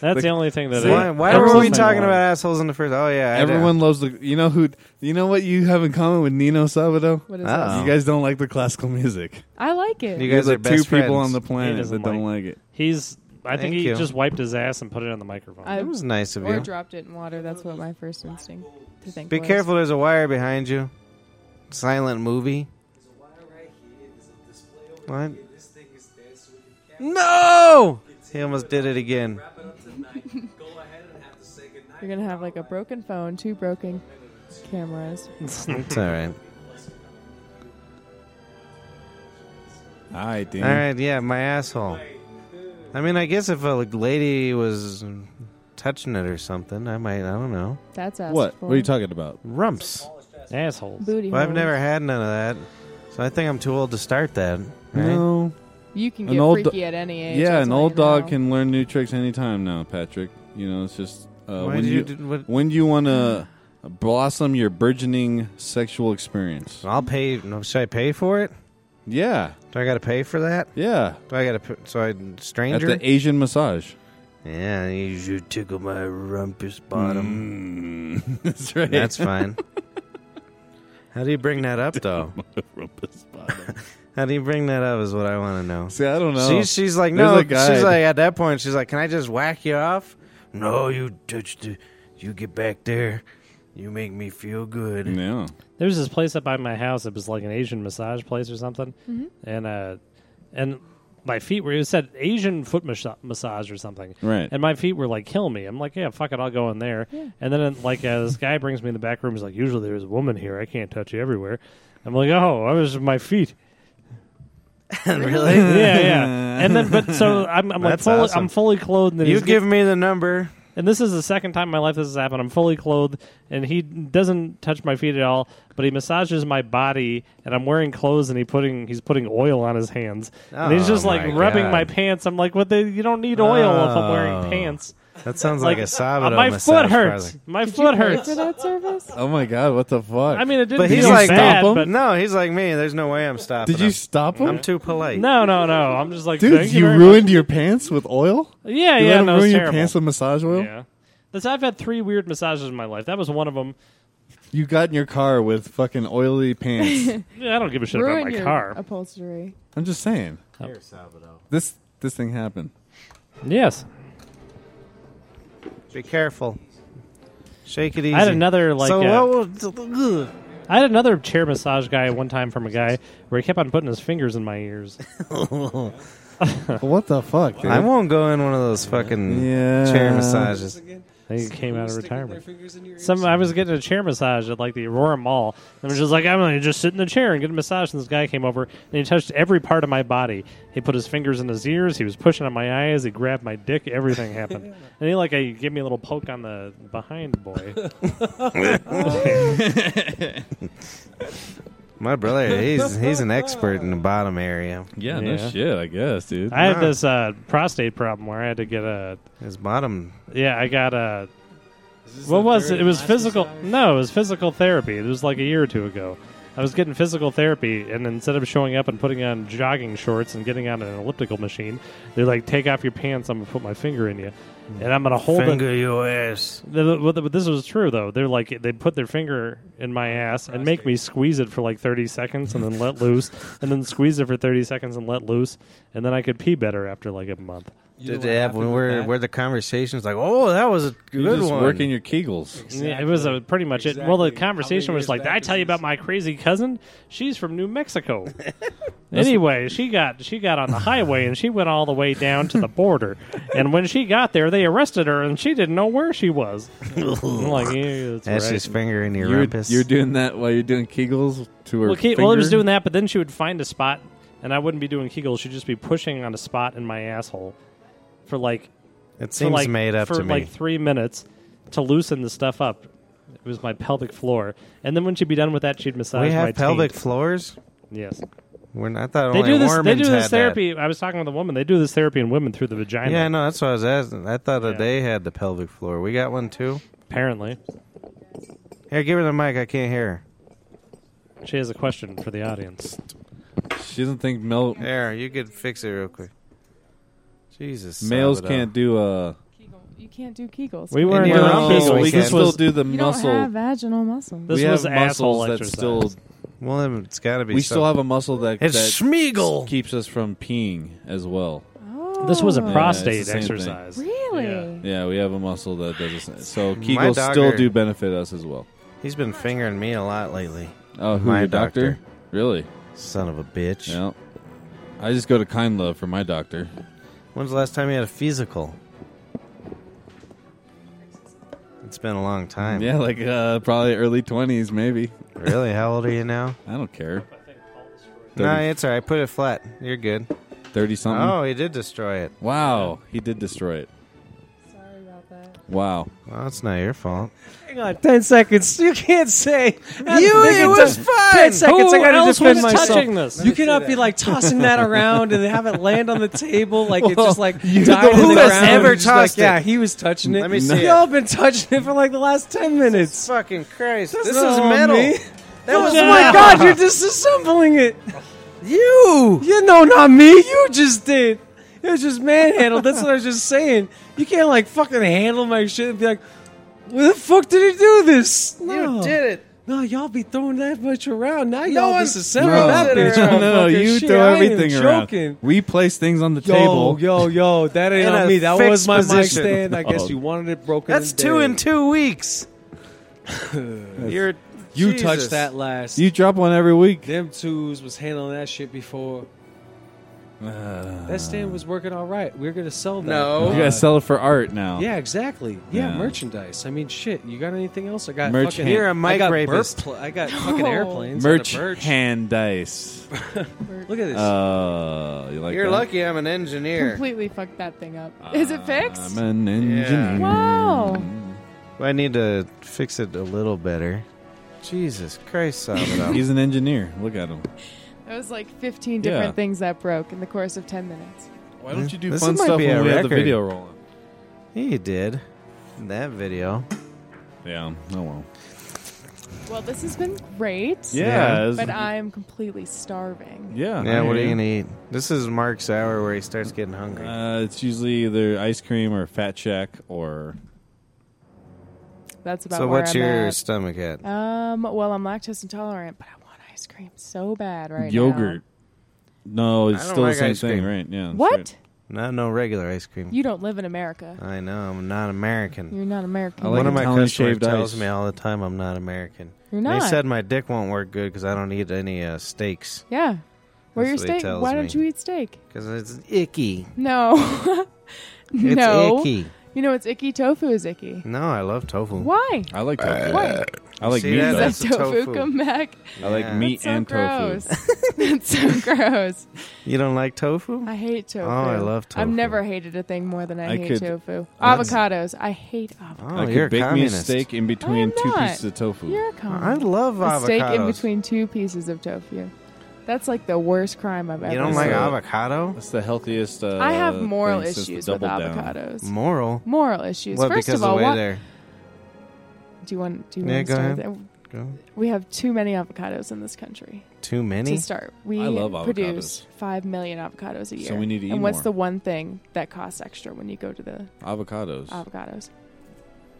Speaker 4: That's
Speaker 2: Like,
Speaker 4: the only thing that.
Speaker 3: why
Speaker 4: I-
Speaker 3: why
Speaker 4: Everyone's
Speaker 3: were we
Speaker 4: like,
Speaker 3: talking
Speaker 4: "Why?"
Speaker 3: about assholes in the first? Oh yeah, I do.
Speaker 2: everyone loves the. You know who? You know what you have in common with Nino Sabado?
Speaker 6: What is
Speaker 3: Uh-oh.
Speaker 6: this?
Speaker 2: You guys don't like the classical music.
Speaker 6: I like it.
Speaker 3: You guys
Speaker 2: There's
Speaker 3: are
Speaker 2: like
Speaker 3: best
Speaker 2: two people
Speaker 3: friends.
Speaker 2: on the planet
Speaker 4: doesn't
Speaker 2: that don't like it.
Speaker 4: He's. I think
Speaker 3: Thank
Speaker 4: he
Speaker 3: you.
Speaker 4: just wiped his ass and put it on the microphone.
Speaker 6: I
Speaker 3: That was nice of
Speaker 6: or
Speaker 3: you.
Speaker 6: dropped it in water. That's what my first instinct to think.
Speaker 3: Be
Speaker 6: was.
Speaker 3: careful. There's a wire behind you. Silent movie. What? No! He almost did it again.
Speaker 6: You're gonna have like a broken phone, two broken cameras.
Speaker 3: It's all right.
Speaker 2: All right, dude.
Speaker 3: All right. Yeah, my asshole. I mean, I guess if a like, lady was touching it or something, I might. I don't know.
Speaker 6: That's asked
Speaker 2: What?
Speaker 6: for.
Speaker 2: What are you talking about?
Speaker 3: Rumps.
Speaker 4: Assholes.
Speaker 6: Booty.
Speaker 3: Well, I've
Speaker 6: holes.
Speaker 3: never had none of that, so I think I'm too old to start that. Right?
Speaker 2: No.
Speaker 6: You can
Speaker 2: An
Speaker 6: get
Speaker 2: old
Speaker 6: freaky at any age.
Speaker 2: Yeah,
Speaker 6: that's
Speaker 2: an
Speaker 6: all
Speaker 2: old
Speaker 6: you know.
Speaker 2: dog can learn new tricks anytime now, Patrick. You know, it's just uh,
Speaker 3: Why
Speaker 2: when
Speaker 3: did
Speaker 2: you,
Speaker 3: you? do- what,
Speaker 2: when you want to blossom your burgeoning sexual experience.
Speaker 3: I'll pay. No, should I pay for it?
Speaker 2: Yeah,
Speaker 3: Do I got to pay for that?
Speaker 2: yeah.
Speaker 3: Do I got to put? So I
Speaker 2: At
Speaker 3: stranger.
Speaker 2: the Asian massage.
Speaker 3: yeah, you should tickle my rumpus bottom.
Speaker 2: Mm. That's right.
Speaker 3: That's fine. How do you bring that up, though?
Speaker 2: Rumpus bottom.
Speaker 3: How do you bring that up is what I want to know.
Speaker 2: See, I don't know.
Speaker 3: She, she's like,
Speaker 2: There's
Speaker 3: no.
Speaker 2: a guide.
Speaker 3: She's like, at that point, she's like, can I just whack you off? No, you touch the. You get back there. You make me feel good.
Speaker 2: yeah.
Speaker 4: There's this place up by my house. It was like an Asian massage place or something, and uh, and my feet were. It said Asian foot mas- massage or something,
Speaker 2: Right.
Speaker 4: And my feet were like, "Kill me!" I'm like, "Yeah, fuck it, I'll go in there." And then like uh, this guy brings me in the back room. He's like, "Usually there's a woman here. I can't touch you everywhere." I'm like, "Oh, I was my feet."
Speaker 3: really?
Speaker 4: yeah, yeah. And then, but so I'm, I'm like,
Speaker 3: That's
Speaker 4: fully,
Speaker 3: awesome.
Speaker 4: I'm fully clothed. And then
Speaker 3: You
Speaker 4: he's-
Speaker 3: give me the number.
Speaker 4: and this is the second time in my life this has happened. I'm fully clothed, and he doesn't touch my feet at all, but he massages my body, and I'm wearing clothes, and he putting he's putting oil on his hands, and he's
Speaker 3: Oh,
Speaker 4: just like
Speaker 3: my
Speaker 4: rubbing
Speaker 3: God.
Speaker 4: my pants. I'm like, what? The, you don't need oil if I'm
Speaker 3: Oh.
Speaker 4: wearing pants.
Speaker 3: That sounds like, a Sabado
Speaker 4: my
Speaker 3: massage
Speaker 4: foot
Speaker 3: parlor.
Speaker 4: hurts. My
Speaker 6: Did you
Speaker 4: foot
Speaker 6: pay
Speaker 4: hurts.
Speaker 6: for that service.
Speaker 2: Oh my god, what the fuck?
Speaker 4: I mean, it didn't
Speaker 3: But he's
Speaker 4: feel
Speaker 3: like,
Speaker 4: bad,
Speaker 2: Stop
Speaker 4: but
Speaker 3: no, he's like me. There's no way I'm stopping.
Speaker 2: did you
Speaker 3: him.
Speaker 2: stop him?
Speaker 3: I'm too polite.
Speaker 4: no, no, no. I'm just like,
Speaker 2: Dude,
Speaker 4: thank you,
Speaker 2: you
Speaker 4: very
Speaker 2: ruined your pants with oil?
Speaker 4: much. Yeah,
Speaker 2: you
Speaker 4: yeah,
Speaker 2: let him
Speaker 4: no,
Speaker 2: ruin
Speaker 4: it's
Speaker 2: your
Speaker 4: terrible.
Speaker 2: pants with massage oil?
Speaker 4: Yeah. That's, I've had three weird massages in my life. That was one of them.
Speaker 2: You got in your car with fucking oily pants.
Speaker 4: I don't give a shit
Speaker 6: Ruin
Speaker 4: about my
Speaker 6: your
Speaker 4: car.
Speaker 6: upholstery.
Speaker 2: I'm just saying. This this thing happened.
Speaker 4: yes.
Speaker 3: Be careful. Shake it easy.
Speaker 4: I had another like
Speaker 3: so
Speaker 4: uh,
Speaker 3: what was,
Speaker 4: I had another chair massage guy one time from a guy where he kept on putting his fingers in my ears.
Speaker 2: what the fuck, dude?
Speaker 3: I won't go in one of those fucking
Speaker 2: Yeah.
Speaker 3: chair massages.
Speaker 4: He came out of
Speaker 8: Sticking their
Speaker 4: retirement.
Speaker 8: fingers in your ears?
Speaker 4: Some I was getting a chair massage at like the Aurora Mall, and I was just like, I'm gonna just sit in the chair and get a massage. And this guy came over and he touched every part of my body. He put his fingers in his ears. He was pushing on my eyes. He grabbed my dick. Everything happened. And he like uh, he gave me a little poke on the behind boy.
Speaker 3: My brother, he's he's an expert in the bottom area.
Speaker 2: yeah,
Speaker 4: Yeah.
Speaker 2: no shit, I guess, dude.
Speaker 4: I had this uh, prostate problem where I had to get a
Speaker 3: His bottom.
Speaker 4: yeah. I got a What was it? It was physical. No, it was physical therapy. It was like a year or two ago. I was getting physical therapy, and instead of showing up and putting on jogging shorts and getting on an elliptical machine, they're like, "Take off your pants. I'm gonna put my finger in you, and I'm gonna hold it."
Speaker 3: your ass.
Speaker 4: The- the- what the- But this was true though. They're like, they put their finger in my ass and make me squeeze it for like 30 seconds and then let loose and then squeeze it for 30 seconds and let loose and then I could pee better after like a month.
Speaker 9: You know
Speaker 3: Did
Speaker 9: what
Speaker 3: they have
Speaker 9: happened
Speaker 3: when
Speaker 9: with
Speaker 3: we're
Speaker 9: that?
Speaker 3: where the conversation's like, oh, that was a good
Speaker 2: You're just
Speaker 3: one.
Speaker 2: working your Kegels.
Speaker 4: Yeah, it was uh, pretty much it. Well,
Speaker 9: Exactly.
Speaker 4: the
Speaker 9: How many
Speaker 4: conversation was
Speaker 9: years
Speaker 4: like,
Speaker 9: back
Speaker 4: "I
Speaker 9: is
Speaker 4: tell you
Speaker 9: this?"
Speaker 4: about my crazy cousin. She's from New Mexico." anyway, she got she got on the highway and she went all the way down to the border. and when she got there, they arrested her and she didn't know where she was. I'm like, yeah, that's
Speaker 3: That's
Speaker 4: right.
Speaker 3: his finger in your
Speaker 2: You're,
Speaker 3: rumpus.
Speaker 2: you're doing that while you're doing Kegels to her.
Speaker 4: well, Ke-
Speaker 2: finger?
Speaker 4: well, I was doing that, but then she would find a spot, and I wouldn't be doing Kegels. She'd just be pushing on a spot in my asshole for like
Speaker 3: it
Speaker 4: for
Speaker 3: seems
Speaker 4: like,
Speaker 3: made up
Speaker 4: for
Speaker 3: to me.
Speaker 4: like three minutes to loosen the stuff up. It was my pelvic floor, and then when she'd be done with that, she'd massage
Speaker 3: we
Speaker 4: my
Speaker 3: have
Speaker 4: taint.
Speaker 3: pelvic floors.
Speaker 4: Yes,
Speaker 3: When I thought
Speaker 4: they
Speaker 3: only
Speaker 4: do this. They
Speaker 3: Mormons
Speaker 4: do
Speaker 3: had
Speaker 4: this
Speaker 3: that.
Speaker 4: therapy. I was talking with a woman. They do this therapy in women through the vagina.
Speaker 3: Yeah, I know. That's what I was asking. I thought
Speaker 4: Yeah.
Speaker 3: that they had the pelvic floor. We got one too.
Speaker 4: Apparently,
Speaker 3: Here, give her the mic. I can't hear.
Speaker 4: she has a question for the audience.
Speaker 2: She doesn't think mel-
Speaker 3: her. There, you could fix it real quick. Jesus,
Speaker 2: males
Speaker 3: Salvador.
Speaker 2: can't do a.
Speaker 6: Kegel. You can't do Kegels.
Speaker 4: We
Speaker 6: You
Speaker 4: weren't
Speaker 3: your
Speaker 4: doing
Speaker 3: own
Speaker 4: Kegels.
Speaker 3: business,
Speaker 2: we can
Speaker 3: This
Speaker 2: still
Speaker 3: was-
Speaker 2: do the
Speaker 6: don't
Speaker 2: muscle.
Speaker 6: have vaginal muscles.
Speaker 4: This
Speaker 2: we
Speaker 4: was
Speaker 2: have
Speaker 4: asshole
Speaker 2: muscles that
Speaker 4: exercise.
Speaker 2: still.
Speaker 3: Well, it's got to be.
Speaker 2: We still have a muscle that
Speaker 3: It's
Speaker 2: that
Speaker 3: Schmiegel.
Speaker 2: keeps us from peeing as well.
Speaker 6: Oh.
Speaker 4: This was a
Speaker 2: it's
Speaker 4: prostate
Speaker 2: the same thing.
Speaker 4: exercise.
Speaker 6: Really?
Speaker 4: Yeah.
Speaker 2: Yeah, we have a muscle that does this. So
Speaker 3: My
Speaker 2: Kegels still
Speaker 3: doctor-
Speaker 2: do benefit us as well.
Speaker 3: He's been fingering me a lot lately.
Speaker 2: Oh, who
Speaker 3: My
Speaker 2: your doctor?
Speaker 3: doctor.
Speaker 2: Really?
Speaker 3: Son of a bitch.
Speaker 2: Yeah. I just go to Kind Love for my doctor.
Speaker 3: When's the last time you had a physical? It's been a long time.
Speaker 2: Yeah, like uh, probably early twenties, maybe.
Speaker 3: Really? How old are you now?
Speaker 2: I don't care.
Speaker 3: No,
Speaker 2: Thirty- Um,
Speaker 3: it's all right. Put it flat. You're good.
Speaker 2: Thirty something.
Speaker 3: Oh, he did destroy it.
Speaker 2: Wow, he did destroy it.
Speaker 6: Sorry about that.
Speaker 2: Wow.
Speaker 3: Well, it's not your fault.
Speaker 7: Hang on, ten seconds. You can't say
Speaker 3: You, it was
Speaker 7: Ten
Speaker 3: fun.
Speaker 7: seconds. I
Speaker 4: Who
Speaker 7: gotta
Speaker 4: else
Speaker 7: defend
Speaker 4: was
Speaker 7: myself.
Speaker 4: touching this?
Speaker 7: You cannot be like tossing that around and have it land on the table like it's just like
Speaker 2: Well,
Speaker 7: died
Speaker 2: you-
Speaker 7: in
Speaker 2: who
Speaker 7: the
Speaker 2: has
Speaker 7: ground.
Speaker 3: ever
Speaker 7: It's just like,
Speaker 3: tossed it?
Speaker 7: Yeah, he was touching it.
Speaker 3: Let me see it.
Speaker 7: Y'all been touching it for like the last ten minutes.
Speaker 3: Fucking Christ!
Speaker 7: That's
Speaker 3: this
Speaker 7: not
Speaker 3: is
Speaker 7: on
Speaker 3: metal.
Speaker 7: me.
Speaker 3: That was
Speaker 7: Oh my God, you're disassembling it. You, you know, not me. You just did. It was just manhandled. That's what I was just saying. You can't like fucking handle my shit and be like, "Where the fuck did he do this?" No.
Speaker 3: You did it.
Speaker 7: No, y'all be throwing that much around. Now
Speaker 3: No
Speaker 7: y'all
Speaker 3: one
Speaker 7: disassembling
Speaker 3: throws it
Speaker 7: that bitch.
Speaker 2: No,
Speaker 3: around.
Speaker 2: no,
Speaker 7: motherfucker.
Speaker 2: you
Speaker 7: Shit,
Speaker 2: throw
Speaker 7: I ain't
Speaker 2: everything
Speaker 7: even
Speaker 2: around.
Speaker 7: joking.
Speaker 2: We place things on the
Speaker 7: Yo,
Speaker 2: table.
Speaker 7: yo, yo, that ain't
Speaker 3: In
Speaker 7: on
Speaker 3: a
Speaker 7: me. That
Speaker 3: fixed
Speaker 7: was my mic
Speaker 3: position.
Speaker 7: stand. I guess
Speaker 2: Oh.
Speaker 7: you wanted it broken.
Speaker 3: That's
Speaker 7: and
Speaker 3: two in
Speaker 7: dead.
Speaker 3: two weeks. You're
Speaker 7: You
Speaker 3: Jesus.
Speaker 7: touched that last.
Speaker 2: You drop one every week.
Speaker 7: Them twos was handling that shit before. that stand was working all right. We are gonna sell that.
Speaker 3: No.
Speaker 2: You gotta sell it for art now.
Speaker 7: Yeah, exactly. Yeah,
Speaker 2: Yeah.
Speaker 7: merchandise. I mean, shit. You got anything else? I got
Speaker 2: Merch
Speaker 7: fucking.
Speaker 2: hand- You're
Speaker 3: a
Speaker 7: I
Speaker 3: mic
Speaker 7: got
Speaker 3: rapist.
Speaker 7: burp pla- I got fucking airplanes.
Speaker 2: Merch
Speaker 7: out of birch.
Speaker 2: hand dice.
Speaker 7: Look at this.
Speaker 2: Uh, you like
Speaker 3: You're
Speaker 2: that?
Speaker 3: lucky. I'm an engineer.
Speaker 6: Completely fucked that thing up. Is it fixed?
Speaker 2: I'm an engineer.
Speaker 6: Wow.
Speaker 3: I need to fix it a little better. Jesus Christ, Salvador.
Speaker 2: He's an engineer. Look at him.
Speaker 6: That was like 15
Speaker 2: Yeah.
Speaker 6: different things that broke in the course of 10 minutes.
Speaker 2: Why don't you do
Speaker 3: This
Speaker 2: fun
Speaker 3: might
Speaker 2: stuff
Speaker 3: be
Speaker 2: when
Speaker 3: a
Speaker 2: we have the
Speaker 3: record.
Speaker 2: video rolling?
Speaker 3: he did that video.
Speaker 2: Yeah. Oh well.
Speaker 6: Well, this has been great.
Speaker 2: Yeah.
Speaker 6: But I am completely starving.
Speaker 2: yeah.
Speaker 3: Yeah, what are you gonna eat? This is Mark's hour where he starts getting hungry.
Speaker 2: Uh, it's usually either ice cream or Fat Shack or
Speaker 6: That's about
Speaker 3: so
Speaker 6: where
Speaker 3: what's
Speaker 6: I'm
Speaker 3: your
Speaker 6: at.
Speaker 3: stomach at? Uh,
Speaker 6: Um, well, I'm lactose intolerant, but I want ice cream so bad right now.
Speaker 2: yogurt. No,
Speaker 3: I
Speaker 2: it's
Speaker 3: don't
Speaker 2: still
Speaker 3: like
Speaker 2: the same
Speaker 3: ice
Speaker 2: thing,
Speaker 3: cream.
Speaker 2: right? Yeah. that's
Speaker 6: What?
Speaker 2: right.
Speaker 3: Not no regular ice cream.
Speaker 6: You don't live in America.
Speaker 3: I know I'm not American.
Speaker 6: You're not American.
Speaker 2: I like
Speaker 3: One of my
Speaker 2: Italian
Speaker 3: customers
Speaker 2: shaved
Speaker 3: tells
Speaker 2: ice.
Speaker 3: me all the time I'm not American.
Speaker 6: You're
Speaker 3: They
Speaker 6: not.
Speaker 3: said my dick won't work good because I don't eat any uh, steaks
Speaker 6: yeah.
Speaker 3: That's what
Speaker 6: Where your
Speaker 3: he
Speaker 6: steak?
Speaker 3: tells
Speaker 6: Why don't
Speaker 3: me.
Speaker 6: you eat steak?
Speaker 3: because it's icky.
Speaker 6: No.
Speaker 3: It's
Speaker 6: no.
Speaker 3: icky.
Speaker 6: You know, it's icky. Tofu is icky.
Speaker 3: No, I love tofu.
Speaker 6: Why?
Speaker 2: I like tofu.
Speaker 6: Why?
Speaker 2: I like
Speaker 3: Uh, See
Speaker 2: meat.
Speaker 3: that?
Speaker 2: though.
Speaker 3: That's
Speaker 6: Does
Speaker 3: the
Speaker 6: that tofu,
Speaker 3: tofu.
Speaker 6: come back?
Speaker 2: I like
Speaker 3: Yeah.
Speaker 2: meat
Speaker 6: so
Speaker 2: and
Speaker 6: gross.
Speaker 2: tofu.
Speaker 6: That's so gross.
Speaker 3: You don't like tofu?
Speaker 6: I hate tofu.
Speaker 3: Oh, I love
Speaker 6: I've
Speaker 3: tofu.
Speaker 6: never hated a thing more than I,
Speaker 2: I
Speaker 6: hate
Speaker 2: could-
Speaker 6: tofu.
Speaker 2: That's-
Speaker 6: Avocados. I hate avocados.
Speaker 3: Oh,
Speaker 2: I could
Speaker 3: you're a
Speaker 2: bake
Speaker 3: communist.
Speaker 2: me a steak in
Speaker 6: I
Speaker 2: between
Speaker 6: am
Speaker 2: two
Speaker 6: not.
Speaker 2: pieces of tofu.
Speaker 6: You're a con.
Speaker 3: Oh, I love
Speaker 6: a
Speaker 3: avocados.
Speaker 6: steak in between two pieces of tofu. That's like the worst crime I've ever.
Speaker 3: You don't
Speaker 6: seen.
Speaker 3: like
Speaker 2: So-
Speaker 3: avocado?
Speaker 2: That's the healthiest. Uh,
Speaker 6: I have moral
Speaker 2: thing since the
Speaker 6: issues with
Speaker 2: Double Down.
Speaker 6: avocados.
Speaker 3: Moral.
Speaker 6: Moral issues.
Speaker 3: What?
Speaker 6: First
Speaker 3: because
Speaker 6: of all,
Speaker 3: the way
Speaker 6: what,
Speaker 3: they're
Speaker 6: do you want? Do you
Speaker 3: Yeah,
Speaker 6: want
Speaker 3: go
Speaker 6: to start
Speaker 3: ahead.
Speaker 6: there?
Speaker 3: Go.
Speaker 6: We have too many avocados in this country.
Speaker 3: too many.
Speaker 6: To start, we
Speaker 2: I love
Speaker 6: produce five million avocados a year.
Speaker 2: So we need to
Speaker 6: and
Speaker 2: eat
Speaker 6: what's
Speaker 2: more.
Speaker 6: the one thing that costs extra when you go to the
Speaker 2: Avocados.
Speaker 6: avocados?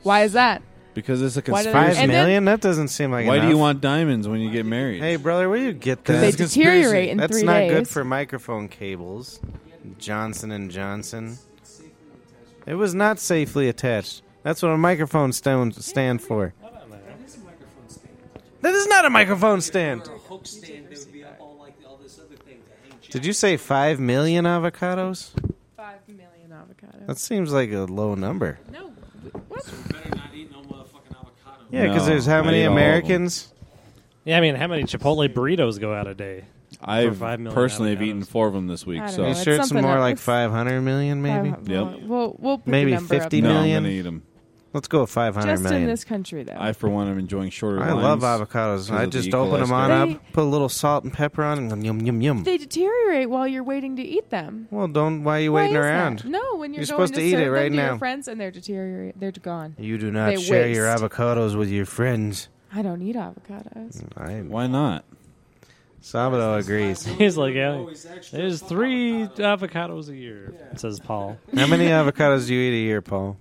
Speaker 6: Why is that?
Speaker 2: because it's a
Speaker 6: Why do they-
Speaker 2: conspiracy.
Speaker 3: Five
Speaker 6: And then-
Speaker 3: million? That doesn't seem like
Speaker 2: Why do you
Speaker 3: enough.
Speaker 2: want diamonds when you get married?
Speaker 3: Hey, brother, where you get
Speaker 6: They
Speaker 3: that?
Speaker 2: That's conspiracy.
Speaker 6: deteriorate in
Speaker 3: That's
Speaker 6: three
Speaker 3: not
Speaker 6: days.
Speaker 3: good for microphone cables. Johnson and Johnson. It was not safely attached. That's what a microphone stand stand for. That is not a microphone stand.
Speaker 8: a hook stand that would be up all like all this other thing to hang
Speaker 3: Did you say five million avocados?
Speaker 6: Five million avocados.
Speaker 3: That seems like a low number.
Speaker 6: no, what?
Speaker 8: Better not eat no motherfucking avocado.
Speaker 3: Yeah, because
Speaker 2: No,
Speaker 3: there's how
Speaker 2: I
Speaker 3: many
Speaker 2: eat all of 'em.
Speaker 3: Americans?
Speaker 4: Yeah, I mean, how many Chipotle burritos go out a day?
Speaker 2: I've
Speaker 4: five million
Speaker 2: personally have
Speaker 4: avocados.
Speaker 2: eaten four of them this week.
Speaker 6: I don't
Speaker 2: So
Speaker 6: know.
Speaker 3: You
Speaker 6: It's
Speaker 3: sure it's
Speaker 6: something
Speaker 3: more
Speaker 6: up.
Speaker 3: like
Speaker 6: It's-
Speaker 3: five hundred million, maybe?
Speaker 6: Five-
Speaker 2: Yep.
Speaker 6: We'll, we'll put
Speaker 3: Maybe
Speaker 6: the number
Speaker 3: 50
Speaker 6: up.
Speaker 2: no, I'm
Speaker 3: million?
Speaker 2: gonna eat them.
Speaker 3: Let's go with five hundred
Speaker 6: Just in
Speaker 3: million.
Speaker 6: this country, though.
Speaker 2: I for one am enjoying shorter.
Speaker 3: I love
Speaker 2: lines.
Speaker 3: avocados.
Speaker 2: of
Speaker 3: I
Speaker 2: the
Speaker 3: just
Speaker 2: equal
Speaker 3: open them on
Speaker 6: escalation.
Speaker 3: up, put a little salt and pepper on, and yum yum yum.
Speaker 6: they deteriorate while you're waiting to eat them.
Speaker 3: Well, don't. Why are you
Speaker 6: Why
Speaker 3: waiting
Speaker 6: is that?
Speaker 3: around?
Speaker 6: No,
Speaker 3: You're
Speaker 6: when you're, going
Speaker 3: supposed to eat
Speaker 6: serve
Speaker 3: it right
Speaker 6: them to
Speaker 3: now.
Speaker 6: your friends and they're deteriorate, they're gone.
Speaker 3: You do not
Speaker 6: They
Speaker 3: share your
Speaker 6: waste.
Speaker 3: avocados with your friends.
Speaker 6: I don't eat avocados.
Speaker 2: Mm.
Speaker 3: I,
Speaker 2: Why not?
Speaker 3: Sabado agrees.
Speaker 4: He's like, yeah, there's three avocados a year, says Paul.
Speaker 3: How many avocados do you eat a year, Paul?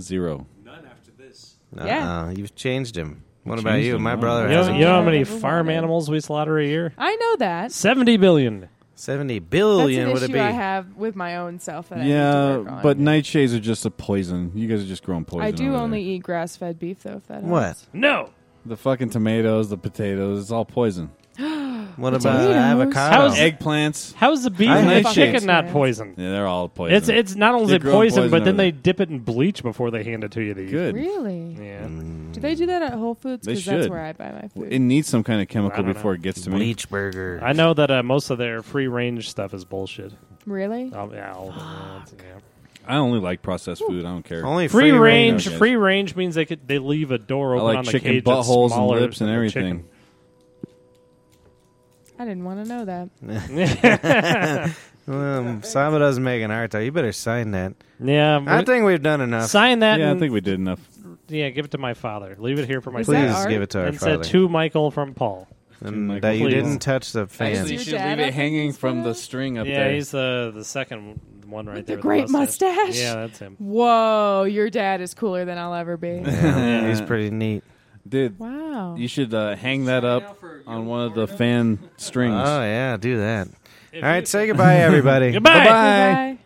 Speaker 2: Zero.
Speaker 8: None after this.
Speaker 6: Yeah.
Speaker 3: Uh-uh. You've changed him. What about
Speaker 2: Changed
Speaker 3: you?
Speaker 2: him,
Speaker 3: My
Speaker 2: huh?
Speaker 3: brother
Speaker 4: You
Speaker 3: has
Speaker 4: know, you know how many
Speaker 6: Everyone
Speaker 4: farm
Speaker 6: is.
Speaker 4: animals we slaughter a year?
Speaker 6: I know that.
Speaker 4: 70 billion.
Speaker 3: 70
Speaker 6: That's
Speaker 3: billion.
Speaker 6: an
Speaker 3: would it
Speaker 6: issue
Speaker 3: be?
Speaker 6: I have with my own self. That I need to work
Speaker 2: Yeah,
Speaker 6: on.
Speaker 2: but nightshades are just a poison. You guys are just growing poison.
Speaker 6: I do
Speaker 2: over
Speaker 6: only eat grass-fed beef, though. If that
Speaker 3: What?
Speaker 6: helps.
Speaker 4: No.
Speaker 2: there. the fucking tomatoes, the potatoes. It's all poison.
Speaker 3: What about
Speaker 6: Potatoes.
Speaker 3: avocados?
Speaker 6: Um,
Speaker 4: How's-
Speaker 2: Eggplants.
Speaker 4: How's the beef
Speaker 3: I
Speaker 4: and the
Speaker 3: hate
Speaker 4: chicken
Speaker 3: chickens.
Speaker 4: not poison?
Speaker 2: Yeah, they're all poison.
Speaker 4: It's it's not only
Speaker 2: They
Speaker 4: is it
Speaker 2: grow in
Speaker 4: poison,
Speaker 2: poison
Speaker 4: but then
Speaker 2: over
Speaker 4: they
Speaker 2: there.
Speaker 4: dip it in bleach before they hand it to you to eat.
Speaker 2: good.
Speaker 6: Really?
Speaker 4: Yeah.
Speaker 6: Do they do that at Whole Foods?
Speaker 2: They
Speaker 6: Because that's
Speaker 2: should.
Speaker 6: where I buy my food.
Speaker 2: It needs some kind of
Speaker 4: I
Speaker 2: chemical
Speaker 4: don't
Speaker 2: before
Speaker 4: know.
Speaker 2: it gets to me.
Speaker 3: Bleach burger.
Speaker 4: I know that uh, most of their free range stuff is bullshit.
Speaker 6: really?
Speaker 4: Um, yeah, all of it, yeah.
Speaker 2: I only like processed food. I don't care.
Speaker 3: Only
Speaker 4: Free, range,
Speaker 2: range.
Speaker 4: free range means they could they leave a door
Speaker 2: I
Speaker 4: open
Speaker 2: like
Speaker 4: on the
Speaker 2: chicken
Speaker 4: cage that's
Speaker 2: buttholes and
Speaker 4: smaller
Speaker 2: lips and
Speaker 4: than the
Speaker 2: everything.
Speaker 6: I didn't want to know that.
Speaker 2: Mm.
Speaker 3: Um, Sabado's making art. though. You better sign that.
Speaker 4: chicken. Yeah,
Speaker 3: I
Speaker 4: we-
Speaker 3: think we've done enough.
Speaker 4: sign that.
Speaker 2: Yeah, I
Speaker 6: Mm.
Speaker 4: and-
Speaker 2: think we did enough.
Speaker 4: yeah, give it to my father. Leave it here for my
Speaker 6: Is
Speaker 4: dad.
Speaker 6: that
Speaker 3: Please
Speaker 6: art?
Speaker 3: give it to our
Speaker 4: and
Speaker 3: father.
Speaker 4: said to Michael from Paul.
Speaker 3: and
Speaker 2: Michael,
Speaker 3: that you
Speaker 4: please.
Speaker 3: didn't touch the fan.
Speaker 2: Actually, you
Speaker 6: Your
Speaker 2: should
Speaker 6: dad
Speaker 2: leave
Speaker 6: up
Speaker 2: it
Speaker 6: in
Speaker 2: hanging
Speaker 6: these
Speaker 2: from the
Speaker 6: photos?
Speaker 2: string up
Speaker 4: yeah,
Speaker 2: there.
Speaker 4: he's the the second one right there.
Speaker 6: the great mustache?
Speaker 4: Yeah, that's him.
Speaker 6: Whoa, your dad is cooler than I'll ever be.
Speaker 3: Yeah, he's pretty neat.
Speaker 2: Dude,
Speaker 6: wow.
Speaker 2: you should uh, hang that up on one of the fan strings.
Speaker 4: Ah,
Speaker 3: Oh yeah, do that. All
Speaker 4: If
Speaker 3: right,
Speaker 4: you-
Speaker 3: say goodbye, everybody.
Speaker 4: Goodbye.
Speaker 2: Bye-bye.
Speaker 6: Bye.